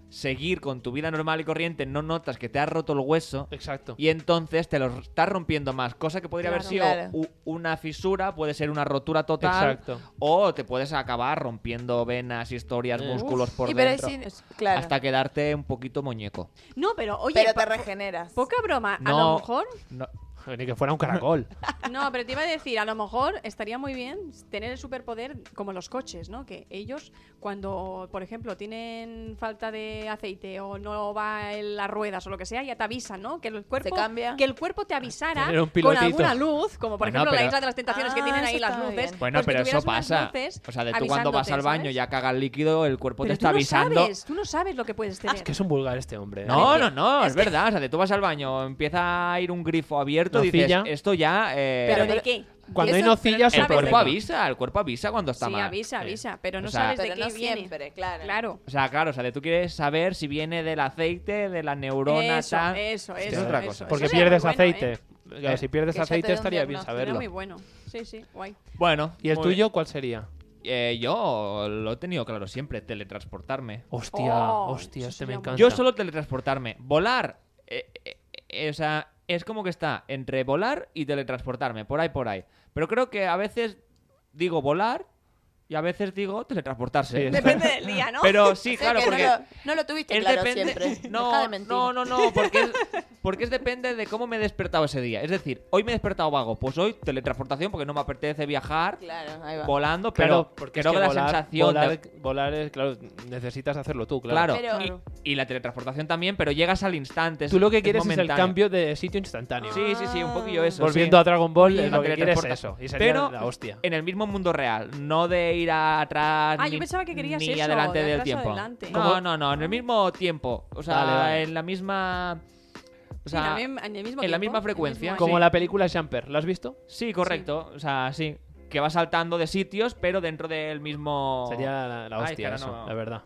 [SPEAKER 1] seguir con tu vida normal y corriente, no notas que te has roto el hueso
[SPEAKER 4] Exacto.
[SPEAKER 1] y entonces te lo estás rompiendo más, cosa que podría haber
[SPEAKER 2] Claro.
[SPEAKER 1] sido
[SPEAKER 2] Claro.
[SPEAKER 1] u- una fisura, puede ser una rotura total
[SPEAKER 4] Exacto.
[SPEAKER 1] o te puedes acabar rompiendo venas, historias,
[SPEAKER 4] Eh.
[SPEAKER 1] músculos por
[SPEAKER 2] Y pero ahí
[SPEAKER 1] dentro
[SPEAKER 2] sí, es- claro.
[SPEAKER 1] hasta quedarte un poquito muñeco.
[SPEAKER 3] No, pero oye,
[SPEAKER 2] pero te
[SPEAKER 3] po-
[SPEAKER 2] regeneras.
[SPEAKER 3] poca broma. A
[SPEAKER 1] No.
[SPEAKER 3] lo mejor
[SPEAKER 1] No,
[SPEAKER 4] Ni que fuera un caracol.
[SPEAKER 3] No, pero te iba a decir, a lo mejor estaría muy bien tener el superpoder como los coches, ¿no? Que ellos, cuando, por ejemplo, tienen falta de aceite o no va en las ruedas o lo que sea, ya te avisan, ¿no? Que el cuerpo,
[SPEAKER 2] cambia.
[SPEAKER 3] que el cuerpo te avisara
[SPEAKER 4] Tener un
[SPEAKER 3] con
[SPEAKER 4] pilotito.
[SPEAKER 3] alguna luz, como por
[SPEAKER 1] Bueno,
[SPEAKER 3] ejemplo la
[SPEAKER 1] pero-
[SPEAKER 3] isla de las tentaciones que
[SPEAKER 2] Ah,
[SPEAKER 3] tienen
[SPEAKER 2] eso
[SPEAKER 3] ahí las
[SPEAKER 2] está
[SPEAKER 3] luces.
[SPEAKER 2] bien.
[SPEAKER 1] Bueno,
[SPEAKER 3] pues que
[SPEAKER 1] pero eso
[SPEAKER 3] tuvieras unas
[SPEAKER 1] pasa.
[SPEAKER 3] luces
[SPEAKER 1] O sea, de tú cuando vas
[SPEAKER 3] avisándote,
[SPEAKER 1] al baño
[SPEAKER 3] ¿sabes?
[SPEAKER 1] ya caga el líquido, el cuerpo
[SPEAKER 3] Pero
[SPEAKER 1] te
[SPEAKER 3] tú
[SPEAKER 1] está
[SPEAKER 3] no
[SPEAKER 1] avisando. Ah,
[SPEAKER 3] sabes, tú no sabes lo que puedes tener.
[SPEAKER 4] es que es un vulgar este hombre. ¿eh?
[SPEAKER 1] No,
[SPEAKER 3] Parece-
[SPEAKER 1] no, no, es,
[SPEAKER 3] es que-
[SPEAKER 1] verdad. O sea, de tú vas al baño, empieza a ir un grifo abierto, dices,
[SPEAKER 4] Nocilla.
[SPEAKER 1] esto ya. eh,
[SPEAKER 3] ¿Pero
[SPEAKER 1] el
[SPEAKER 3] de qué?
[SPEAKER 4] Cuando
[SPEAKER 3] Eso-
[SPEAKER 4] hay
[SPEAKER 3] pero no
[SPEAKER 4] nocillas,
[SPEAKER 3] sabes
[SPEAKER 4] el
[SPEAKER 3] de
[SPEAKER 1] cuerpo
[SPEAKER 3] qué.
[SPEAKER 1] avisa, el cuerpo avisa cuando está
[SPEAKER 3] Sí,
[SPEAKER 1] mal.
[SPEAKER 3] avisa, avisa, pero no
[SPEAKER 1] O sea,
[SPEAKER 3] sabes de
[SPEAKER 2] Pero
[SPEAKER 3] qué
[SPEAKER 2] no
[SPEAKER 3] viene.
[SPEAKER 2] siempre, claro.
[SPEAKER 3] Claro.
[SPEAKER 1] O sea, claro, o sea, de tú quieres saber si viene del aceite, de la neurona,
[SPEAKER 3] Eso, eh.
[SPEAKER 1] tal.
[SPEAKER 3] eso,
[SPEAKER 1] Es
[SPEAKER 3] eso.
[SPEAKER 1] otra
[SPEAKER 3] eso,
[SPEAKER 1] cosa.
[SPEAKER 3] eso
[SPEAKER 4] Porque
[SPEAKER 3] sería
[SPEAKER 4] pierdes
[SPEAKER 3] muy bueno,
[SPEAKER 4] aceite.
[SPEAKER 3] ¿eh?
[SPEAKER 4] Claro, si pierdes
[SPEAKER 2] Que ya te
[SPEAKER 4] aceite
[SPEAKER 2] dé un
[SPEAKER 4] estaría bien
[SPEAKER 2] diagnóstico,
[SPEAKER 3] Sería
[SPEAKER 4] saberlo.
[SPEAKER 3] muy bueno. Sí, sí, guay.
[SPEAKER 1] Bueno.
[SPEAKER 4] ¿Y el
[SPEAKER 1] muy
[SPEAKER 4] tuyo cuál sería?
[SPEAKER 1] bien. Eh, yo lo he tenido claro siempre, teletransportarme.
[SPEAKER 4] Hostia,
[SPEAKER 3] Oh,
[SPEAKER 4] hostia,
[SPEAKER 3] eso
[SPEAKER 4] este me
[SPEAKER 3] sería muy
[SPEAKER 4] encanta.
[SPEAKER 1] Yo solo teletransportarme. Volar. eh, eh, eh, o sea, es como que está entre volar y teletransportarme, por ahí, por ahí. Pero creo que a veces digo volar y a veces digo
[SPEAKER 4] Sí,
[SPEAKER 1] teletransportarse.
[SPEAKER 4] está-
[SPEAKER 3] Depende del día, ¿no?
[SPEAKER 1] Pero sí,
[SPEAKER 2] Sé
[SPEAKER 1] claro,
[SPEAKER 2] que
[SPEAKER 1] porque...
[SPEAKER 2] no lo, no lo tuviste
[SPEAKER 1] Es
[SPEAKER 2] claro
[SPEAKER 1] depende.
[SPEAKER 2] siempre.
[SPEAKER 1] No,
[SPEAKER 2] Deja de mentir.
[SPEAKER 1] no, no, no, porque es, porque es depende de cómo me he despertado ese día. Es decir, hoy me he despertado vago, pues hoy teletransportación porque no me apetece viajar
[SPEAKER 2] Claro, ahí va.
[SPEAKER 1] volando,
[SPEAKER 4] Claro,
[SPEAKER 1] pero
[SPEAKER 4] porque es
[SPEAKER 1] creo
[SPEAKER 4] que
[SPEAKER 1] la
[SPEAKER 4] volar,
[SPEAKER 1] sensación
[SPEAKER 4] volar,
[SPEAKER 1] de-
[SPEAKER 4] volar es, claro, necesitas hacerlo tú, claro.
[SPEAKER 1] Claro,
[SPEAKER 2] Pero-
[SPEAKER 1] y- Y, la teletransportación también, pero llegas al instante. es-
[SPEAKER 4] Tú lo que
[SPEAKER 1] es
[SPEAKER 4] quieres es el
[SPEAKER 1] momentáneo.
[SPEAKER 4] cambio de sitio instantáneo.
[SPEAKER 1] Sí, sí, sí, un poquillo eso.
[SPEAKER 4] Volviendo
[SPEAKER 1] sí.
[SPEAKER 4] a Dragon Ball,
[SPEAKER 1] Sí,
[SPEAKER 4] eh, lo que quieres es eso.
[SPEAKER 1] teletransporta-
[SPEAKER 4] Y sería
[SPEAKER 1] Pero-
[SPEAKER 4] la hostia.
[SPEAKER 1] En el mismo mundo real, no de ir atrás
[SPEAKER 3] Ah,
[SPEAKER 1] ni,
[SPEAKER 3] yo pensaba que querías
[SPEAKER 1] ni
[SPEAKER 3] eso,
[SPEAKER 1] adelante
[SPEAKER 3] de
[SPEAKER 1] del
[SPEAKER 3] atrás
[SPEAKER 1] tiempo.
[SPEAKER 3] adelante.
[SPEAKER 1] No,
[SPEAKER 4] ¿Cómo?
[SPEAKER 1] no, no, en el mismo tiempo. O sea,
[SPEAKER 4] Vale, vale.
[SPEAKER 1] en la misma. O
[SPEAKER 3] Sí, en la
[SPEAKER 1] sea,
[SPEAKER 3] mim- en el mismo
[SPEAKER 1] en la
[SPEAKER 3] tiempo,
[SPEAKER 1] misma
[SPEAKER 3] en el
[SPEAKER 1] frecuencia.
[SPEAKER 3] mismo
[SPEAKER 4] Como
[SPEAKER 1] sí.
[SPEAKER 4] la película Jumper, ¿la has visto?
[SPEAKER 1] Sí, correcto. O sea, sí. Que va saltando de sitios, pero dentro del mismo
[SPEAKER 4] Sería la, la
[SPEAKER 1] Ay,
[SPEAKER 4] hostia,
[SPEAKER 1] cara,
[SPEAKER 4] eso,
[SPEAKER 1] no.
[SPEAKER 4] la verdad.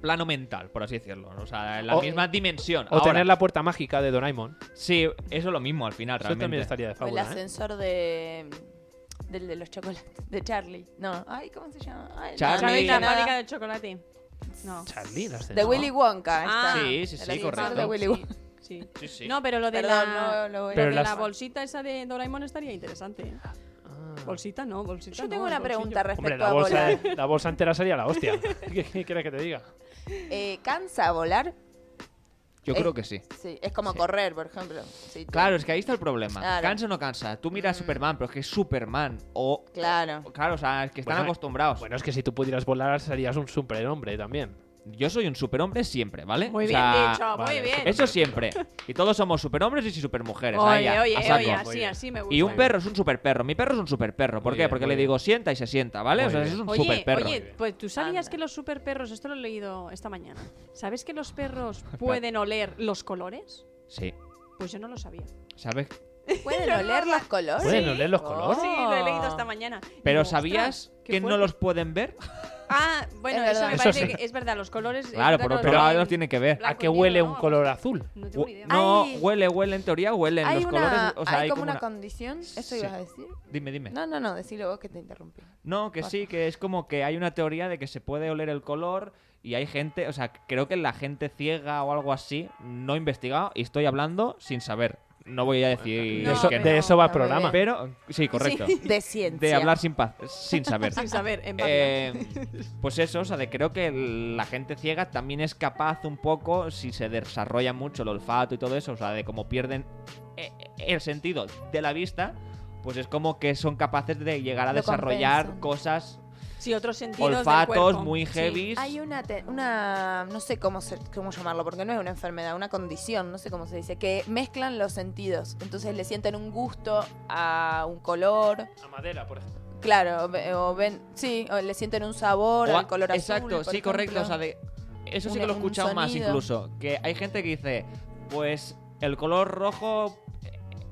[SPEAKER 1] plano mental, por así decirlo. O sea, en la
[SPEAKER 4] O-
[SPEAKER 1] misma dimensión.
[SPEAKER 4] O
[SPEAKER 1] Ahora,
[SPEAKER 4] tener la puerta mágica de Doraemon.
[SPEAKER 1] Sí, eso es lo mismo al final,
[SPEAKER 4] Eso también
[SPEAKER 1] realmente.
[SPEAKER 4] estaría de
[SPEAKER 2] O el
[SPEAKER 4] fábula, ¿eh?
[SPEAKER 2] ascensor de, del de los chocolates, de Charlie. No, ay, ¿cómo se llama? Ay,
[SPEAKER 1] Charlie.
[SPEAKER 2] no, no
[SPEAKER 3] ¿Sabéis
[SPEAKER 2] digo
[SPEAKER 3] la
[SPEAKER 1] Nada.
[SPEAKER 3] fábrica del chocolate? No.
[SPEAKER 4] Charlie, el ascensor.
[SPEAKER 2] De Willy Wonka. ahí
[SPEAKER 3] Ah,
[SPEAKER 2] está.
[SPEAKER 1] Sí, sí,
[SPEAKER 2] el
[SPEAKER 1] sí,
[SPEAKER 2] ascensor
[SPEAKER 1] correcto.
[SPEAKER 2] de Willy Wonka.
[SPEAKER 3] Sí, sí.
[SPEAKER 1] Sí, sí.
[SPEAKER 3] No, pero lo de
[SPEAKER 2] Perdón,
[SPEAKER 3] la...
[SPEAKER 2] no lo voy a-
[SPEAKER 3] lo
[SPEAKER 4] Pero
[SPEAKER 3] de
[SPEAKER 4] las-
[SPEAKER 3] la bolsita esa de Doraemon estaría interesante. ¿eh?
[SPEAKER 4] Ah.
[SPEAKER 3] Bolsita no, bolsita
[SPEAKER 2] Yo
[SPEAKER 3] no,
[SPEAKER 2] tengo
[SPEAKER 3] el
[SPEAKER 2] una
[SPEAKER 3] bolsillo.
[SPEAKER 2] pregunta
[SPEAKER 4] Hombre,
[SPEAKER 2] respecto
[SPEAKER 4] la
[SPEAKER 2] a
[SPEAKER 4] bolsa,
[SPEAKER 2] volar.
[SPEAKER 4] la bolsa entera sería la hostia. ¿Qué, qué quieres que te diga?
[SPEAKER 2] Eh, ¿Cansa volar?
[SPEAKER 1] Yo
[SPEAKER 2] Eh,
[SPEAKER 1] creo que sí.
[SPEAKER 2] Sí, es como correr, por ejemplo. Sí, te-
[SPEAKER 1] Claro, es que ahí está el problema.
[SPEAKER 2] Claro.
[SPEAKER 1] Cansa o no cansa. Tú
[SPEAKER 3] Mm.
[SPEAKER 1] miras a Superman, pero es que es Superman. O.
[SPEAKER 2] Claro.
[SPEAKER 1] o- Claro, o sea, es que están
[SPEAKER 4] Bueno,
[SPEAKER 1] acostumbrados.
[SPEAKER 4] Bueno, es que si tú pudieras volar serías un superhombre también.
[SPEAKER 1] Yo soy un superhombre siempre, ¿vale?
[SPEAKER 3] Muy
[SPEAKER 1] O
[SPEAKER 3] bien
[SPEAKER 1] sea,
[SPEAKER 3] dicho, muy
[SPEAKER 4] vale,
[SPEAKER 3] bien.
[SPEAKER 1] Eso siempre. Y todos somos superhombres y supermujeres. ahí,
[SPEAKER 3] Oye,
[SPEAKER 1] a- a
[SPEAKER 3] oye,
[SPEAKER 1] saco.
[SPEAKER 3] oye,
[SPEAKER 4] Muy
[SPEAKER 3] así,
[SPEAKER 4] bien.
[SPEAKER 3] así me gusta.
[SPEAKER 1] Y un perro es un superperro. Mi perro es un superperro. ¿Por
[SPEAKER 4] Muy
[SPEAKER 1] qué?
[SPEAKER 4] bien,
[SPEAKER 1] Porque
[SPEAKER 4] muy
[SPEAKER 1] le
[SPEAKER 4] bien.
[SPEAKER 1] digo sienta y se sienta, ¿vale?
[SPEAKER 4] Muy
[SPEAKER 1] o sea,
[SPEAKER 4] bien.
[SPEAKER 1] es un
[SPEAKER 3] Oye,
[SPEAKER 1] superperro.
[SPEAKER 3] oye, pues tú sabías
[SPEAKER 2] Anda.
[SPEAKER 3] que los superperros, esto lo he leído esta mañana, ¿sabes que los perros pueden oler los colores?
[SPEAKER 1] Sí.
[SPEAKER 3] Pues yo no lo sabía.
[SPEAKER 1] ¿Sabes?
[SPEAKER 2] ¿Pueden oler los colores?
[SPEAKER 4] ¿Pueden oler los
[SPEAKER 2] Oh.
[SPEAKER 4] colores?
[SPEAKER 3] Sí, lo he leído
[SPEAKER 4] Oh.
[SPEAKER 3] esta mañana.
[SPEAKER 1] Pero
[SPEAKER 3] Digo,
[SPEAKER 1] ¿sabías
[SPEAKER 3] ostras, qué
[SPEAKER 1] que no
[SPEAKER 3] fuerte.
[SPEAKER 1] los pueden ver?
[SPEAKER 3] Ah, bueno,
[SPEAKER 2] Es
[SPEAKER 3] eso me
[SPEAKER 2] verdad.
[SPEAKER 3] parece
[SPEAKER 4] Eso sí.
[SPEAKER 3] que es verdad, los colores... eh, es
[SPEAKER 1] Claro,
[SPEAKER 3] verdad
[SPEAKER 1] por
[SPEAKER 3] que
[SPEAKER 1] otro
[SPEAKER 3] los
[SPEAKER 1] lado
[SPEAKER 3] ven-
[SPEAKER 1] los tienen que ver.
[SPEAKER 3] blanco
[SPEAKER 4] ¿A qué
[SPEAKER 3] y negro,
[SPEAKER 4] huele
[SPEAKER 3] ¿no?
[SPEAKER 4] un color azul?
[SPEAKER 3] No tengo ni idea.
[SPEAKER 1] No,
[SPEAKER 2] Ay.
[SPEAKER 1] huele, huele. En teoría huelen
[SPEAKER 2] Hay
[SPEAKER 1] los
[SPEAKER 2] una,
[SPEAKER 1] colores. O sea,
[SPEAKER 2] hay como una, condición, eso
[SPEAKER 1] Sí.
[SPEAKER 2] ibas a decir.
[SPEAKER 1] Dime, dime. No.
[SPEAKER 2] No, no, no, decilo vos que te interrumpí.
[SPEAKER 1] que sí, que es como que hay una teoría de que se puede oler el color y hay gente, o sea, creo que la gente ciega o algo así, no he investigado y estoy hablando sin saber. No voy a decir
[SPEAKER 4] de,
[SPEAKER 3] No,
[SPEAKER 4] eso,
[SPEAKER 1] que no.
[SPEAKER 4] de eso va el
[SPEAKER 2] está muy
[SPEAKER 4] programa.
[SPEAKER 1] Pero, sí, correcto.
[SPEAKER 2] De ciencia.
[SPEAKER 1] De hablar sin paz, sin saber.
[SPEAKER 3] Sin saber, en
[SPEAKER 1] Eh, pues eso, o sea, de creo que la gente ciega también es capaz un poco, si se desarrolla mucho el olfato y todo eso, o sea, de cómo pierden eh, el sentido de la vista, pues es como que son capaces de llegar a
[SPEAKER 2] Lo
[SPEAKER 1] desarrollar
[SPEAKER 2] compensan.
[SPEAKER 1] cosas,
[SPEAKER 3] Sí, otros sentidos del
[SPEAKER 1] olfatos
[SPEAKER 3] cuerpo.
[SPEAKER 1] muy
[SPEAKER 3] Sí.
[SPEAKER 1] heavy.
[SPEAKER 2] Hay una, te- una no sé cómo, se- cómo llamarlo, porque no es una enfermedad, una condición, no sé cómo se dice, que mezclan los sentidos. Entonces le sienten un gusto a un color,
[SPEAKER 4] A madera, por ejemplo.
[SPEAKER 2] claro, o ve- o ven, sí, o le sienten un sabor al color azul.
[SPEAKER 1] Exacto,
[SPEAKER 2] por
[SPEAKER 1] sí, correcto.
[SPEAKER 2] ejemplo.
[SPEAKER 1] O sea, de- eso sí
[SPEAKER 2] Un-
[SPEAKER 1] que lo he
[SPEAKER 2] un
[SPEAKER 1] escuchado más
[SPEAKER 2] sonido.
[SPEAKER 1] incluso. Que hay gente que dice, pues el color rojo. eh,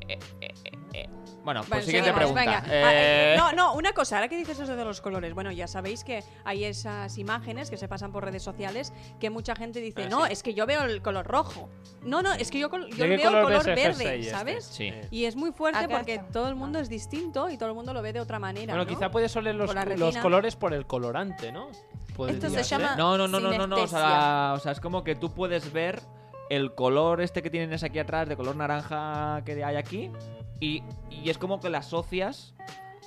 [SPEAKER 1] eh, eh, eh". Bueno, pues
[SPEAKER 3] Vale,
[SPEAKER 1] siguiente
[SPEAKER 3] seguimos,
[SPEAKER 1] pregunta.
[SPEAKER 3] venga. Ah, eh,
[SPEAKER 1] Eh,
[SPEAKER 3] No, no, una cosa, ahora que dices eso de los colores, bueno, ya sabéis que hay esas imágenes que se pasan por redes sociales que mucha gente dice,
[SPEAKER 4] Ah,
[SPEAKER 3] no,
[SPEAKER 4] sí.
[SPEAKER 3] es que yo veo el color rojo. No, no, es que yo, col- yo
[SPEAKER 4] ¿De qué
[SPEAKER 3] veo el
[SPEAKER 4] color ves
[SPEAKER 3] color
[SPEAKER 4] el
[SPEAKER 3] verde,
[SPEAKER 4] jersey este?
[SPEAKER 3] ¿sabes?
[SPEAKER 1] Sí.
[SPEAKER 4] Eh,
[SPEAKER 3] Y es muy fuerte
[SPEAKER 2] Acá
[SPEAKER 3] porque
[SPEAKER 2] está.
[SPEAKER 3] todo el mundo es distinto y todo el mundo lo ve de otra manera.
[SPEAKER 4] Bueno,
[SPEAKER 3] ¿no?
[SPEAKER 4] quizá puedes oler los,
[SPEAKER 3] Por la
[SPEAKER 4] los
[SPEAKER 3] retina.
[SPEAKER 4] colores por el colorante, ¿no?
[SPEAKER 2] Esto se
[SPEAKER 4] Podría ser.
[SPEAKER 2] llama-
[SPEAKER 1] No, no, no, no, no, no. O sea,
[SPEAKER 2] sinestesia.
[SPEAKER 1] o sea, es como que tú puedes ver el color este que tienes aquí atrás, de color naranja que hay aquí, y, y es como que la asocias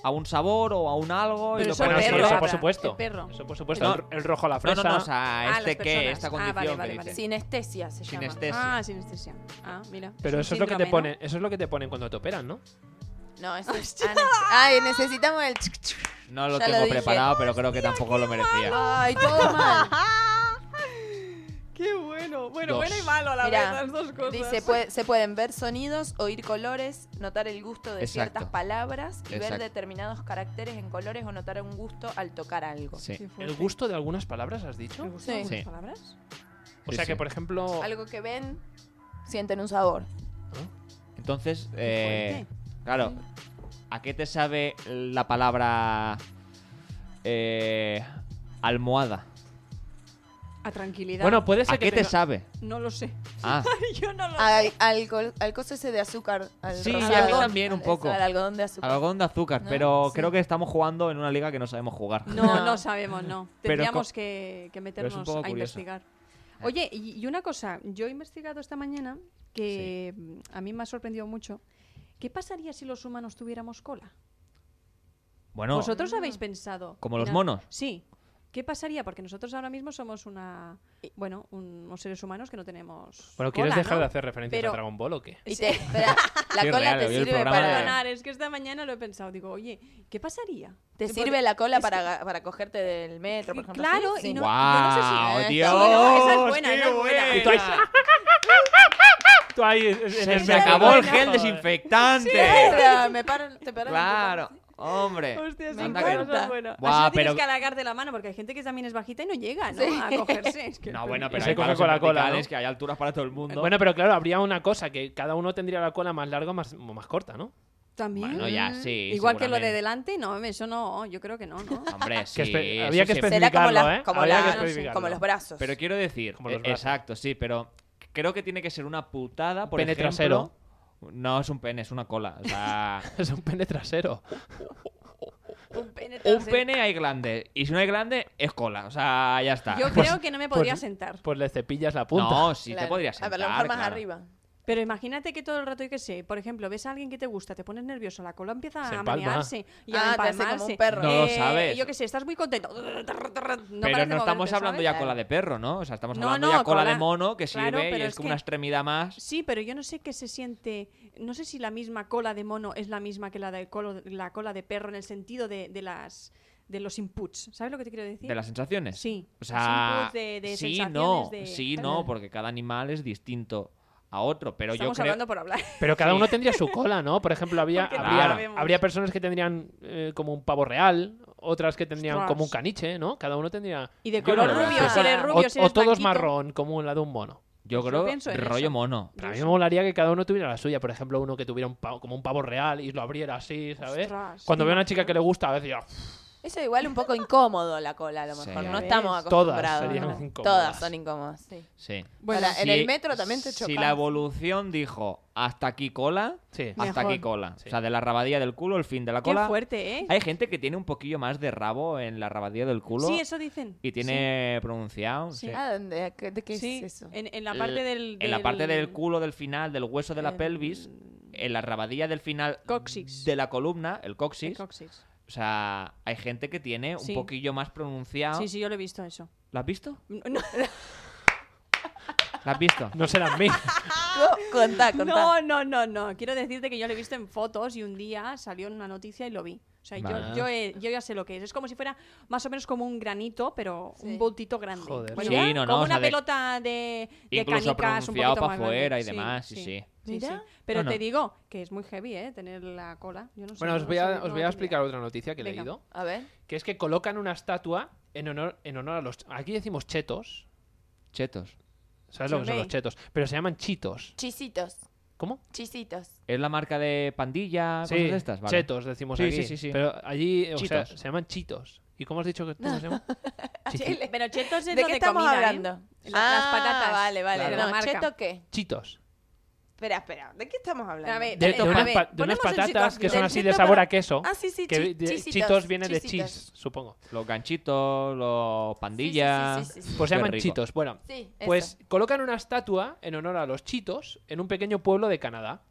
[SPEAKER 1] a un sabor o a un algo y
[SPEAKER 3] Pero
[SPEAKER 1] lo
[SPEAKER 4] Bueno,
[SPEAKER 3] eso
[SPEAKER 1] pones
[SPEAKER 4] sí,
[SPEAKER 3] el
[SPEAKER 1] solo
[SPEAKER 4] eso
[SPEAKER 3] perro.
[SPEAKER 1] para-
[SPEAKER 4] por supuesto.
[SPEAKER 3] El perro.
[SPEAKER 4] Eso por supuesto.
[SPEAKER 1] No.
[SPEAKER 4] El, el rojo a la
[SPEAKER 1] No,
[SPEAKER 4] fresa.
[SPEAKER 1] no, no, o sea,
[SPEAKER 3] Ah,
[SPEAKER 1] este
[SPEAKER 3] las
[SPEAKER 1] qué,
[SPEAKER 3] personas.
[SPEAKER 1] esta
[SPEAKER 3] Ah,
[SPEAKER 1] condición
[SPEAKER 3] vale,
[SPEAKER 1] que
[SPEAKER 3] vale,
[SPEAKER 1] dice.
[SPEAKER 3] vale.
[SPEAKER 2] Sinestesia se llama.
[SPEAKER 1] Sinestesia.
[SPEAKER 3] Ah, sinestesia. Ah, mira.
[SPEAKER 4] Pero
[SPEAKER 3] un
[SPEAKER 4] eso es lo que te
[SPEAKER 3] síndrome, ¿no?
[SPEAKER 4] ponen, eso es lo que te ponen cuando te operan, ¿no?
[SPEAKER 2] No, eso es ana- Ay, necesitamos el... chuc, chuc.
[SPEAKER 1] No lo
[SPEAKER 2] Ya lo
[SPEAKER 1] tengo
[SPEAKER 2] dije.
[SPEAKER 1] preparado, pero creo que tampoco lo merecía.
[SPEAKER 2] Ay, todo mal.
[SPEAKER 3] Qué bueno. Bueno,
[SPEAKER 1] Dos.
[SPEAKER 3] bueno y malo a la
[SPEAKER 2] Mira,
[SPEAKER 3] vez, las dos cosas.
[SPEAKER 2] Dice, "Pue- se pueden ver sonidos, oír colores, notar el gusto de
[SPEAKER 1] Exacto.
[SPEAKER 2] ciertas palabras y ver
[SPEAKER 1] Exacto.
[SPEAKER 2] determinados caracteres en colores o notar un gusto al tocar algo.
[SPEAKER 1] Sí.
[SPEAKER 3] Qué fuerte.
[SPEAKER 4] El gusto de algunas palabras has dicho.
[SPEAKER 3] ¿El gusto de
[SPEAKER 2] Sí.
[SPEAKER 3] algunas
[SPEAKER 1] Sí.
[SPEAKER 3] palabras?
[SPEAKER 4] O
[SPEAKER 1] Sí,
[SPEAKER 4] sea que
[SPEAKER 1] sí.
[SPEAKER 4] por ejemplo,
[SPEAKER 2] Algo que ven, sienten un sabor.
[SPEAKER 1] Entonces,
[SPEAKER 3] Qué
[SPEAKER 1] eh, claro, ¿a qué te sabe la palabra eh, almohada?
[SPEAKER 3] A tranquilidad.
[SPEAKER 4] bueno, puede ser
[SPEAKER 1] ¿A
[SPEAKER 4] que
[SPEAKER 1] qué te
[SPEAKER 4] tenga-
[SPEAKER 1] sabe?
[SPEAKER 3] no lo sé.
[SPEAKER 1] Ah,
[SPEAKER 3] Yo no lo
[SPEAKER 2] Al, alcohol- al coso ese de azúcar. Al
[SPEAKER 1] Sí,
[SPEAKER 2] rosado.
[SPEAKER 3] y a mí
[SPEAKER 1] también un
[SPEAKER 2] Al-
[SPEAKER 1] poco.
[SPEAKER 2] Al algodón de azúcar.
[SPEAKER 1] algodón de azúcar,
[SPEAKER 2] No,
[SPEAKER 1] pero
[SPEAKER 2] sí.
[SPEAKER 1] creo que estamos jugando en una liga que no sabemos jugar.
[SPEAKER 3] No, no, sabemos, no.
[SPEAKER 1] Pero
[SPEAKER 3] Tendríamos
[SPEAKER 1] co-
[SPEAKER 3] que, que
[SPEAKER 1] es un
[SPEAKER 3] meternos
[SPEAKER 1] poco
[SPEAKER 3] a
[SPEAKER 1] curioso.
[SPEAKER 3] investigar.
[SPEAKER 1] Ah.
[SPEAKER 3] Oye, y, y una cosa, yo he investigado esta mañana que mm, a mí me ha sorprendido mucho. ¿Qué pasaría si los humanos tuviéramos cola?
[SPEAKER 1] Bueno,
[SPEAKER 3] ¿Vosotros habéis pensado?
[SPEAKER 1] Ah. como los
[SPEAKER 3] Mira,
[SPEAKER 1] monos.
[SPEAKER 3] Sí. ¿Qué pasaría? Porque nosotros ahora mismo somos una, bueno, un- unos seres humanos que no tenemos.
[SPEAKER 4] Bueno, ¿quieres
[SPEAKER 3] cola,
[SPEAKER 4] dejar
[SPEAKER 3] ¿no?
[SPEAKER 4] de hacer referencias
[SPEAKER 3] Pero-
[SPEAKER 4] a Dragon Ball o qué?
[SPEAKER 2] Y te- espera, la
[SPEAKER 1] Sí,
[SPEAKER 2] cola
[SPEAKER 1] real,
[SPEAKER 2] te
[SPEAKER 1] había el
[SPEAKER 2] sirve
[SPEAKER 1] programa
[SPEAKER 2] para...
[SPEAKER 1] de-
[SPEAKER 3] Perdonar, es que esta mañana lo he pensado. Digo, oye, ¿qué pasaría?
[SPEAKER 2] Te
[SPEAKER 3] Porque-
[SPEAKER 2] sirve la cola
[SPEAKER 3] es
[SPEAKER 2] para,
[SPEAKER 3] que-
[SPEAKER 2] ga- para cogerte del metro, por ejemplo.
[SPEAKER 3] Claro,
[SPEAKER 2] ¿sí?
[SPEAKER 3] y
[SPEAKER 2] Sí.
[SPEAKER 3] no, yo no sé si-
[SPEAKER 1] ¡Guau,
[SPEAKER 2] eh,
[SPEAKER 1] Dios!
[SPEAKER 3] bueno, esa es buena,
[SPEAKER 1] ¡Qué
[SPEAKER 3] esa es buena.
[SPEAKER 1] buena!
[SPEAKER 4] Tú ahí- Tú ahí, en
[SPEAKER 1] Se
[SPEAKER 4] el
[SPEAKER 1] me
[SPEAKER 4] mercado.
[SPEAKER 1] acabó el gel
[SPEAKER 4] Joder.
[SPEAKER 1] desinfectante.
[SPEAKER 2] Espera, me paran, te paran.
[SPEAKER 1] Claro, hombre.
[SPEAKER 3] Hostia, sí,
[SPEAKER 1] Anda
[SPEAKER 2] que
[SPEAKER 3] claro,
[SPEAKER 2] no.
[SPEAKER 3] eso es bueno.
[SPEAKER 1] Buah,
[SPEAKER 3] Así no
[SPEAKER 1] pero-
[SPEAKER 3] tienes que alargar de la mano porque hay gente que también es bajita y no llega, ¿no?
[SPEAKER 2] Sí.
[SPEAKER 3] A cogerse. Es que-
[SPEAKER 1] No, bueno, pero
[SPEAKER 4] se
[SPEAKER 1] hay
[SPEAKER 4] coge
[SPEAKER 1] palos
[SPEAKER 4] con la cola,
[SPEAKER 1] verticales,
[SPEAKER 4] ¿no?
[SPEAKER 1] que hay alturas para todo el mundo.
[SPEAKER 4] Bueno, pero claro, habría una cosa, que cada uno tendría la cola más larga o más, o más corta, ¿no?
[SPEAKER 3] También.
[SPEAKER 1] Bueno, ya, sí,
[SPEAKER 3] Igual que lo de
[SPEAKER 1] seguramente.
[SPEAKER 3] delante, no, hombre, eso no, yo creo que no, ¿no?
[SPEAKER 1] hombre, sí.
[SPEAKER 4] Ah, Que espe-
[SPEAKER 1] eso
[SPEAKER 4] había que
[SPEAKER 1] sí.
[SPEAKER 2] Será como,
[SPEAKER 4] Especificarlo,
[SPEAKER 2] las-
[SPEAKER 4] ¿eh?
[SPEAKER 2] como,
[SPEAKER 4] Habría
[SPEAKER 2] la-
[SPEAKER 4] que
[SPEAKER 2] no sé,
[SPEAKER 4] especificarlo.
[SPEAKER 2] como los brazos.
[SPEAKER 1] Pero quiero decir,
[SPEAKER 4] Como los
[SPEAKER 1] eh,
[SPEAKER 4] brazos.
[SPEAKER 1] exacto, sí, pero creo que tiene que ser una putada, por
[SPEAKER 4] Pene
[SPEAKER 1] ejemplo.
[SPEAKER 4] trasero.
[SPEAKER 1] No es un pene, es una cola. O sea,
[SPEAKER 4] Es un pene trasero.
[SPEAKER 3] Un pene.
[SPEAKER 1] un pene hay grande y si no hay grande es cola. O sea, ya está.
[SPEAKER 3] Yo creo que no me podría
[SPEAKER 4] pues-
[SPEAKER 3] sentar.
[SPEAKER 4] Pues le cepillas la punta.
[SPEAKER 1] No, sí te
[SPEAKER 2] Claro.
[SPEAKER 1] podrías sentar.
[SPEAKER 2] A lo mejor más
[SPEAKER 1] claro.
[SPEAKER 2] arriba.
[SPEAKER 3] Pero imagínate que todo el rato, yo qué sé, por ejemplo, ves a alguien que te gusta, te pones nervioso, la cola empieza
[SPEAKER 4] Se
[SPEAKER 3] a
[SPEAKER 4] empalma.
[SPEAKER 3] manearse y a
[SPEAKER 2] Ah, te hace como
[SPEAKER 3] empalmarse. Eh,
[SPEAKER 2] un perro.
[SPEAKER 1] No lo sabes.
[SPEAKER 3] Yo qué sé, estás muy contento. No
[SPEAKER 1] pero
[SPEAKER 3] paras de
[SPEAKER 1] no estamos
[SPEAKER 3] moverte,
[SPEAKER 1] hablando
[SPEAKER 3] ¿sabes?
[SPEAKER 1] ya cola de perro, ¿no? O sea, estamos
[SPEAKER 3] No,
[SPEAKER 1] hablando
[SPEAKER 3] no,
[SPEAKER 1] ya cola,
[SPEAKER 3] cola-
[SPEAKER 1] de mono que sirve
[SPEAKER 3] claro,
[SPEAKER 1] y
[SPEAKER 3] pero
[SPEAKER 1] es
[SPEAKER 3] es
[SPEAKER 1] como
[SPEAKER 3] que-
[SPEAKER 1] una extremidad más.
[SPEAKER 3] Sí, pero yo no sé qué se siente. No sé si la misma cola de mono es la misma que la, del colo- la cola de perro en el sentido de, de las de los inputs. ¿Sabes lo que te quiero decir?
[SPEAKER 1] ¿De las sensaciones?
[SPEAKER 3] Sí.
[SPEAKER 1] O
[SPEAKER 3] los
[SPEAKER 1] sea,
[SPEAKER 3] inputs de, de
[SPEAKER 1] sí,
[SPEAKER 3] sensaciones
[SPEAKER 1] no,
[SPEAKER 3] de-
[SPEAKER 1] sí, no, porque cada animal es distinto a otro, pero
[SPEAKER 3] Estamos
[SPEAKER 1] yo creo...
[SPEAKER 3] hablando por hablar.
[SPEAKER 4] Pero cada uno tendría su cola, ¿no? Por ejemplo, había,
[SPEAKER 3] Porque no
[SPEAKER 4] habría,
[SPEAKER 3] sabemos.
[SPEAKER 4] habría personas que tendrían eh, como un pavo real, otras que tendrían
[SPEAKER 3] Ostras.
[SPEAKER 4] como un caniche, ¿no? Cada uno tendría...
[SPEAKER 3] Y de
[SPEAKER 4] Yo no
[SPEAKER 3] color
[SPEAKER 4] lo veo.
[SPEAKER 3] rubio,
[SPEAKER 2] Ah.
[SPEAKER 3] si eres
[SPEAKER 2] O-
[SPEAKER 3] rubio,
[SPEAKER 4] O,
[SPEAKER 3] si eres
[SPEAKER 4] o todo es
[SPEAKER 3] blanquito.
[SPEAKER 4] marrón, como la de un mono.
[SPEAKER 1] Yo
[SPEAKER 3] Yo
[SPEAKER 1] creo
[SPEAKER 3] pienso en
[SPEAKER 1] rollo
[SPEAKER 3] eso.
[SPEAKER 1] mono.
[SPEAKER 4] Pero a mí me molaría que cada uno tuviera la suya. Por ejemplo, uno que tuviera un pavo- como un pavo real y lo abriera así, ¿sabes?
[SPEAKER 3] Ostras,
[SPEAKER 4] Cuando
[SPEAKER 3] sí.
[SPEAKER 4] veo a una chica que le gusta, a veces yo...
[SPEAKER 2] Eso igual un poco incómodo la cola, a lo
[SPEAKER 1] Sí.
[SPEAKER 2] mejor.
[SPEAKER 1] Ya
[SPEAKER 2] No
[SPEAKER 3] ves.
[SPEAKER 2] estamos
[SPEAKER 4] Todas
[SPEAKER 2] acostumbrados.
[SPEAKER 4] serían
[SPEAKER 3] no.
[SPEAKER 4] incómodas.
[SPEAKER 2] Todas son incómodas. Sí.
[SPEAKER 1] Sí.
[SPEAKER 3] Bueno,
[SPEAKER 2] Ahora, en el metro también te
[SPEAKER 1] Si
[SPEAKER 2] chocas.
[SPEAKER 1] la evolución dijo hasta aquí cola,
[SPEAKER 4] Sí.
[SPEAKER 1] hasta
[SPEAKER 3] Mejor.
[SPEAKER 1] aquí cola.
[SPEAKER 4] Sí.
[SPEAKER 1] O sea, de la rabadilla del culo, el fin de la
[SPEAKER 3] qué
[SPEAKER 1] cola.
[SPEAKER 3] fuerte, ¿eh?
[SPEAKER 1] Hay gente que tiene un poquillo más de rabo en la rabadilla del culo
[SPEAKER 3] Sí, eso dicen.
[SPEAKER 1] y tiene pronunciado.
[SPEAKER 3] Sí.
[SPEAKER 1] sí.
[SPEAKER 2] Ah, ¿dónde? ¿A qué- ¿De qué
[SPEAKER 3] Sí,
[SPEAKER 2] es eso?
[SPEAKER 3] En, en la
[SPEAKER 1] L-
[SPEAKER 3] parte del,
[SPEAKER 1] En la parte del culo del final, del hueso de la
[SPEAKER 3] em,
[SPEAKER 1] pelvis, en la rabadilla del final
[SPEAKER 3] Coxis.
[SPEAKER 1] de la columna, el
[SPEAKER 3] del
[SPEAKER 1] coxis.
[SPEAKER 3] coxis.
[SPEAKER 1] o sea, hay gente que tiene un
[SPEAKER 3] Sí.
[SPEAKER 1] poquillo más pronunciado.
[SPEAKER 3] Sí, sí, yo lo he visto eso.
[SPEAKER 1] ¿Lo has visto?
[SPEAKER 3] No,
[SPEAKER 1] ¿Lo has visto?
[SPEAKER 4] No serán mí.
[SPEAKER 2] Co- Contá, contá.
[SPEAKER 3] No, no, no, no. Quiero decirte que yo lo he visto en fotos y un día salió en una noticia y lo vi. O sea, yo-
[SPEAKER 1] Vale.
[SPEAKER 3] yo, he- yo ya sé lo que es. Es como si fuera más o menos como un granito, pero
[SPEAKER 2] Sí.
[SPEAKER 3] un voltito grande.
[SPEAKER 4] Joder.
[SPEAKER 1] Sí, no, no,
[SPEAKER 3] Como
[SPEAKER 1] o sea,
[SPEAKER 3] una
[SPEAKER 1] de-
[SPEAKER 3] pelota de, de
[SPEAKER 1] Incluso
[SPEAKER 3] canicas un
[SPEAKER 1] pronunciado
[SPEAKER 3] poquito
[SPEAKER 1] para
[SPEAKER 3] más grande.
[SPEAKER 1] afuera y
[SPEAKER 3] Sí,
[SPEAKER 1] demás, sí, sí.
[SPEAKER 2] Mira.
[SPEAKER 3] Pero
[SPEAKER 1] No, no.
[SPEAKER 3] te digo que es muy heavy, ¿eh? Tener la cola. Yo no sé,
[SPEAKER 4] Bueno, os
[SPEAKER 3] no
[SPEAKER 4] voy
[SPEAKER 3] sé,
[SPEAKER 4] a,
[SPEAKER 3] no
[SPEAKER 4] os
[SPEAKER 3] lo
[SPEAKER 4] voy a
[SPEAKER 3] tendría.
[SPEAKER 4] explicar otra noticia que he
[SPEAKER 3] Venga.
[SPEAKER 4] leído.
[SPEAKER 2] A ver.
[SPEAKER 4] Que es que colocan una estatua en honor, en honor a los... Aquí decimos chetos.
[SPEAKER 1] Chetos.
[SPEAKER 4] ¿Sabes lo que son
[SPEAKER 3] Chorrey.
[SPEAKER 4] los chetos? Pero se llaman chitos.
[SPEAKER 2] Chisitos.
[SPEAKER 4] ¿Cómo?
[SPEAKER 2] Chisitos.
[SPEAKER 1] ¿Es la marca de pandilla?
[SPEAKER 4] Sí,
[SPEAKER 1] Ah, cosas de estas? Vale.
[SPEAKER 4] chetos decimos
[SPEAKER 1] Sí,
[SPEAKER 4] aquí.
[SPEAKER 1] sí, sí, sí.
[SPEAKER 4] Pero allí o sea,
[SPEAKER 1] Chitos.
[SPEAKER 4] se llaman chitos. ¿Y cómo has dicho que tú se llaman? Chichi-
[SPEAKER 2] Chile.
[SPEAKER 3] Pero chetos es
[SPEAKER 2] ¿De
[SPEAKER 3] lo
[SPEAKER 2] qué
[SPEAKER 3] de
[SPEAKER 2] estamos
[SPEAKER 3] comida, ¿eh?
[SPEAKER 2] hablando?
[SPEAKER 3] Las-
[SPEAKER 2] Ah,
[SPEAKER 3] las patatas.
[SPEAKER 2] Vale, vale.
[SPEAKER 4] Claro.
[SPEAKER 2] No,
[SPEAKER 3] La marca.
[SPEAKER 2] ¿Cheto qué?
[SPEAKER 4] Chitos.
[SPEAKER 2] Espera, espera. ¿De qué estamos hablando?
[SPEAKER 3] A ver,
[SPEAKER 4] De,
[SPEAKER 3] Chetos,
[SPEAKER 4] de
[SPEAKER 3] a
[SPEAKER 4] unas,
[SPEAKER 3] ver,
[SPEAKER 4] pa- de unas
[SPEAKER 3] ponemos en
[SPEAKER 4] patatas que son
[SPEAKER 3] situación.
[SPEAKER 4] así
[SPEAKER 2] Del
[SPEAKER 4] de
[SPEAKER 2] cheto,
[SPEAKER 4] sabor
[SPEAKER 2] pero-
[SPEAKER 4] a queso.
[SPEAKER 2] Ah, sí, sí.
[SPEAKER 4] que
[SPEAKER 2] chi-
[SPEAKER 4] de-
[SPEAKER 2] chisitos,
[SPEAKER 4] chitos viene de
[SPEAKER 2] chisitos.
[SPEAKER 4] cheese, supongo.
[SPEAKER 1] Los ganchitos, los pandillas.
[SPEAKER 2] Sí, sí, sí, sí, sí.
[SPEAKER 4] Pues se
[SPEAKER 1] Qué
[SPEAKER 4] llaman
[SPEAKER 1] rico.
[SPEAKER 4] chitos. Bueno,
[SPEAKER 2] Sí,
[SPEAKER 4] pues
[SPEAKER 2] eso.
[SPEAKER 4] colocan una estatua en honor a los chitos en un pequeño pueblo de Canadá.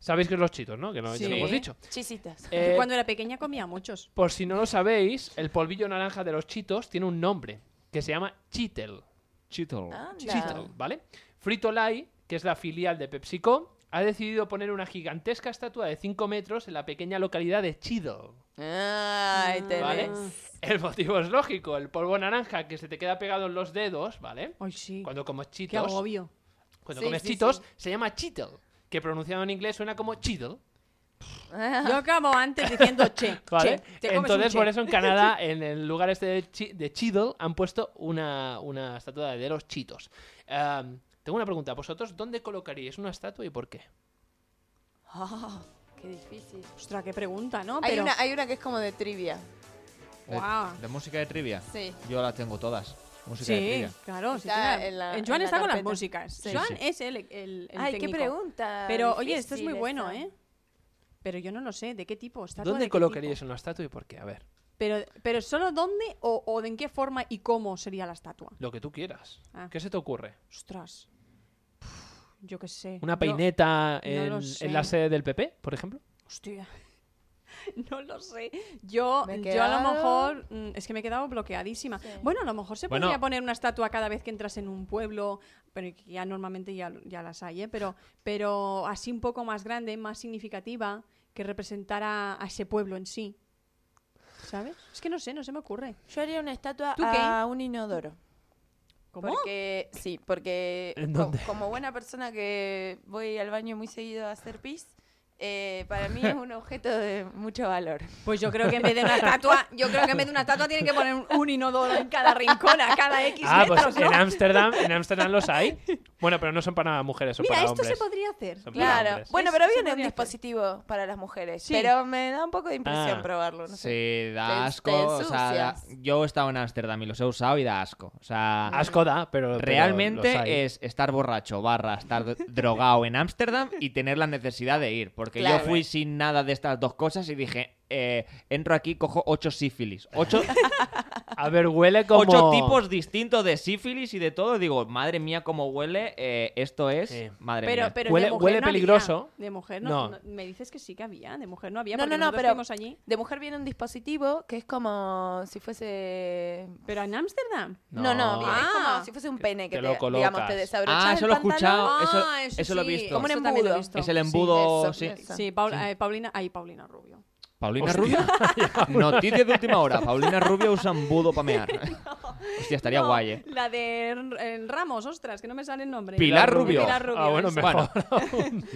[SPEAKER 4] Sabéis que es los chitos, ¿no? Que no, ya lo
[SPEAKER 3] Sí.
[SPEAKER 4] hemos dicho.
[SPEAKER 2] Chisitas.
[SPEAKER 4] Eh,
[SPEAKER 3] Cuando era pequeña comía muchos.
[SPEAKER 4] Por si no lo sabéis, el polvillo naranja de los chitos tiene un nombre que se llama Chitel.
[SPEAKER 1] Chito.
[SPEAKER 4] Oh,
[SPEAKER 3] Ah,
[SPEAKER 2] Anda.
[SPEAKER 4] Chitel, ¿vale? Frito Lay, que es la filial de PepsiCo, ha decidido poner una gigantesca estatua de 5 metros en la pequeña localidad de Chido.
[SPEAKER 2] Ay, tenés.
[SPEAKER 4] Vale. El motivo es lógico, el polvo naranja que se te queda pegado en los dedos, ¿vale?
[SPEAKER 3] Ay, sí.
[SPEAKER 4] Cuando comes
[SPEAKER 3] Qué
[SPEAKER 4] chitos,
[SPEAKER 3] agobio.
[SPEAKER 4] cuando
[SPEAKER 2] Sí,
[SPEAKER 4] comes
[SPEAKER 2] sí,
[SPEAKER 4] chitos
[SPEAKER 2] sí.
[SPEAKER 4] se llama Chitel, que pronunciado en inglés suena como Chiddle.
[SPEAKER 3] Yo acabo antes diciendo che.
[SPEAKER 4] ¿Vale?
[SPEAKER 3] che, te comes un
[SPEAKER 4] Entonces,
[SPEAKER 3] che.
[SPEAKER 4] por eso en Canadá, en el lugar este de, Chi- de Cheadle, han puesto una, una estatua de los chitos. Am, tengo una pregunta. ¿Vosotros dónde colocaríais una estatua y por qué?
[SPEAKER 2] Ah, qué difícil.
[SPEAKER 3] Ostras, qué pregunta, ¿no?
[SPEAKER 2] Hay,
[SPEAKER 3] Pero-
[SPEAKER 2] una, hay una que es como de trivia.
[SPEAKER 1] Eh,
[SPEAKER 3] Guau.
[SPEAKER 1] De música de trivia.
[SPEAKER 2] Sí.
[SPEAKER 1] Yo las tengo todas. Música de
[SPEAKER 3] Sí,
[SPEAKER 1] trivia.
[SPEAKER 3] claro. sí,
[SPEAKER 2] Está
[SPEAKER 3] claro.
[SPEAKER 2] en la-
[SPEAKER 3] En Joan
[SPEAKER 2] en la
[SPEAKER 3] está con las
[SPEAKER 2] carpeta.
[SPEAKER 3] músicas.
[SPEAKER 1] Sí,
[SPEAKER 3] Joan
[SPEAKER 1] sí.
[SPEAKER 3] es el, el- el
[SPEAKER 2] Ay,
[SPEAKER 3] técnico.
[SPEAKER 2] qué pregunta.
[SPEAKER 3] Pero oye, esto es muy
[SPEAKER 2] difícil
[SPEAKER 3] bueno,
[SPEAKER 2] esta.
[SPEAKER 3] ¿eh? Pero yo no lo sé, ¿de qué tipo? ¿Estatua de
[SPEAKER 4] ¿Dónde
[SPEAKER 3] qué
[SPEAKER 4] colocaríais
[SPEAKER 3] tipo?
[SPEAKER 4] una estatua y por qué? A ver,
[SPEAKER 3] Pero, pero solo dónde o, o de en qué forma y cómo sería la estatua.
[SPEAKER 4] lo que tú quieras.
[SPEAKER 3] Ah.
[SPEAKER 4] ¿Qué se te ocurre?
[SPEAKER 3] Ostras. Uf, yo qué sé.
[SPEAKER 4] ¿Una
[SPEAKER 3] Yo-
[SPEAKER 4] peineta
[SPEAKER 3] Eh, no
[SPEAKER 4] en,
[SPEAKER 3] lo
[SPEAKER 4] en
[SPEAKER 3] sé.
[SPEAKER 4] la sede del PP, por ejemplo?
[SPEAKER 3] Hostia. No lo sé. Yo,
[SPEAKER 2] Me he
[SPEAKER 3] yo a lo
[SPEAKER 2] quedado-
[SPEAKER 3] mejor. mm, Es que me he quedado bloqueadísima.
[SPEAKER 2] Sí.
[SPEAKER 3] Bueno, a lo mejor se
[SPEAKER 1] Bueno.
[SPEAKER 3] podría poner una estatua cada vez que entras en un pueblo. Pero que ya normalmente ya, ya las hay, ¿eh? Pero, pero así un poco más grande, más significativa, que representara a ese pueblo en sí. ¿Sabes? Es que no sé, no se me ocurre.
[SPEAKER 2] Yo haría una estatua
[SPEAKER 3] ¿Tú
[SPEAKER 2] a un inodoro.
[SPEAKER 3] ¿Cómo?
[SPEAKER 2] Porque, sí, porque
[SPEAKER 4] ¿En
[SPEAKER 2] co-
[SPEAKER 4] dónde?
[SPEAKER 2] como buena persona que voy al baño muy seguido a hacer pis, eh, para mí es un objeto de mucho valor.
[SPEAKER 3] Pues yo creo que en vez de una estatua, yo creo que en vez de una estatua tienen que poner un, un inodoro en cada rincón, a cada X
[SPEAKER 4] Ah, pues
[SPEAKER 3] metros, ¿no?
[SPEAKER 4] en Ámsterdam en Ámsterdam los hay. Bueno, pero no son para mujeres, son
[SPEAKER 3] Mira,
[SPEAKER 4] para
[SPEAKER 3] esto
[SPEAKER 4] hombres.
[SPEAKER 3] se podría hacer.
[SPEAKER 4] Son para
[SPEAKER 2] Claro.
[SPEAKER 4] hombres.
[SPEAKER 2] Bueno,
[SPEAKER 3] Es-
[SPEAKER 2] pero
[SPEAKER 3] se
[SPEAKER 2] había un
[SPEAKER 3] podría hacer.
[SPEAKER 2] dispositivo para las mujeres.
[SPEAKER 3] Sí.
[SPEAKER 2] Pero me da un poco de impresión
[SPEAKER 4] Ah,
[SPEAKER 2] probarlo. No sé.
[SPEAKER 1] Sí, da
[SPEAKER 2] Te-
[SPEAKER 1] asco.
[SPEAKER 2] te
[SPEAKER 1] o sea, da-
[SPEAKER 2] ensucias.
[SPEAKER 1] yo he estado en Ámsterdam y los he usado y da asco. O sea,
[SPEAKER 4] Asco da, Ah, pero pero los hay.
[SPEAKER 1] realmente es estar borracho, barra, estar d- drogado en Ámsterdam y tener la necesidad de ir. Porque
[SPEAKER 2] Claro.
[SPEAKER 1] yo fui sin nada de estas dos cosas y dije, eh, entro aquí, cojo ocho sífilis. Ocho,
[SPEAKER 4] A ver, huele como...
[SPEAKER 1] ocho tipos distintos de sífilis y de todo. Digo, madre mía, cómo huele. eh, esto es,
[SPEAKER 4] Sí.
[SPEAKER 1] madre
[SPEAKER 3] Pero,
[SPEAKER 1] mía.
[SPEAKER 3] pero
[SPEAKER 4] Huele-
[SPEAKER 3] de mujer
[SPEAKER 4] huele
[SPEAKER 3] no había.
[SPEAKER 4] peligroso.
[SPEAKER 3] De mujer no,
[SPEAKER 4] No.
[SPEAKER 3] no- Me dices que sí que había. De mujer no había.
[SPEAKER 2] No,
[SPEAKER 3] porque
[SPEAKER 2] no, no,
[SPEAKER 3] nosotros
[SPEAKER 2] pero-
[SPEAKER 3] fuimos allí.
[SPEAKER 2] De mujer viene un dispositivo que es como si fuese.
[SPEAKER 3] Pero en Ámsterdam.
[SPEAKER 2] No, no,
[SPEAKER 4] No.
[SPEAKER 2] bien, es
[SPEAKER 3] Ah.
[SPEAKER 2] como si fuese un pene
[SPEAKER 4] Te
[SPEAKER 2] que te,
[SPEAKER 4] lo
[SPEAKER 2] digamos,
[SPEAKER 4] colocas.
[SPEAKER 2] te desabrochas
[SPEAKER 1] ah,
[SPEAKER 2] el
[SPEAKER 1] eso lo he
[SPEAKER 2] pantalón.
[SPEAKER 1] escuchado. Eso,
[SPEAKER 3] Ah, eso
[SPEAKER 1] eso lo he
[SPEAKER 3] sí,
[SPEAKER 1] visto.
[SPEAKER 2] Como un
[SPEAKER 3] Eso también lo he
[SPEAKER 2] embudo.
[SPEAKER 3] visto.
[SPEAKER 1] Es el embudo,
[SPEAKER 2] Eso,
[SPEAKER 1] sí.
[SPEAKER 2] eso.
[SPEAKER 3] Sí, Paula, eh, Paulina. Ahí, Paulina Rubio.
[SPEAKER 1] Paulina
[SPEAKER 4] Hostia.
[SPEAKER 1] Rubio. Noticia de última hora. Paulina Rubio usa embudo para mear. Hostia, estaría
[SPEAKER 3] No,
[SPEAKER 1] guay, eh.
[SPEAKER 3] La de R- en Ramos, ostras, que no me sale el nombre.
[SPEAKER 1] Pilar Rubio.
[SPEAKER 3] Pilar Rubio.
[SPEAKER 4] Ah, bueno,
[SPEAKER 3] esa.
[SPEAKER 4] mejor.
[SPEAKER 1] Bueno,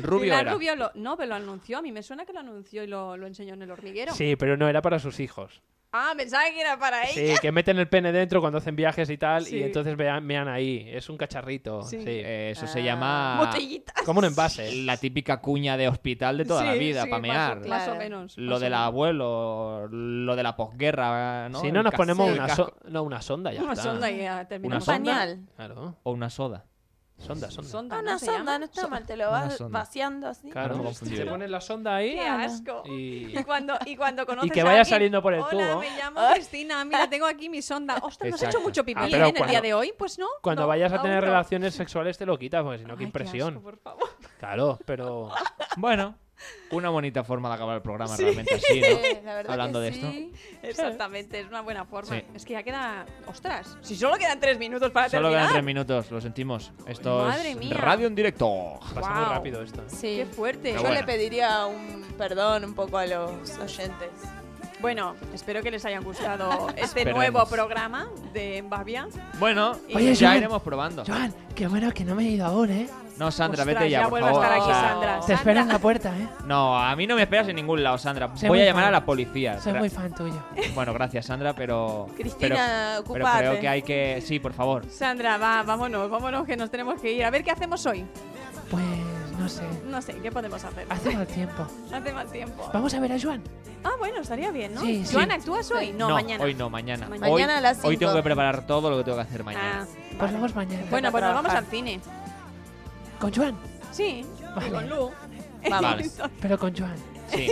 [SPEAKER 1] Rubio
[SPEAKER 3] Pilar
[SPEAKER 1] era.
[SPEAKER 3] Rubio lo- no, pero lo anunció. A mí me suena que lo anunció y lo, lo enseñó en el hormiguero.
[SPEAKER 4] Sí, pero no era para sus hijos.
[SPEAKER 3] Ah, pensaba que era para ella.
[SPEAKER 4] Sí, que meten el pene dentro cuando hacen viajes y tal,
[SPEAKER 3] Sí.
[SPEAKER 4] y entonces vean, vean ahí. Es un cacharrito.
[SPEAKER 3] Sí.
[SPEAKER 4] Sí.
[SPEAKER 1] Eh, eso
[SPEAKER 2] Ah.
[SPEAKER 1] se llama...
[SPEAKER 3] Botellitas.
[SPEAKER 4] Como un envase.
[SPEAKER 1] la típica cuña de hospital de toda la
[SPEAKER 3] Sí,
[SPEAKER 1] vida,
[SPEAKER 3] sí,
[SPEAKER 1] para mear.
[SPEAKER 3] Más, o- más o
[SPEAKER 2] Claro.
[SPEAKER 3] menos.
[SPEAKER 1] Lo
[SPEAKER 3] más o
[SPEAKER 1] del
[SPEAKER 3] menos.
[SPEAKER 1] abuelo, lo de la posguerra, ¿no?
[SPEAKER 4] si no,
[SPEAKER 1] El
[SPEAKER 4] nos
[SPEAKER 1] cas-
[SPEAKER 4] ponemos
[SPEAKER 1] el
[SPEAKER 4] una,
[SPEAKER 1] casco-
[SPEAKER 4] so- no, una sonda ya
[SPEAKER 3] Una
[SPEAKER 4] está.
[SPEAKER 3] sonda y ya
[SPEAKER 1] ¿Una
[SPEAKER 2] Un
[SPEAKER 3] terminamos.
[SPEAKER 1] sonda?
[SPEAKER 2] pañal.
[SPEAKER 4] Claro.
[SPEAKER 1] O una soda.
[SPEAKER 4] Sonda, sonda.
[SPEAKER 3] Sonda,
[SPEAKER 2] Ah,
[SPEAKER 3] ¿no
[SPEAKER 2] una
[SPEAKER 3] se
[SPEAKER 2] sonda,
[SPEAKER 3] llama?
[SPEAKER 2] no está mal. Te lo
[SPEAKER 1] Una
[SPEAKER 2] vas
[SPEAKER 1] sonda.
[SPEAKER 2] vaciando así.
[SPEAKER 1] No
[SPEAKER 4] Claro,
[SPEAKER 1] me he
[SPEAKER 4] se
[SPEAKER 1] confundido.
[SPEAKER 4] pones la sonda ahí
[SPEAKER 3] ¡Qué asco!
[SPEAKER 4] y...
[SPEAKER 3] Y cuando, y cuando conoces
[SPEAKER 4] que
[SPEAKER 3] a
[SPEAKER 4] vaya
[SPEAKER 3] alguien,
[SPEAKER 4] saliendo por el
[SPEAKER 3] Hola,
[SPEAKER 4] tubo".
[SPEAKER 3] me llamo Cristina, mira, tengo aquí mi sonda. Ostras, ¿no has hecho
[SPEAKER 1] Exacto.
[SPEAKER 3] mucho pipí
[SPEAKER 4] Ah,
[SPEAKER 3] ¿eh?
[SPEAKER 4] pero
[SPEAKER 3] en el
[SPEAKER 4] cuando-
[SPEAKER 3] día de hoy? Pues no.
[SPEAKER 4] Cuando
[SPEAKER 3] no,
[SPEAKER 4] vayas a
[SPEAKER 3] aún
[SPEAKER 4] tener
[SPEAKER 3] no.
[SPEAKER 4] relaciones sexuales te lo quitas, porque si no, qué
[SPEAKER 3] Ay,
[SPEAKER 4] impresión.
[SPEAKER 3] asco, por favor.
[SPEAKER 4] claro, pero...
[SPEAKER 1] Bueno, una bonita forma de acabar el programa realmente así, ¿no?
[SPEAKER 2] Sí, la verdad
[SPEAKER 1] Hablando
[SPEAKER 2] que
[SPEAKER 1] de esto.
[SPEAKER 2] sí.
[SPEAKER 3] Exactamente, es una buena forma.
[SPEAKER 1] Sí.
[SPEAKER 3] Es que ya queda. Ostras, si solo quedan tres minutos para
[SPEAKER 1] Solo quedan
[SPEAKER 3] terminar.
[SPEAKER 1] tres minutos, lo sentimos. Esto
[SPEAKER 3] Madre
[SPEAKER 1] es
[SPEAKER 3] mía.
[SPEAKER 1] radio en directo.
[SPEAKER 4] Pasa muy
[SPEAKER 3] Guau.
[SPEAKER 4] rápido esto. ¿eh?
[SPEAKER 2] Sí.
[SPEAKER 3] Qué fuerte.
[SPEAKER 1] Pero
[SPEAKER 2] Yo
[SPEAKER 1] bueno.
[SPEAKER 2] le pediría un perdón un poco a los oyentes.
[SPEAKER 3] Bueno, espero que les haya gustado este
[SPEAKER 1] Esperemos.
[SPEAKER 3] nuevo programa de Embavia.
[SPEAKER 1] Bueno,
[SPEAKER 3] Oye,
[SPEAKER 1] ya
[SPEAKER 4] Joan.
[SPEAKER 1] iremos probando.
[SPEAKER 4] Joan, qué bueno que no me he ido aún, ¿eh?
[SPEAKER 1] No, Sandra,
[SPEAKER 3] Ostras,
[SPEAKER 1] vete ya, por
[SPEAKER 3] vuelve
[SPEAKER 1] favor.
[SPEAKER 3] a estar
[SPEAKER 1] o
[SPEAKER 3] aquí,
[SPEAKER 1] sea,
[SPEAKER 4] Ah.
[SPEAKER 3] Sandra. Sandra.
[SPEAKER 4] puerta, ¿eh?
[SPEAKER 1] No, a mí no me esperas en ningún lado, Sandra.
[SPEAKER 4] Soy
[SPEAKER 1] Voy a
[SPEAKER 4] muy
[SPEAKER 1] llamar a
[SPEAKER 4] fan.
[SPEAKER 1] la policía. Ra-
[SPEAKER 4] fan tuyo.
[SPEAKER 1] Bueno, gracias, Sandra, pero...
[SPEAKER 2] Cristina,
[SPEAKER 1] pero, pero
[SPEAKER 2] ocupate.
[SPEAKER 1] creo que hay que... Sí, por favor.
[SPEAKER 3] Sandra, va, vámonos, vámonos, que nos tenemos que ir. A ver qué hacemos hoy.
[SPEAKER 4] Pues no sé.
[SPEAKER 3] No sé, ¿qué podemos hacer?
[SPEAKER 4] mal tiempo.
[SPEAKER 3] Hace más tiempo.
[SPEAKER 4] Vamos a ver a Joan.
[SPEAKER 3] Ah, bueno, estaría bien, ¿no?
[SPEAKER 4] Sí, sí.
[SPEAKER 3] Joan, ¿actúas hoy? No, mañana.
[SPEAKER 1] hoy no, mañana.
[SPEAKER 3] Mañana.
[SPEAKER 1] Hoy-
[SPEAKER 2] Mañana a las
[SPEAKER 1] Hoy
[SPEAKER 2] cinco.
[SPEAKER 1] tengo que preparar todo lo que tengo que hacer
[SPEAKER 3] Ah,
[SPEAKER 1] mañana.
[SPEAKER 3] vale.
[SPEAKER 4] mañana.
[SPEAKER 3] Bueno, pues nos vamos
[SPEAKER 2] trabajar.
[SPEAKER 3] al cine.
[SPEAKER 4] Con Joan,
[SPEAKER 3] Sí, y con Lu. Ah,
[SPEAKER 1] Vale.
[SPEAKER 4] pero con Joan.
[SPEAKER 1] Sí.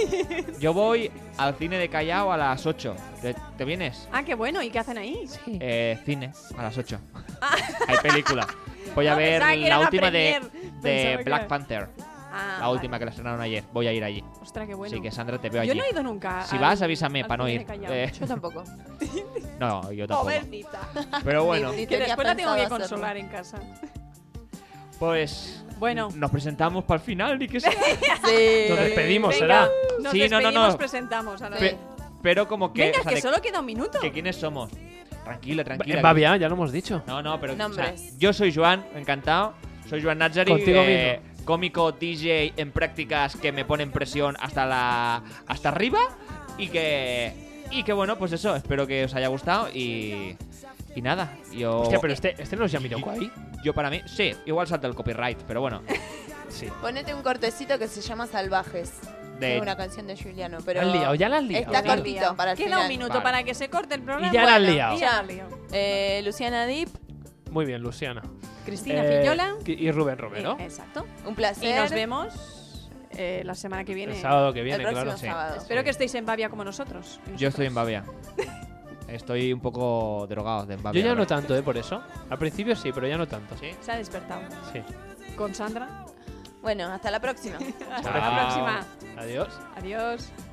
[SPEAKER 1] Yo voy al cine de Callao a las 8. ¿Te, te vienes?
[SPEAKER 3] Ah, qué bueno, ¿y qué hacen ahí?
[SPEAKER 4] Sí.
[SPEAKER 1] Eh, cine, a las 8. Hay película. Voy a
[SPEAKER 3] Ah. No,
[SPEAKER 1] ver
[SPEAKER 3] Ah, pensaba que era
[SPEAKER 1] la
[SPEAKER 3] la
[SPEAKER 1] última de,
[SPEAKER 3] premier.
[SPEAKER 1] de
[SPEAKER 3] Pensaba que
[SPEAKER 1] Black
[SPEAKER 3] era-
[SPEAKER 1] Panther.
[SPEAKER 3] Ah,
[SPEAKER 1] la última que la estrenaron ayer. Voy a ir allí.
[SPEAKER 3] Ostras, qué bueno.
[SPEAKER 1] Así que Sandra, te veo allí.
[SPEAKER 3] Yo no he ido nunca.
[SPEAKER 1] Si
[SPEAKER 3] al-
[SPEAKER 1] vas, avísame
[SPEAKER 3] al
[SPEAKER 1] para no
[SPEAKER 3] cine
[SPEAKER 1] ir.
[SPEAKER 3] de Callao.
[SPEAKER 1] Eh,
[SPEAKER 2] Yo tampoco.
[SPEAKER 1] no, yo tampoco.
[SPEAKER 3] Pobrecita.
[SPEAKER 1] Pero bueno,
[SPEAKER 2] Ni- ni
[SPEAKER 3] Que
[SPEAKER 2] tenía
[SPEAKER 3] después la tengo que
[SPEAKER 2] pensado hacerlo.
[SPEAKER 3] consolar en casa.
[SPEAKER 1] pues
[SPEAKER 3] Bueno.
[SPEAKER 1] nos presentamos para el final y que sí.
[SPEAKER 2] Sí.
[SPEAKER 4] Nos despedimos,
[SPEAKER 3] Venga,
[SPEAKER 4] será.
[SPEAKER 3] Nos
[SPEAKER 1] Sí, no, no,
[SPEAKER 3] despedimos,
[SPEAKER 1] no.
[SPEAKER 3] presentamos a la
[SPEAKER 1] Pe- pero como que.
[SPEAKER 3] Venga,
[SPEAKER 1] o sea,
[SPEAKER 3] que
[SPEAKER 1] de-
[SPEAKER 3] solo queda un minuto.
[SPEAKER 1] que quiénes somos. Tranquila, tranquila.
[SPEAKER 4] Va bien, ya lo hemos dicho.
[SPEAKER 1] No, no, pero o sea,
[SPEAKER 2] Nombres.
[SPEAKER 1] yo soy Joan, encantado. Soy Joan Nazari,
[SPEAKER 4] Contigo
[SPEAKER 1] eh, cómico DJ en prácticas que me ponen presión hasta la hasta arriba y que y que bueno, pues eso, espero que os haya gustado y y nada, yo
[SPEAKER 4] Hostia, pero este, este no es Yamiroquai.
[SPEAKER 1] yo para mí, sí, igual salta el copyright, pero bueno,
[SPEAKER 4] Sí.
[SPEAKER 2] Ponete un cortecito que se llama Salvajes.
[SPEAKER 1] de
[SPEAKER 2] Es una canción de Juliano, pero.
[SPEAKER 4] La has liado, ya la has liado.
[SPEAKER 2] Está
[SPEAKER 1] Ya la has
[SPEAKER 2] cortito para el
[SPEAKER 3] Queda
[SPEAKER 2] final.
[SPEAKER 3] un minuto
[SPEAKER 1] Vale.
[SPEAKER 3] para que se corte el programa.
[SPEAKER 4] Y ya la has
[SPEAKER 3] Bueno,
[SPEAKER 4] liado.
[SPEAKER 3] y ya la has liado.
[SPEAKER 2] Eh, Luciana Dip,
[SPEAKER 4] Muy bien, Luciana.
[SPEAKER 3] Cristina
[SPEAKER 4] Eh,
[SPEAKER 3] Fillola.
[SPEAKER 4] Y Rubén
[SPEAKER 3] Eh,
[SPEAKER 4] Romero.
[SPEAKER 3] Exacto.
[SPEAKER 2] un placer.
[SPEAKER 3] Y nos vemos eh, la semana que viene.
[SPEAKER 4] El sábado que
[SPEAKER 2] el
[SPEAKER 4] viene,
[SPEAKER 2] próximo
[SPEAKER 4] claro.
[SPEAKER 1] sí.
[SPEAKER 2] sábado.
[SPEAKER 3] Espero que estéis en Bavia como nosotros.
[SPEAKER 1] yo estoy en Bavia. Estoy un poco drogado de
[SPEAKER 4] Yo
[SPEAKER 1] Bavia.
[SPEAKER 4] ya no
[SPEAKER 1] ahora.
[SPEAKER 4] tanto, ¿eh? Por eso. Al principio sí, pero ya no tanto.
[SPEAKER 1] Sí.
[SPEAKER 3] Se ha despertado.
[SPEAKER 4] Sí.
[SPEAKER 3] Con Sandra.
[SPEAKER 2] Bueno, hasta la próxima.
[SPEAKER 3] Hasta
[SPEAKER 1] Chao.
[SPEAKER 3] la próxima.
[SPEAKER 4] Adiós.
[SPEAKER 3] Adiós.